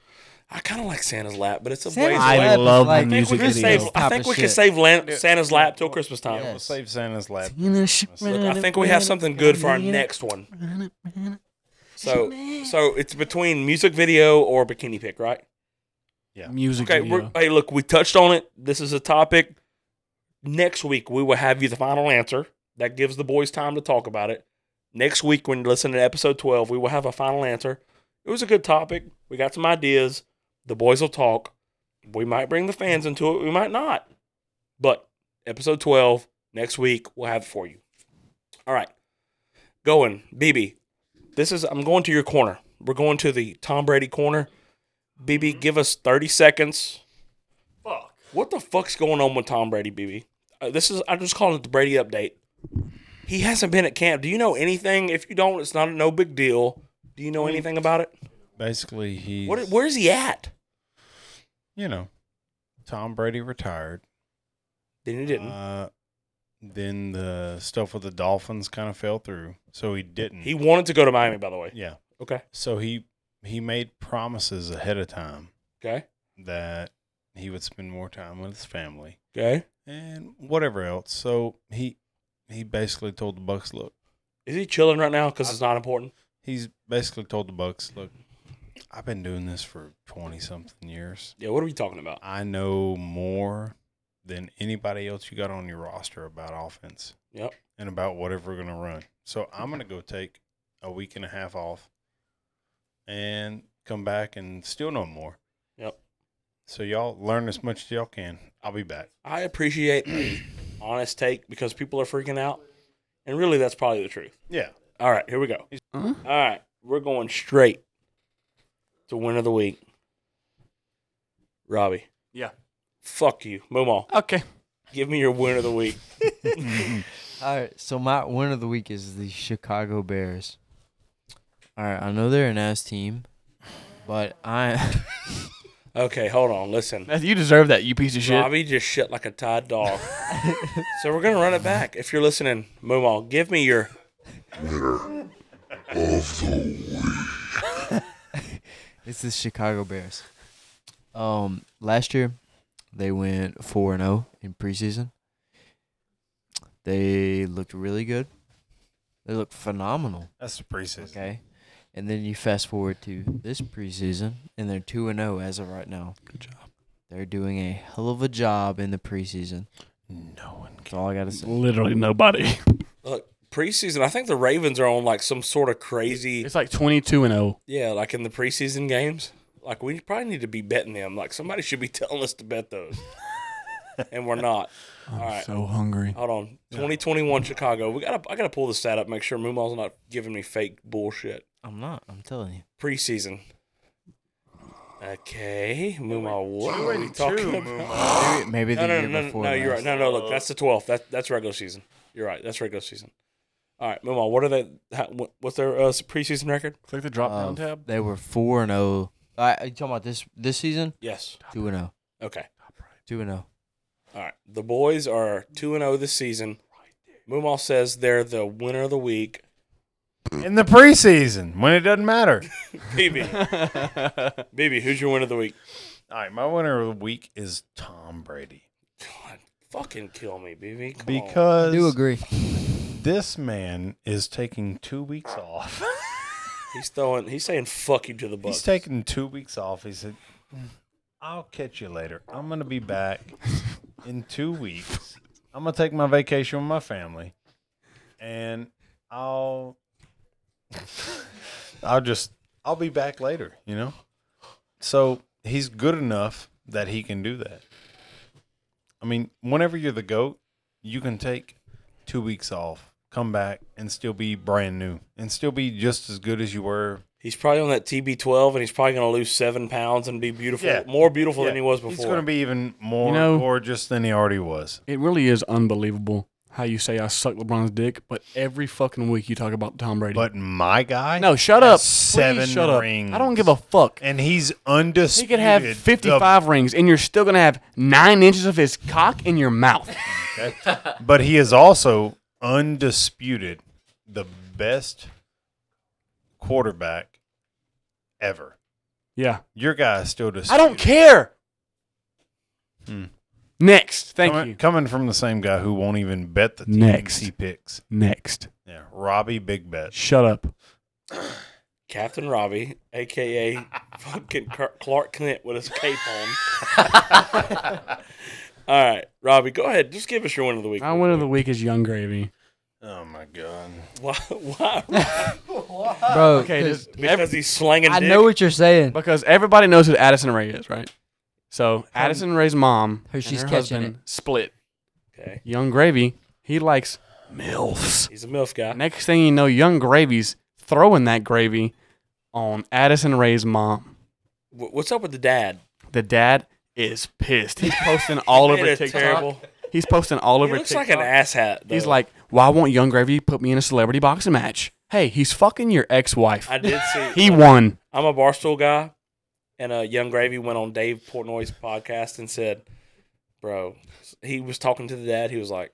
I kind of like Santa's lap, but it's a
Santa's
ways
I
away.
lap is
love the
I think we
music
can
video.
save,
videos.
I
Type
think
of
we can
shit.
save Lan- Santa's lap till Christmas
Yeah,
time.
we'll save Santa's lap.
Look, I think we have something good for our next one. So, so it's between music video or bikini pick, right?
Music
Okay.
video.
We're, hey, look, we touched on it. This is a topic. Next week we will have you the final answer. That gives the boys time to talk about it. Next week, when you listen to episode twelve, we will have a final answer. It was a good topic. We got some ideas. The boys will talk. We might bring the fans into it. We might not. But episode twelve next week, we'll have it for you. All right. Going, BB. This is I'm going to your corner. We're going to the Tom Brady corner. BB, give us 30 seconds. Fuck. What the fuck's going on with Tom Brady, BB? Uh, this is I'm just calling it the Brady update. He hasn't been at camp. Do you know anything? If you don't, it's not no big deal. Do you know anything about it?
Basically, he's
What, where's he at?
you know, Tom Brady retired.
Then he didn't.
Uh, then the stuff with the Dolphins kind of fell through, so he didn't.
he wanted to go to Miami, by the way.
yeah.
Okay.
So he he made promises ahead of time
Okay.
that he would spend more time with his family
Okay.
and whatever else. So he he basically told the Bucks, look,
Is he chilling right now? Because it's not important.
he's basically told the Bucks, look, I've been doing this for twenty something years.
Yeah. What are we talking about?
I know more than anybody else you got on your roster about offense.
Yep.
And about whatever we're gonna run. So I'm gonna go take a week and a half off, and come back and still no more.
Yep.
So y'all learn as much as y'all can. I'll be back.
I appreciate the honest take because people are freaking out. And really, that's probably the truth.
Yeah.
All right, here we go.
Huh?
All right, we're going straight to win of the week. Robbie.
Yeah.
Fuck you. Moomaw,
Okay.
give me your win of the week.
All right, so my win of the week is the Chicago Bears. All right, I know they're an ass team, but I
Okay, hold on. Listen.
Matthew, you deserve that, you piece of shit.
Robbie just shit like a tied dog. so we're going to run it back. If you're listening, Moomaw, give me your.
it's the Chicago Bears. Um, last year they went four and zero in preseason. They looked really good. They looked phenomenal.
That's the preseason.
Okay, and then you fast forward to this preseason, and they're two and zero as of right now.
Good job.
They're doing a hell of a job in the preseason.
No one
That's all I gotta say.
Literally nobody.
Look, preseason, I think the Ravens are on like some sort of crazy.
It's like 22 and oh. 0.
Yeah, like in the preseason games. Like we probably need to be betting them. Like somebody should be telling us to bet those. and we're not.
I'm
All right.
so hungry.
Hold on. 2021 Chicago. We gotta I gotta pull this stat up, make sure Moomaw's not giving me fake bullshit.
I'm not. I'm telling you.
Preseason. Okay. Moomaw, what are we talking about?
Maybe, maybe
No,
the
no, no,
year
no,
before.
no, you're right.
last.
No, no, look, that's the 12th. That, that's regular season. You're right. That's regular season. All right, Moomaw, what are they? How, what, what's their uh, preseason record?
Click the drop down
Um,
tab.
They were four and zero. Uh, Are you talking about this this season?
Yes.
Two and
oh.
zero.
Okay.
Two and zero.
All right. The boys are 2 and 0 this season. Moomaw says they're the winner of the week.
in the preseason when it doesn't matter.
BB. BB, who's your winner of the week?
All right, my winner of the week is Tom Brady
God, fucking kill me, BB. Come on.
I do
because
agree.
this man is taking two weeks off.
he's throwing he's saying fuck you to the Bucks.
He's taking two weeks off. He said, "I'll catch you later. I'm gonna be back in two weeks. I'm gonna take my vacation with my family, and I'll, I'll just, I'll be back later. You know." So he's good enough that he can do that. I mean, whenever you're the goat, you can take two weeks off, come back, and still be brand new, and still be just as good as you were
he's probably on that TB12 and he's probably going to lose 7 pounds and be beautiful,
Yeah.
more beautiful
Yeah,
than he was before.
He's going to be even more
You know-
gorgeous than he already was.
It really is unbelievable how you say I suck LeBron's dick, but every fucking week you talk about Tom Brady.
But my guy,
no, shut
has
up.
Seven
Please shut
rings.
up. I don't give a fuck.
And he's undisputed.
He could have
the-
55 rings, and you're still gonna have nine inches of his cock in your mouth.
but he is also undisputed the best quarterback ever.
Yeah,
Your guy is still disputed.
I don't care.
Hmm.
Next, thank
Coming,
you.
coming from the same guy who won't even bet the teams
Next.
he picks.
Next,
Yeah, Robbie Big Bet.
shut up.
Captain Robbie, aka fucking Car- Clark Kent with his cape on. All right, Robbie, go ahead. Just give us your win of the week.
My win of the week is Young Gravy.
Oh my god.
Why? why?
Bro,
Okay,
'cause
just,
because he's slanging.
I
dick?
know what you're saying.
because everybody knows who Addison Ray is, right? So Addison Ray's mom,
Who
and
she's
her
catching
husband, split.
Okay,
Young Gravy, he likes milfs.
he's a milf guy.
Next thing you know, Young Gravy's throwing that gravy on Addison Ray's mom.
Wh- What's up with the dad?
The dad is pissed. He's posting all
Ain't
over
it
TikTok.
terrible?
He's posting all
He
over
looks
TikTok.
like an asshat. Though.
He's like, why won't Young Gravy put me in a celebrity boxing match? Hey, he's fucking your ex-wife.
I did see.
he won.
I'm a barstool guy, and uh, Young Gravy went on Dave Portnoy's podcast and said, "Bro, he was talking to the dad. He was like."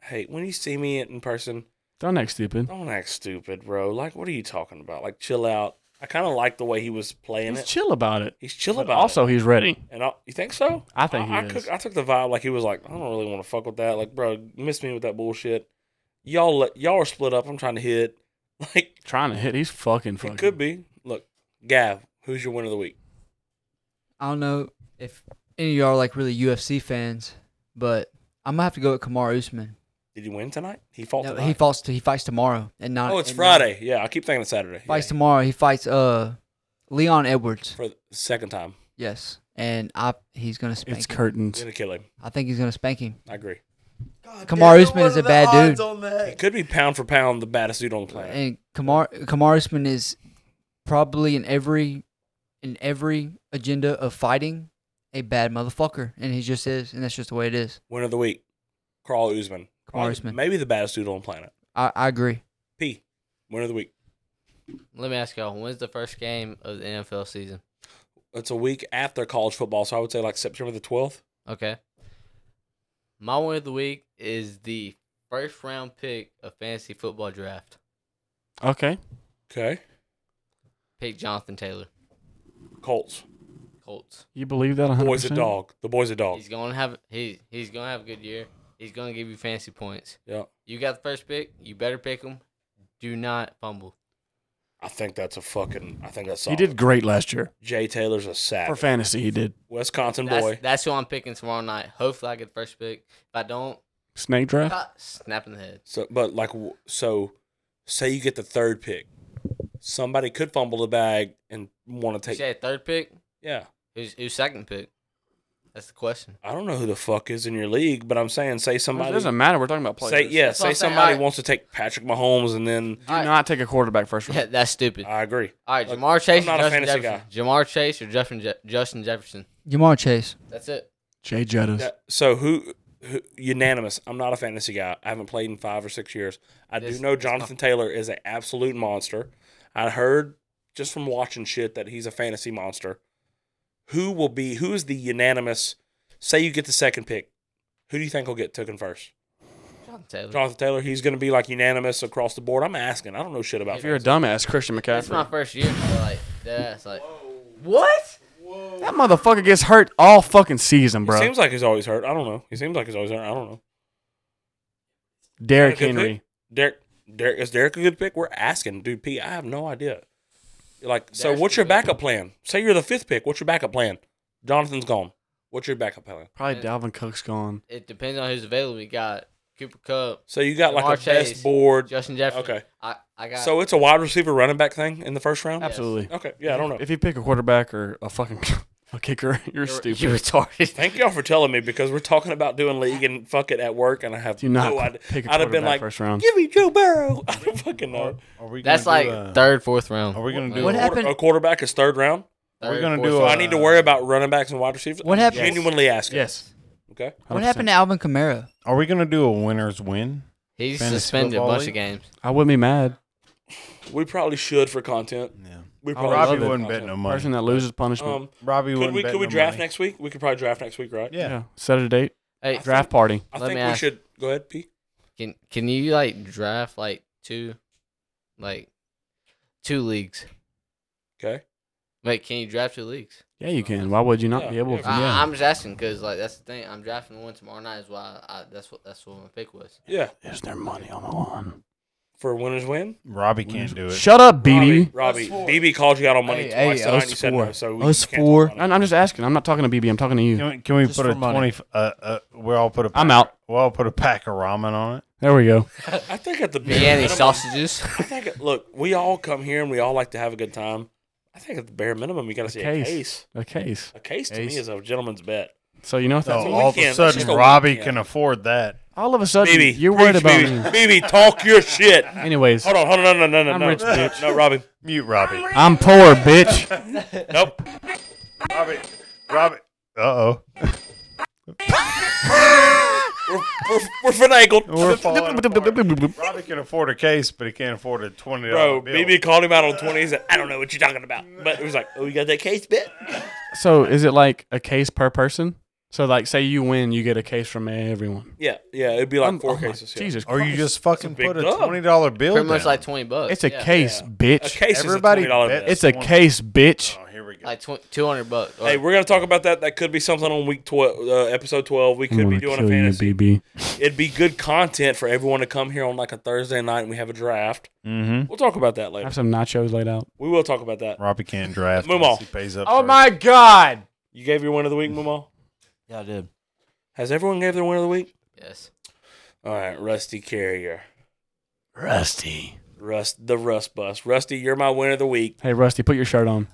Hey, when you see me in person,
Don't act stupid.
don't act stupid, bro. Like, what are you talking about? Like, chill out. I kind of like the way he was playing
He's
it.
chill about it.
He's chill
But
about it.
also, he's ready.
And I, you think so?
I think he
I,
is.
cook- I took the vibe like he was like, I don't really want to fuck with that. Like, bro, miss me with that bullshit. Y'all, let, y'all are split up. I'm trying to hit. Like,
Trying to hit. He's fucking fucking.
it could be. Look, Gav, who's your win of the week?
I don't know if any of y'all are like really UFC fans, but I'm gonna have to go with Kamar Usman.
Did he win tonight? He fought
No,
tonight.
he fights. He fights tomorrow and not.
oh, it's
uh,
Friday. Yeah, I keep thinking it's Saturday.
Fights
Yeah.
tomorrow. He fights uh Leon Edwards.
For the second time.
Yes, and I he's gonna spank.
It's
him.
curtains.
Gonna kill him.
I think he's gonna spank him.
I agree.
Kamar Usman is a bad dude,
He could be pound for pound the baddest dude on the planet.
and Kamar Kamar Usman is probably in every in every agenda of fighting a bad motherfucker, and he just is, and that's just the way it is.
Winner of the week, Carl Usman.
Kamaru
Probably-
Usman.
Maybe the baddest dude on the planet.
I, I agree.
P. Winner of the week.
Let me ask y'all, when's the first game of the NFL season?
It's a week after college football, so I would say like September the 12th.
Okay. My win of the week is the first round pick of fantasy football draft.
Okay.
Okay.
Pick Jonathan Taylor,
Colts.
Colts.
You believe that 100%?
Boy's a dog. The boy's a dog.
He's gonna have he he's gonna have a good year. He's gonna give you fantasy points.
Yeah.
You got the first pick. You better pick him. Do not fumble.
I think that's a fucking. I think that's.
He
Solid.
did great last year.
Jay Taylor's a sack.
For fantasy, he did.
Wisconsin
That's,
boy.
that's who I'm picking tomorrow night. Hopefully, I get the first pick. If I don't,
Snake draft?
ah, snap in the head.
So, but like, w- so say you get the third pick, somebody could fumble the bag and want to
Take,
take.
you say third pick.
Yeah,
Who's who's second pick? That's the question.
I don't know who the fuck is in your league, but I'm saying say
It
somebody.
doesn't matter. We're talking about players.
say yeah,
That's what
say
I'm saying.
somebody
I-
wants to take Patrick Mahomes, and then
Do not take a quarterback first round.
Yeah, that's stupid.
I agree.
All right,
Look,
Jamar Chase.
I'm not a
or Justin
fantasy
Jefferson. Jamar Chase or Justin Je- Justin Jefferson.
Jamar Chase.
That's it.
Jay Jettas.
Yeah, so who, who unanimous? I'm not a fantasy guy. I haven't played in five or six years. I
This-
do know
this con-
Jonathan Taylor is an absolute monster. I heard just from watching shit that he's a fantasy monster. Who will be? Who is the unanimous? Say you get the second pick. Who do you think will get taken first?
Jonathan Taylor.
Jonathan Taylor. He's going to be like unanimous across the board. I'm asking. I don't know shit about.
If you're a
fantasy.
dumbass, Christian
That's my
McCaffrey.
first year. so, Like that's like
That motherfucker gets hurt all fucking season,
He
bro.
seems like he's always hurt. I don't know. He seems like he's always hurt. I don't know.
Derrick
Is that a good
Henry.
Derek, Derek, is Derek a good pick? We're asking, dude. P, I have no idea. Like, so
Derek's
what's
a
your
good
backup plan? Say you're the fifth pick. What's your backup plan? Jonathan's gone. What's your backup plan?
Probably Dalvin Cook's gone.
it depends on who's available. You got Cooper Cup,
So you got like
Jamar
a
Chase.
best board.
Justin Jefferson.
Okay.
I I got
So it's a wide receiver running back thing in the first round.
Yes.
Absolutely.
Okay. Yeah, I don't know.
If you pick a quarterback or a fucking a kicker, you're stupid.
You retarded.
Thank y'all for telling me because we're talking about doing league and fuck it at work, and I have
Do not
no idea.
pick a
I'd have
quarterback
been like,
first round.
give me Joe Burrow. I don't fucking know.
Are we
That's
gonna
like
do a-
third, fourth round.
Are we gonna do
What
a-
A
happened?
quarter- A quarterback is third round.
Are we
Third,
gonna
fourth
do
So
a-
round.
I need to worry about running backs and wide receivers.
What happened-
Genuinely asking.
Yes.
Okay.
What happened to Alvin Kamara?
Are we gonna do a winner's win?
He's
fantasy
suspended a
football
bunch
league?
of games.
I wouldn't be mad.
We probably should for content.
Yeah.
We
I
probably
love
Robbie
should for
wouldn't bet no
content.
money.
Person that loses punishment.
Um,
Robbie
could
wouldn't
we
bet
could we
no
draft
money.
next week? We could probably draft next week, right?
Yeah.
Set a date.
Hey,
Draft party.
I
Let
think
me
we
ask-
should go ahead, P.
can can you like draft like two, like two leagues?
Okay.
Wait, can you draft two leagues?
Yeah, you can. Why would you not
Yeah,
be able
yeah.
to?
I,
Yeah.
I'm just asking because like that's the thing. I'm drafting the one tomorrow night. Is why I, that's what that's what my pick was.
Yeah.
Is there money on the line?
For winners win.
Robbie can't do it.
Shut up, BB.
Robbie, BB called you out on money
Hey,
twice
hey,
tonight.
us
and You said
four.
no, so we
Us
can't talk
four.
about it.
I'm I'm just asking. I'm not talking to BB. I'm talking to you.
Can we, can we
Just
put a
for money.
twenty? f- Uh, uh, we'll all put a.
I'm
pack-
out.
We'll all put a pack of ramen on it.
There we go.
I think at the bare
Biryani
minimum-
sausages.
I think at- look, we all come here and we all like to have a good time. I think at the bare minimum, you got to see
case.
a case.
A case.
A case to me
Case.
is a gentleman's bet.
So you know what
So
that's
all of
weekend.
a
It's
sudden,
just a
Robbie
weekend.
can afford that.
all of a sudden
BB,
you're worried
preach, BB.
about me.
BB, talk your shit.
Anyways,
Hold on, hold on, no, no, no, no,
I'm
no,
rich,
no,
bitch.
no, Robbie,
Mute Robbie.
I'm poor, bitch.
nope.
Robbie. Robbie. Uh oh.
We're, we're, we're finagled.
We're falling apart. Robbie can afford a case, but he can't afford a twenty
Bro,
dollar bill.
BB called him out on 20. He said, I don't know what you're talking about. But it was like, oh, you got that case bit?
so is it like a case per person? So like, say you win, you get a case from everyone.
Yeah, yeah, it'd be like
I'm-
four
oh my-
cases. yeah.
Jesus,
Or you
Christ.
just fucking
big
put a
dub.
twenty dollar bill.
Pretty much
down.
like twenty bucks.
It's a
yeah.
case,
A
bitch.
case
Everybody
is Uh, a $20
bet.
bet.
It's a case, bitch.
Oh, here we go.
Like tw- two hundred bucks.
Hey, we're gonna talk about that. That could be something on week twelve, uh, episode twelve. We could be doing a fantasy.
BB.
It'd be good content for everyone to come here on like a Thursday night, and we have a draft.
Mm-hmm.
We'll talk about that later.
Have some nachos laid out.
We will talk about that.
Robbie can't draft.
Move on.
unless He pays up.
Oh
first.
my God!
You gave your win of the week, Mumal.
Yeah, I did.
Has everyone gave their win of the week?
Yes.
All right, Rusty Carrier,
Rusty.
Rust the Rust Bus. Rusty, you're my winner of the week.
Hey, Rusty, put your shirt on.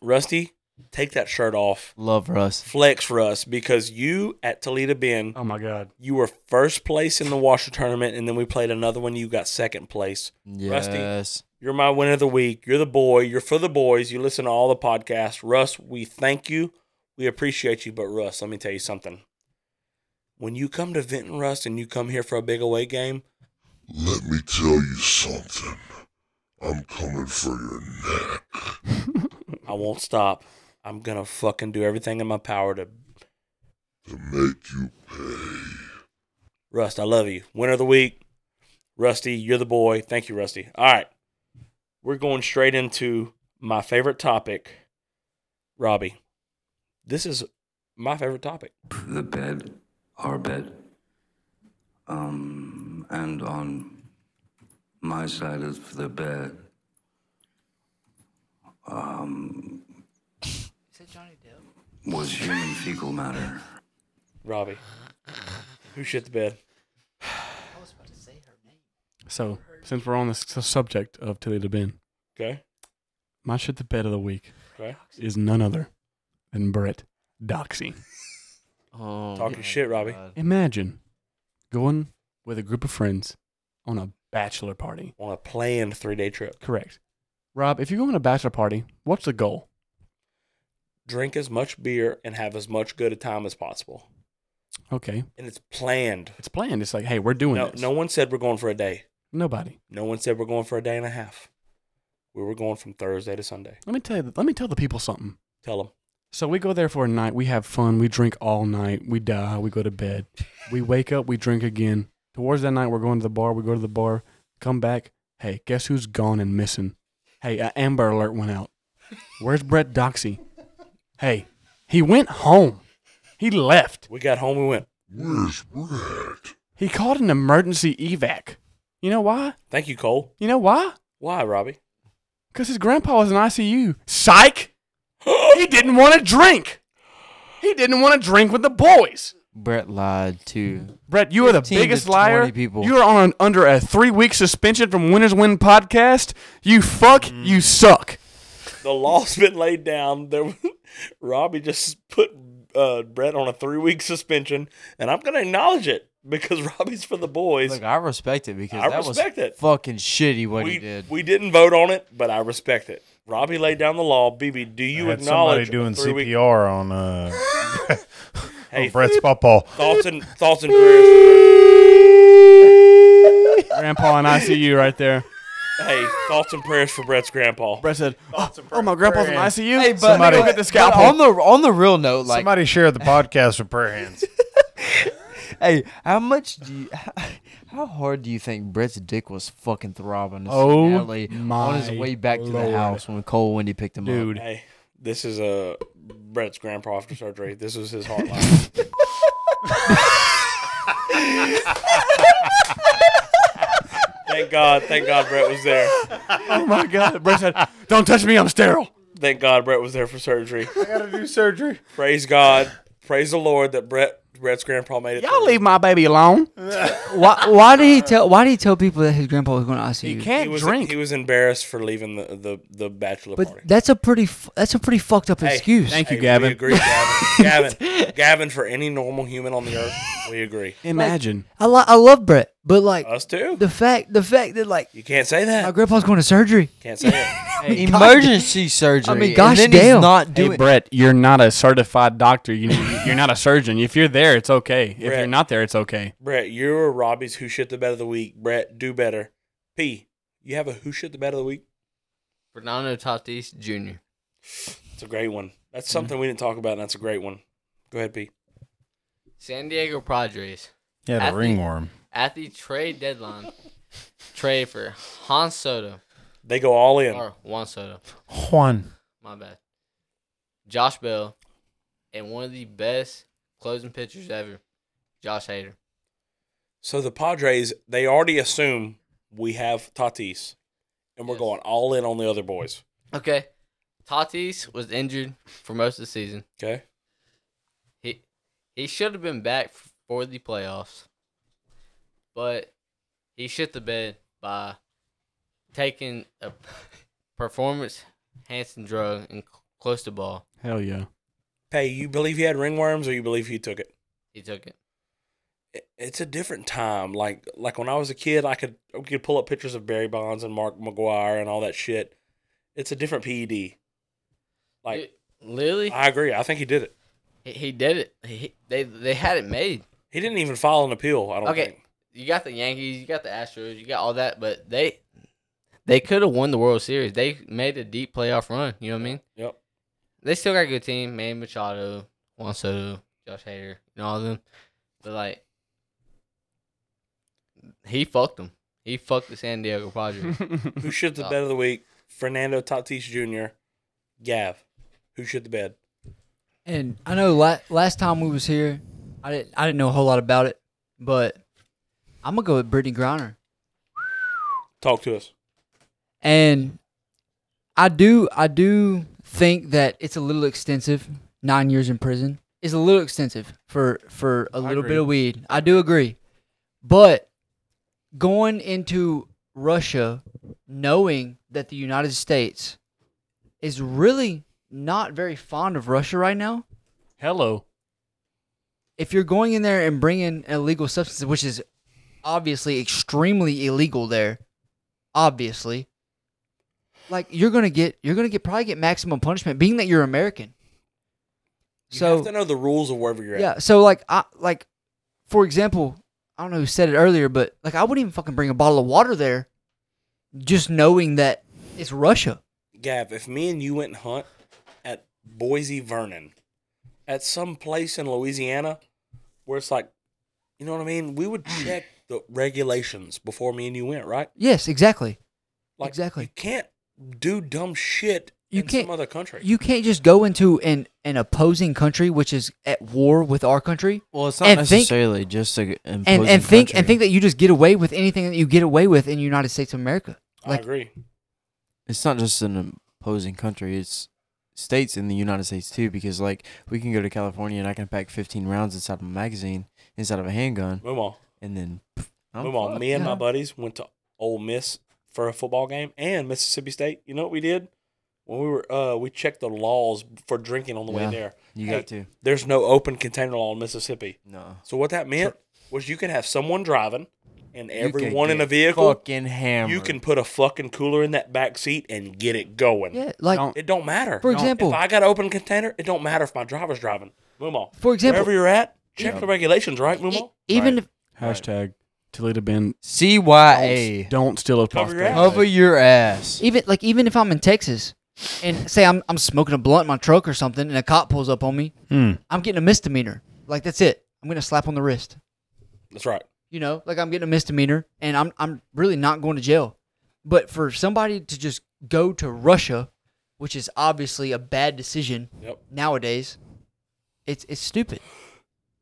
Rusty, take that shirt off.
Love Russ.
Flex Rust because you at Toledo Bend,
Oh my God.
you were first place in the washer tournament, and then we played another one. You got second place. Rusty.
Yes.
You're my winner of the week. You're the boy. You're for the boys. You listen to all the podcasts. Russ, we thank you. We appreciate you. But Russ, let me tell you something. When you come to Vinton Rust and you come here for a big away game,
Let me tell you something. I'm coming for your neck.
I won't stop. I'm gonna fucking do everything in my power to
To make you pay.
Rust, I love you. Winner of the week. Rusty, you're the boy. Thank you, Rusty. All right. We're going straight into my favorite topic. Robbie. This is my favorite topic.
the bed, our bed, um, and on my side of the bed, um,
Is it Johnny Depp?
was human fecal matter.
Robbie. Who shit the bed?
So, since we're on the s- subject of Toledo Ben,
Okay.
my shit the bed of the week
Okay.
is none other than Brett Doxy.
Oh,
Talking
my
shit, Robbie.
God.
Imagine going with a group of friends on a bachelor party.
On a planned three day trip.
Correct. Rob, if you're going to a bachelor party, what's the goal?
Drink as much beer and have as much good a time as possible.
Okay.
And it's planned.
It's planned. It's like, hey, we're doing
No,
this.
no one said we're going for a day.
Nobody.
No one said we're going for a day and a half. We were going from Thursday to Sunday.
Let me tell you. Let me tell the people something.
Tell them.
So we go there for a night. We have fun. We drink all night. We die. We go to bed. We wake up. We drink again. Towards that night, we're going to the bar. We go to the bar. Come back. Hey, guess who's gone and missing? Hey, a Amber Alert went out. Where's Brett Doxy? Hey, he went home. He left.
We got home, we went.
Where's Brett?
He called an emergency evac. You know why?
Thank you, Cole.
You know why?
Why, Robbie?
Because his grandpa was in ICU. Psych! he didn't want to drink. He didn't want to drink with the boys.
Brett lied too.
Brett, you are the
15 to
biggest liar.
20 people.
You are on an, under a three week suspension from Winners Win podcast. You fuck. You suck.
The law's been laid down. There, Robbie just put uh, Brett on a three week suspension, and I'm going to acknowledge it because Robbie's for the boys.
Look, I respect it because
I
that
respect
was
it.
fucking shitty what
we,
he did.
we didn't vote on it, but I respect it. Robbie laid down the law. BB, do you
I had somebody
acknowledge
doing
a three-week-
CPR on uh,
Hey,
on Brett's pawpaw.
thoughts and thoughts and prayers?
Grandpa in ICU right there.
Hey, thoughts and prayers for Brett's grandpa.
Brett said, "Oh, oh, my grandpa's in ICU.
Hey, but-
Somebody go
but-
get the
but
scalpel."
on the on the real note, like,
Somebody share the podcast with prayer hands.
hey, how much do you, how hard do you think Brett's dick was fucking throbbing? this
Oh
alley on his
my
way back to the
lord.
house when Cole Wendy picked him up.
Dude,
Hey, this is uh, Brett's grandpa after surgery. This is his hotline. thank God, thank God Brett was there.
oh my God. Brett said, "Don't touch me. I'm sterile."
Thank God Brett was there for surgery.
I gotta do surgery.
Praise God, praise the Lord that Brett Brett's grandpa made it.
Y'all
through.
leave my baby alone.
Why, why did he tell? Why did he tell people that his grandpa was going to ICU?
He
He
can't
was
drink.
he was embarrassed for leaving the the, the bachelor
But
party.
that's a pretty f- that's a pretty fucked up
Hey,
excuse.
thank you,
Hey,
Gavin.
We agree, Gavin. Gavin. Gavin, for any normal human on the earth, we agree.
Imagine.
I lo- I love Brett, but like
Uh,
Us too.
the fact the fact that like
You can't say
my
that.
grandpa's going to surgery.
Can't say it.
Emergency surgery.
I mean,
and
gosh
then
damn.
he's not
Hey
doing.
Brett, you're not a certified doctor. You you're not a surgeon. If you're there, it's okay. If you're
Brett.
not there, it's okay.
Brett, you're Robbie's Who Shit the Bed of the Week. Brett, do better. P, you have a Who Shit the Bed of the Week?
Fernando Tatis Jr.
It's a great one. Mm-hmm. That's something we didn't talk about, and that's a great one. Go ahead, P.
San Diego Padres.
He had a
Athlete.
ringworm.
At the trade deadline, trade for Han Soto
They go all in.
or Juan Soto.
Juan.
My bad. Josh Bell and one of the best closing pitchers ever, Josh Hader.
So the Padres, they already assume we have Tatis, and we're
Yes.
going all in on the other boys.
Okay. Tatis was injured for most of the season.
Okay.
He He should have been back f- for the playoffs, but he shit the bed by taking a performance enhancing drug and cl- close to ball.
Hell yeah.
Hey, you believe he had ringworms or you believe he took it?
He took it.
It- It's a different time. Like like when I was a kid, I could I could pull up pictures of Barry Bonds and Mark McGuire and all that shit. It's a different PED. Like
Li- literally,
I agree. I think he did it.
he, he did it. He, they they had it made.
He didn't even file an appeal. I don't
Okay.
think.
You got the Yankees, you got the Astros, you got all that, but they they could have won the World Series. They made a deep playoff run. You know what I mean?
Yep.
They still got a good team. Man Machado, Juan Soto, Josh Hader, and all of them. But like, he fucked them. He fucked the San Diego Padres.
Who shit the
Oh.
Uh,
bed of the week? Fernando Tatis Jr. Gav. Who shit the bed?
And I know la- last time we was here, I didn't I didn't know a whole lot about it, but I'm gonna go with Brittany Griner.
Talk to us.
And I do I do think that it's a little extensive. Nine years in prison is a little extensive for for a little bit of weed. I do agree, but going into Russia, knowing that the United States is really not very fond of Russia right now.
Hello.
if you're going in there and bringing illegal substances, which is obviously extremely illegal there, obviously, like you're gonna get you're gonna get probably get maximum punishment, being that you're American.
You
so
have to know the rules of wherever you're at.
yeah, so like I like, for example, I don't know who said it earlier, but like I wouldn't even fucking bring a bottle of water there, just knowing that it's Russia.
Gav, if me and you went and hunt at Boise Vernon, at some place in Louisiana where it's like, you know what I mean? We would
Mm.
check the regulations before me and you went, right?
Yes, exactly.
Like,
Exactly.
You can't do dumb shit
You
in
can't-
some other country.
You can't just go into an an opposing country which is at war with our country
Well, it's not
And think-
necessarily just a
and and think and think that you just get away with anything that you get away with in the United States of America. Like
I agree.
it's not just an opposing country. It's states in the United States too, because like we can go to California and I can pack 15 rounds inside of a magazine, inside of a handgun,
Move on.
and then. pff, I'm
Move on.
fucked.
Me and my
yeah.
buddies went to Ole Miss for a football game and Mississippi State. You know what we did? When we were, uh, we checked the laws for drinking on the
Yeah.
way there.
You
Hey,
got to.
There's no open container law in Mississippi.
No.
So what that meant was you could have someone driving, and
You could
everyone in
get
a vehicle,
Fucking hammer.
you can put a fucking cooler in that back seat and get it going.
yeah, like
Don't-
It don't matter.
For example-
if I got an open container, it don't matter if my driver's driving. Move on.
for example,
Wherever you're at, check the regulations, right? Move
e-
on.
even if
Hashtag Toledo Ben.
CYA.
Don't steal a
Cover your
prospect.
ass.
Cover your ass.
even like even if I'm in Texas and say I'm I'm smoking a blunt in my truck or something and a cop pulls up on me,
Hmm.
I'm getting a misdemeanor. Like that's it. I'm gonna slap on the wrist.
That's right.
You know, like I'm getting a misdemeanor and I'm I'm really not going to jail. But for somebody to just go to Russia, which is obviously a bad decision
Yep.
nowadays, it's it's stupid.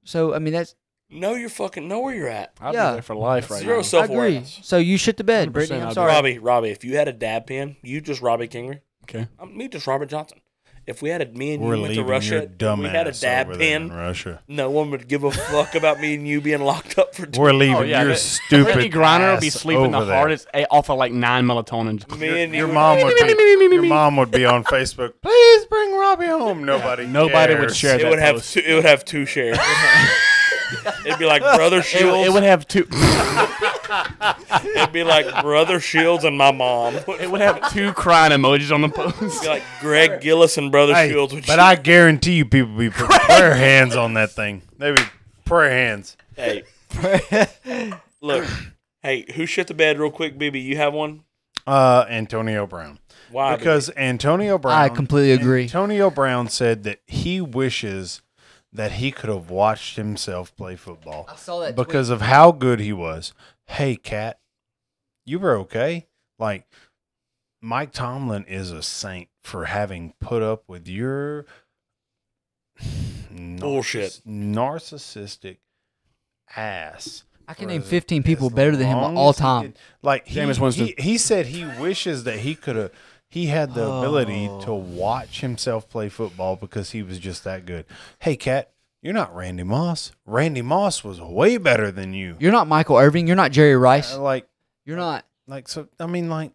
So I mean that's
Know your fucking know where you're at.
I'd
Yeah.
be there for life right
Zero
now.
I agree.
self-awareness.
So you shit the bed,
100%
Brittany. I'm
I'd
sorry.
Robbie, Robbie, if you had a dab pen, you just Robbie Kingery.
Okay.
Um, me just Robert Johnson. If we had a me and
We're
you went to
leaving
Russia,
your dumb
we had a
ass
dab
over there in
pen.
Russia.
No one would give a fuck about me and you being locked up for two
We're leaving
Oh, yeah,
your
that-
stupid
Brittany Griner will be
ass
sleeping the
over there.
hardest eh, off of like nine melatonin.
Me and
Your
you-
mom would be, your mom would be on Facebook. Please bring Robbie home. Nobody
Nobody would
cares.
share
It
that
would have
post.
two, it would have two shares. It'd be like brother
It,
Shields.
it
It
would have two.
would be like brother Shields and my mom.
It
It'd
would have two crying emojis on the post.
be like Greg Gillis and brother
Hey,
Shields. Would
but I guarantee you, people be putting prayer hands on that thing. They be prayer hands.
hey, look, hey, who shit the bed real quick, BB? You have one?
Uh, Antonio Brown.
Why? BB?
because Antonio Brown.
I completely agree.
Antonio Brown said that he wishes that he could have watched himself play football.
I saw that tweet.
because of how good he was. Hey, cat, you were okay. Like Mike Tomlin is a saint for having put up with your narciss-
Bullshit.
narcissistic ass.
I can
for
name
as-
15 people
as
better than him
long
all
as he
time.
did. Like he,
Jameis Winston.
he, he said he wishes that he could have he had
Oh.
the ability to watch himself play football because he was just that good. Hey cat, You're not Randy Moss. Randy Moss was way better than you.
You're not Michael Irving. You're not Jerry Rice.
Uh, like
You're not.
like so I mean like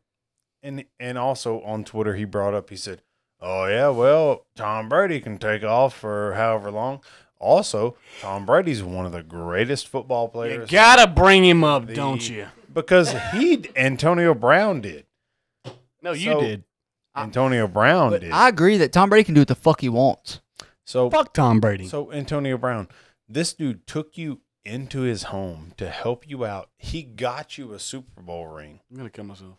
and and also on Twitter he brought up he said, "Oh yeah, well, Tom Brady can take off for however long." Also, Tom Brady's one of the greatest football
You
players
gotta bring him up,
The-
don't you?
because he Antonio Brown did.
No, you
So-
did.
Antonio Brown
But
did.
I agree that Tom Brady can do what the fuck he wants.
so
Fuck Tom Brady.
So Antonio Brown, this dude took you into his home to help you out. He got you a Super Bowl ring.
I'm gonna kill myself.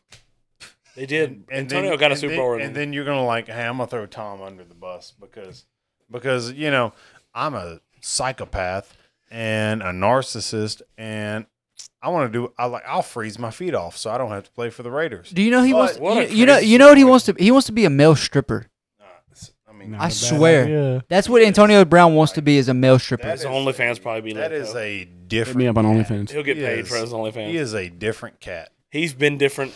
They did.
And
Antonio
then-
got a
and
Super
then-
Bowl ring.
And then you're gonna like, hey, I'm gonna throw Tom under the bus because because you know I'm a psychopath and a narcissist and I want to do. I like I'll freeze my feet off so I don't have to play for the Raiders.
Do you know he wants?
what a
You, you know,
crazy
you know what he wants to. He wants to be a male stripper.
I mean,
I swear, that's what Antonio Brown wants to be is a male stripper.
that
His
is
OnlyFans
a-
probably be
that
lit,
is
though.
a
Hit me
different.
up on OnlyFans.
He'll get
He
paid for
is-
his OnlyFans.
He is a different cat.
he's been different.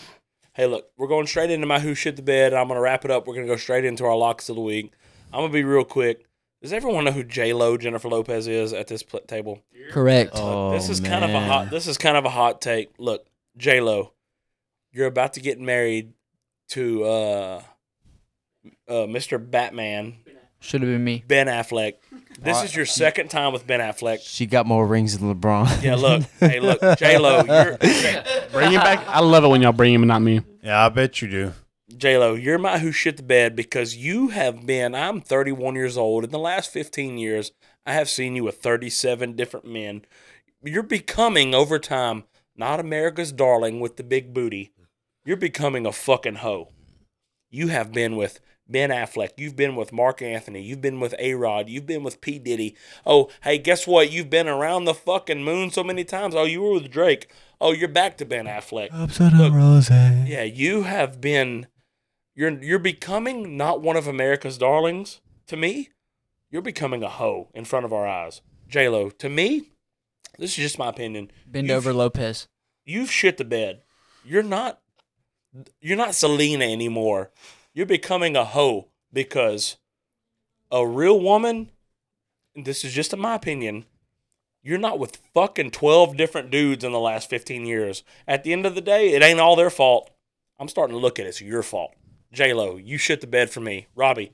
Hey, look, we're going straight into my who shit the bed. I'm gonna wrap it up. We're gonna go straight into our locks of the week. I'm gonna be real quick. Does everyone know who J Lo Jennifer Lopez is at this pl- table?
Correct.
Look, this
Oh,
is kind of a hot.
man.
This is kind of a hot take. Look, J Lo, you're about to get married to uh, uh, Mr. Batman
Should have been me.
Ben Affleck. This is your second time with Ben Affleck.
She got more rings than LeBron.
Yeah, look, hey, look, J Lo, you're
Bring him back. I love it when y'all bring him and not me.
Yeah, I bet you do.
J Lo, you're my who shit the bed because you have been. I'm 31 years old. In the last 15 years, I have seen you with 37 different men. You're becoming over time not America's darling with the big booty. You're becoming a fucking hoe. You have been with Ben Affleck. You've been with Mark Anthony. You've been with A Rod. You've been with P Diddy. Oh, hey, guess what? You've been around the fucking moon so many times. Oh, you were with Drake. Oh, you're back to Ben Affleck. Look, yeah, you have been you're you're becoming not one of America's darlings to me. You're becoming a hoe in front of our eyes. J Lo, to me, this is just my opinion.
Bend
You've-
over Lopez.
You've shit the bed. You're not you're not Selena anymore. You're becoming a hoe because a real woman, and this is just in my opinion, you're not with fucking 12 different dudes in the last 15 years. At the end of the day, it ain't all their fault. I'm starting to look at it. It's your fault. J-Lo, you shit the bed for me. Robbie,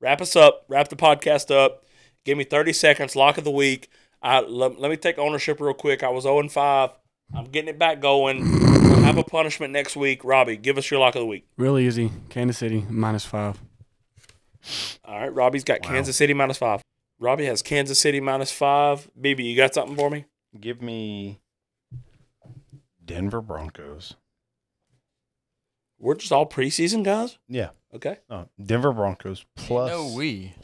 wrap us up. Wrap the podcast up. Give me 30 seconds. Lock of the week. I, let, let me take ownership real quick. I was 0 5. I'm getting it back going. We'll have a punishment next week. Robbie, give us your lock of the week.
Real easy. Kansas City minus five.
All right. Robbie's got Kansas City minus five. Robbie has Kansas City minus five. BB, you got something for me?
Give me Denver Broncos.
We're just all preseason guys.
Yeah.
Okay.
No, Uh, Denver Broncos plus
No, we.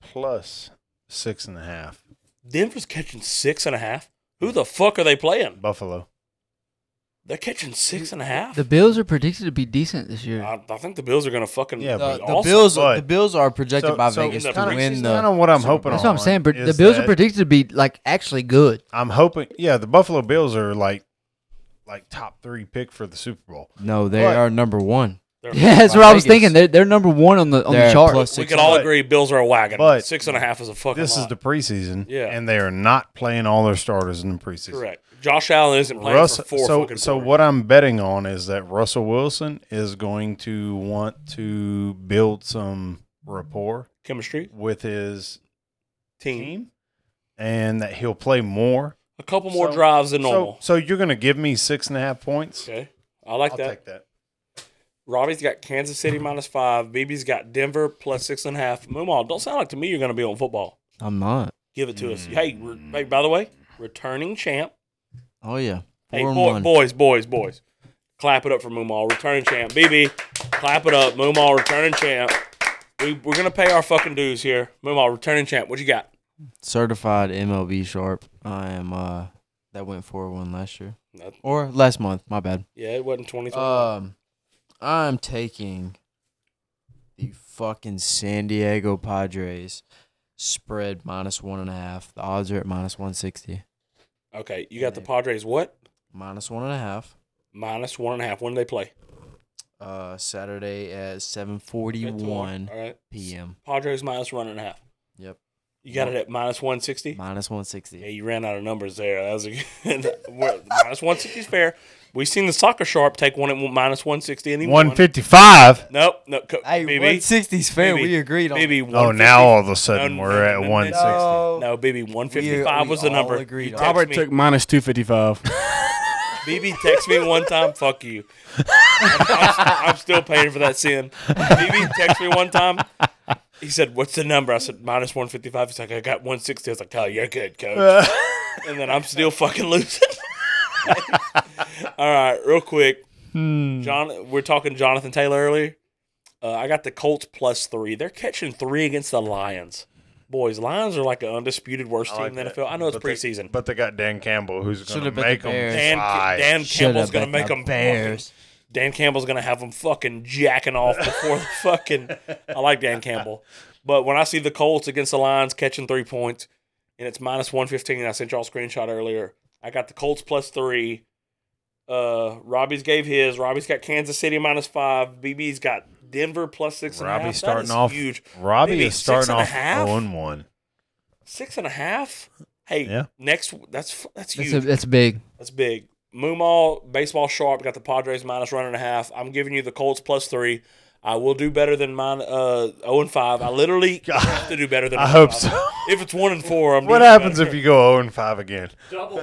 plus six and a half.
Denver's catching six and a half. Who the fuck are they playing?
Buffalo.
They're catching six and a half.
The Bills are predicted to be decent this year.
I, I think the Bills are gonna fucking yeah,
Yeah,
The,
but-
the
awesome.
Bills.
but-
the Bills are projected
So-
by
so
Vegas
in
to
the
win
preseason,
the.
I don't know what I'm
Super Bowl.
hoping
That's what I'm
on
saying. But the
is
Bills
that-
are predicted to be like actually good.
I'm hoping. Yeah, the Buffalo Bills are like like top three pick for the Super Bowl.
No, they
But-
are number one.
They're-
Yeah, that's
By
what I was
Vegas.
thinking. They're, they're number one on the on
They're
the chart.
plus
we
six
could all
but-
agree Bills are a wagon.
but-
six and a half is a fucking.
This is
lot.
the preseason.
Yeah.
and they are not playing all their starters in the preseason.
correct. Josh Allen isn't playing
Russ,
for four
so
fucking.
so
quarters.
what I'm betting on is that Russell Wilson is going to want to build some rapport
Chemistry
with his
team.
team, and that he'll play more.
A couple more
So-
drives than
So,
normal.
so you're going to give me six and a half points?
okay, I like
I'll
that.
take that.
Robbie's got Kansas City minus five. BB's got Denver plus six and a half. Moomaw, don't sound like to me you're gonna be on football.
I'm not.
Give it to us. Hey, re- hey, by the way, returning champ.
Oh yeah. Four
Hey,
and
boy,
one.
boys, boys, boys. Clap it up for Moomaw, returning champ. BB, clap it up. Moomaw, returning champ. We, we're going to pay our fucking dues here. Moomaw, returning champ. What you got?
Certified MLB sharp. I am. uh That went four one last year
No,
or last month. My bad.
yeah, it wasn't 23.
Uh,
Um, I'm taking the fucking San Diego Padres spread minus one and a half. The odds are at minus one sixty.
okay, you got the Padres what?
Minus one and a half.
Minus one and a half. When do they play?
Uh, Saturday at seven
Okay,
forty
tomorrow.
one
All right.
p.m.
Padres minus one and a half.
Yep.
You got it at minus 160?
Minus 160.
Yeah, you ran out of numbers there. That was a good. we're- minus 160 is fair. We've seen the soccer sharp take one at one- minus 160 and he won.
One fifty five.
Nope, no, co-
Hey,
BB,
160's fair.
BB,
we agreed on.
BB,
Oh,
150.
now all of a sudden
No,
we're
no,
at
no, no,
one sixty.
No.
No, BB, 155
We-
was
we
the number.
all agreed
You
on
text
Robert
me-
took minus 255.
BB text me one time, fuck you. I'm, I'm- I'm still paying for that sin. BB text me one time. He said, "What's the number?" I said, "Minus one fifty five. He's like, "I got one sixty. I was like, "Oh, you're good, coach." and then I'm still fucking losing. All right, real quick, John. We're talking Jonathan Taylor earlier. Uh, I got the Colts plus three. They're catching three against the Lions. Boys, Lions are like an undisputed worst
I
team
like
in the
that.
NFL. I know it's
But they-
preseason.
but they got Dan Campbell, who's going to
Should've been
make
the
them
Bears.
Dan,
fly.
Dan
Should've
Cample's gonna
been
make
the
them
Bears.
Dan Campbell's gonna have them fucking jacking off before the fucking. I like Dan Campbell, but when I see the Colts against the Lions catching three points, and it's minus one fifteen, I sent y'all a screenshot earlier. I got the Colts plus three. Uh, Robbie's gave his. Robbie's got Kansas City minus five. BB's got Denver plus six and a half.
Robbie's
That
starting
is
off
huge.
Robbie
Maybe
is
six
starting
and a
off
half?
on one.
Six and a half. Hey,
Yeah.
next that's that's huge.
That's a, that's big.
That's big. Moomaw, baseball sharp, got the Padres minus one and a half. I'm giving you the Colts plus three. I will do better than mine. Uh, zero and five. I literally have to do better than.
I
0
hope
five.
so.
If it's one and four, I'm.
What
doing
happens
better.
if you go zero and five again?
Double.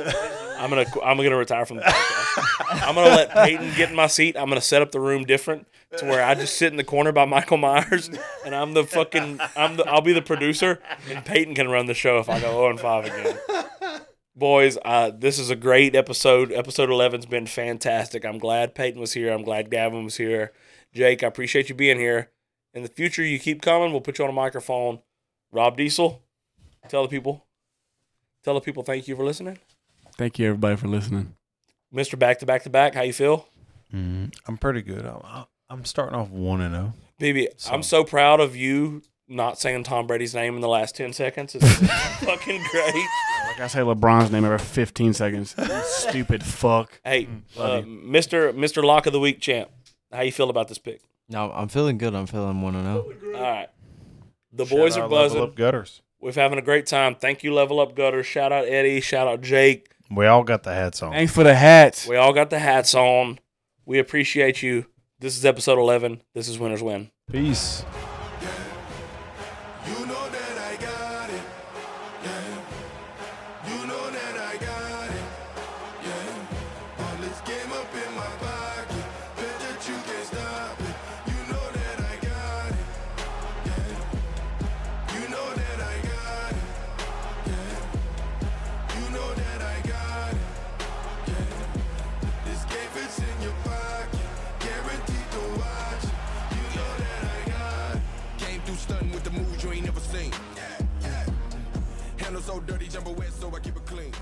I'm gonna. I'm gonna retire from the podcast. I'm gonna let Peyton get in my seat. I'm gonna set up the room different to where I just sit in the corner by Michael Myers, and I'm the fucking. I'm the. I'll be the producer, and Peyton can run the show if I go zero and five again. Boys, uh, this is a great episode. Episode 11's been fantastic. I'm glad Peyton was here. I'm glad Gavin was here. Jake, I appreciate you being here. In the future, you keep coming. We'll put you on a microphone. Rob Diesel, tell the people. Tell the people thank you for listening.
Thank you, everybody, for listening.
Mr. Back to Back to Back, how you feel?
Mm, I'm pretty good. I'm, I'm starting off one and oh. zero.
Baby, I'm so proud of you not saying Tom Brady's name in the last 10 seconds. It's fucking great.
Like I say LeBron's name every 15 seconds. You stupid fuck.
Hey, uh, Mr. Mr. Lock of the Week champ, how you feel about this pick?
No, I'm feeling good. I'm feeling oh. 1 0.
All right. The boys are buzzing.
gutters.
We're having a great time. Thank you, Level Up Gutter. Shout out Eddie. Shout out Jake.
We all got the hats on.
Thanks for the hats.
We all got the hats on. We appreciate you. This is episode 11. This is Winners Win.
Peace.
You know that I got it. Yeah. You know that I got it. Yeah. All this game up in my pocket. Bet that you can't stop it. You know that I got it. Yeah. You know that I got it. Yeah. You know that I got it. Yeah. This game fits in your pocket. Guaranteed to watch it. You know that I got it. Came through stunting with the moves you ain't never seen. Yeah, yeah. Handle so dirty, jump away, so I keep it clean.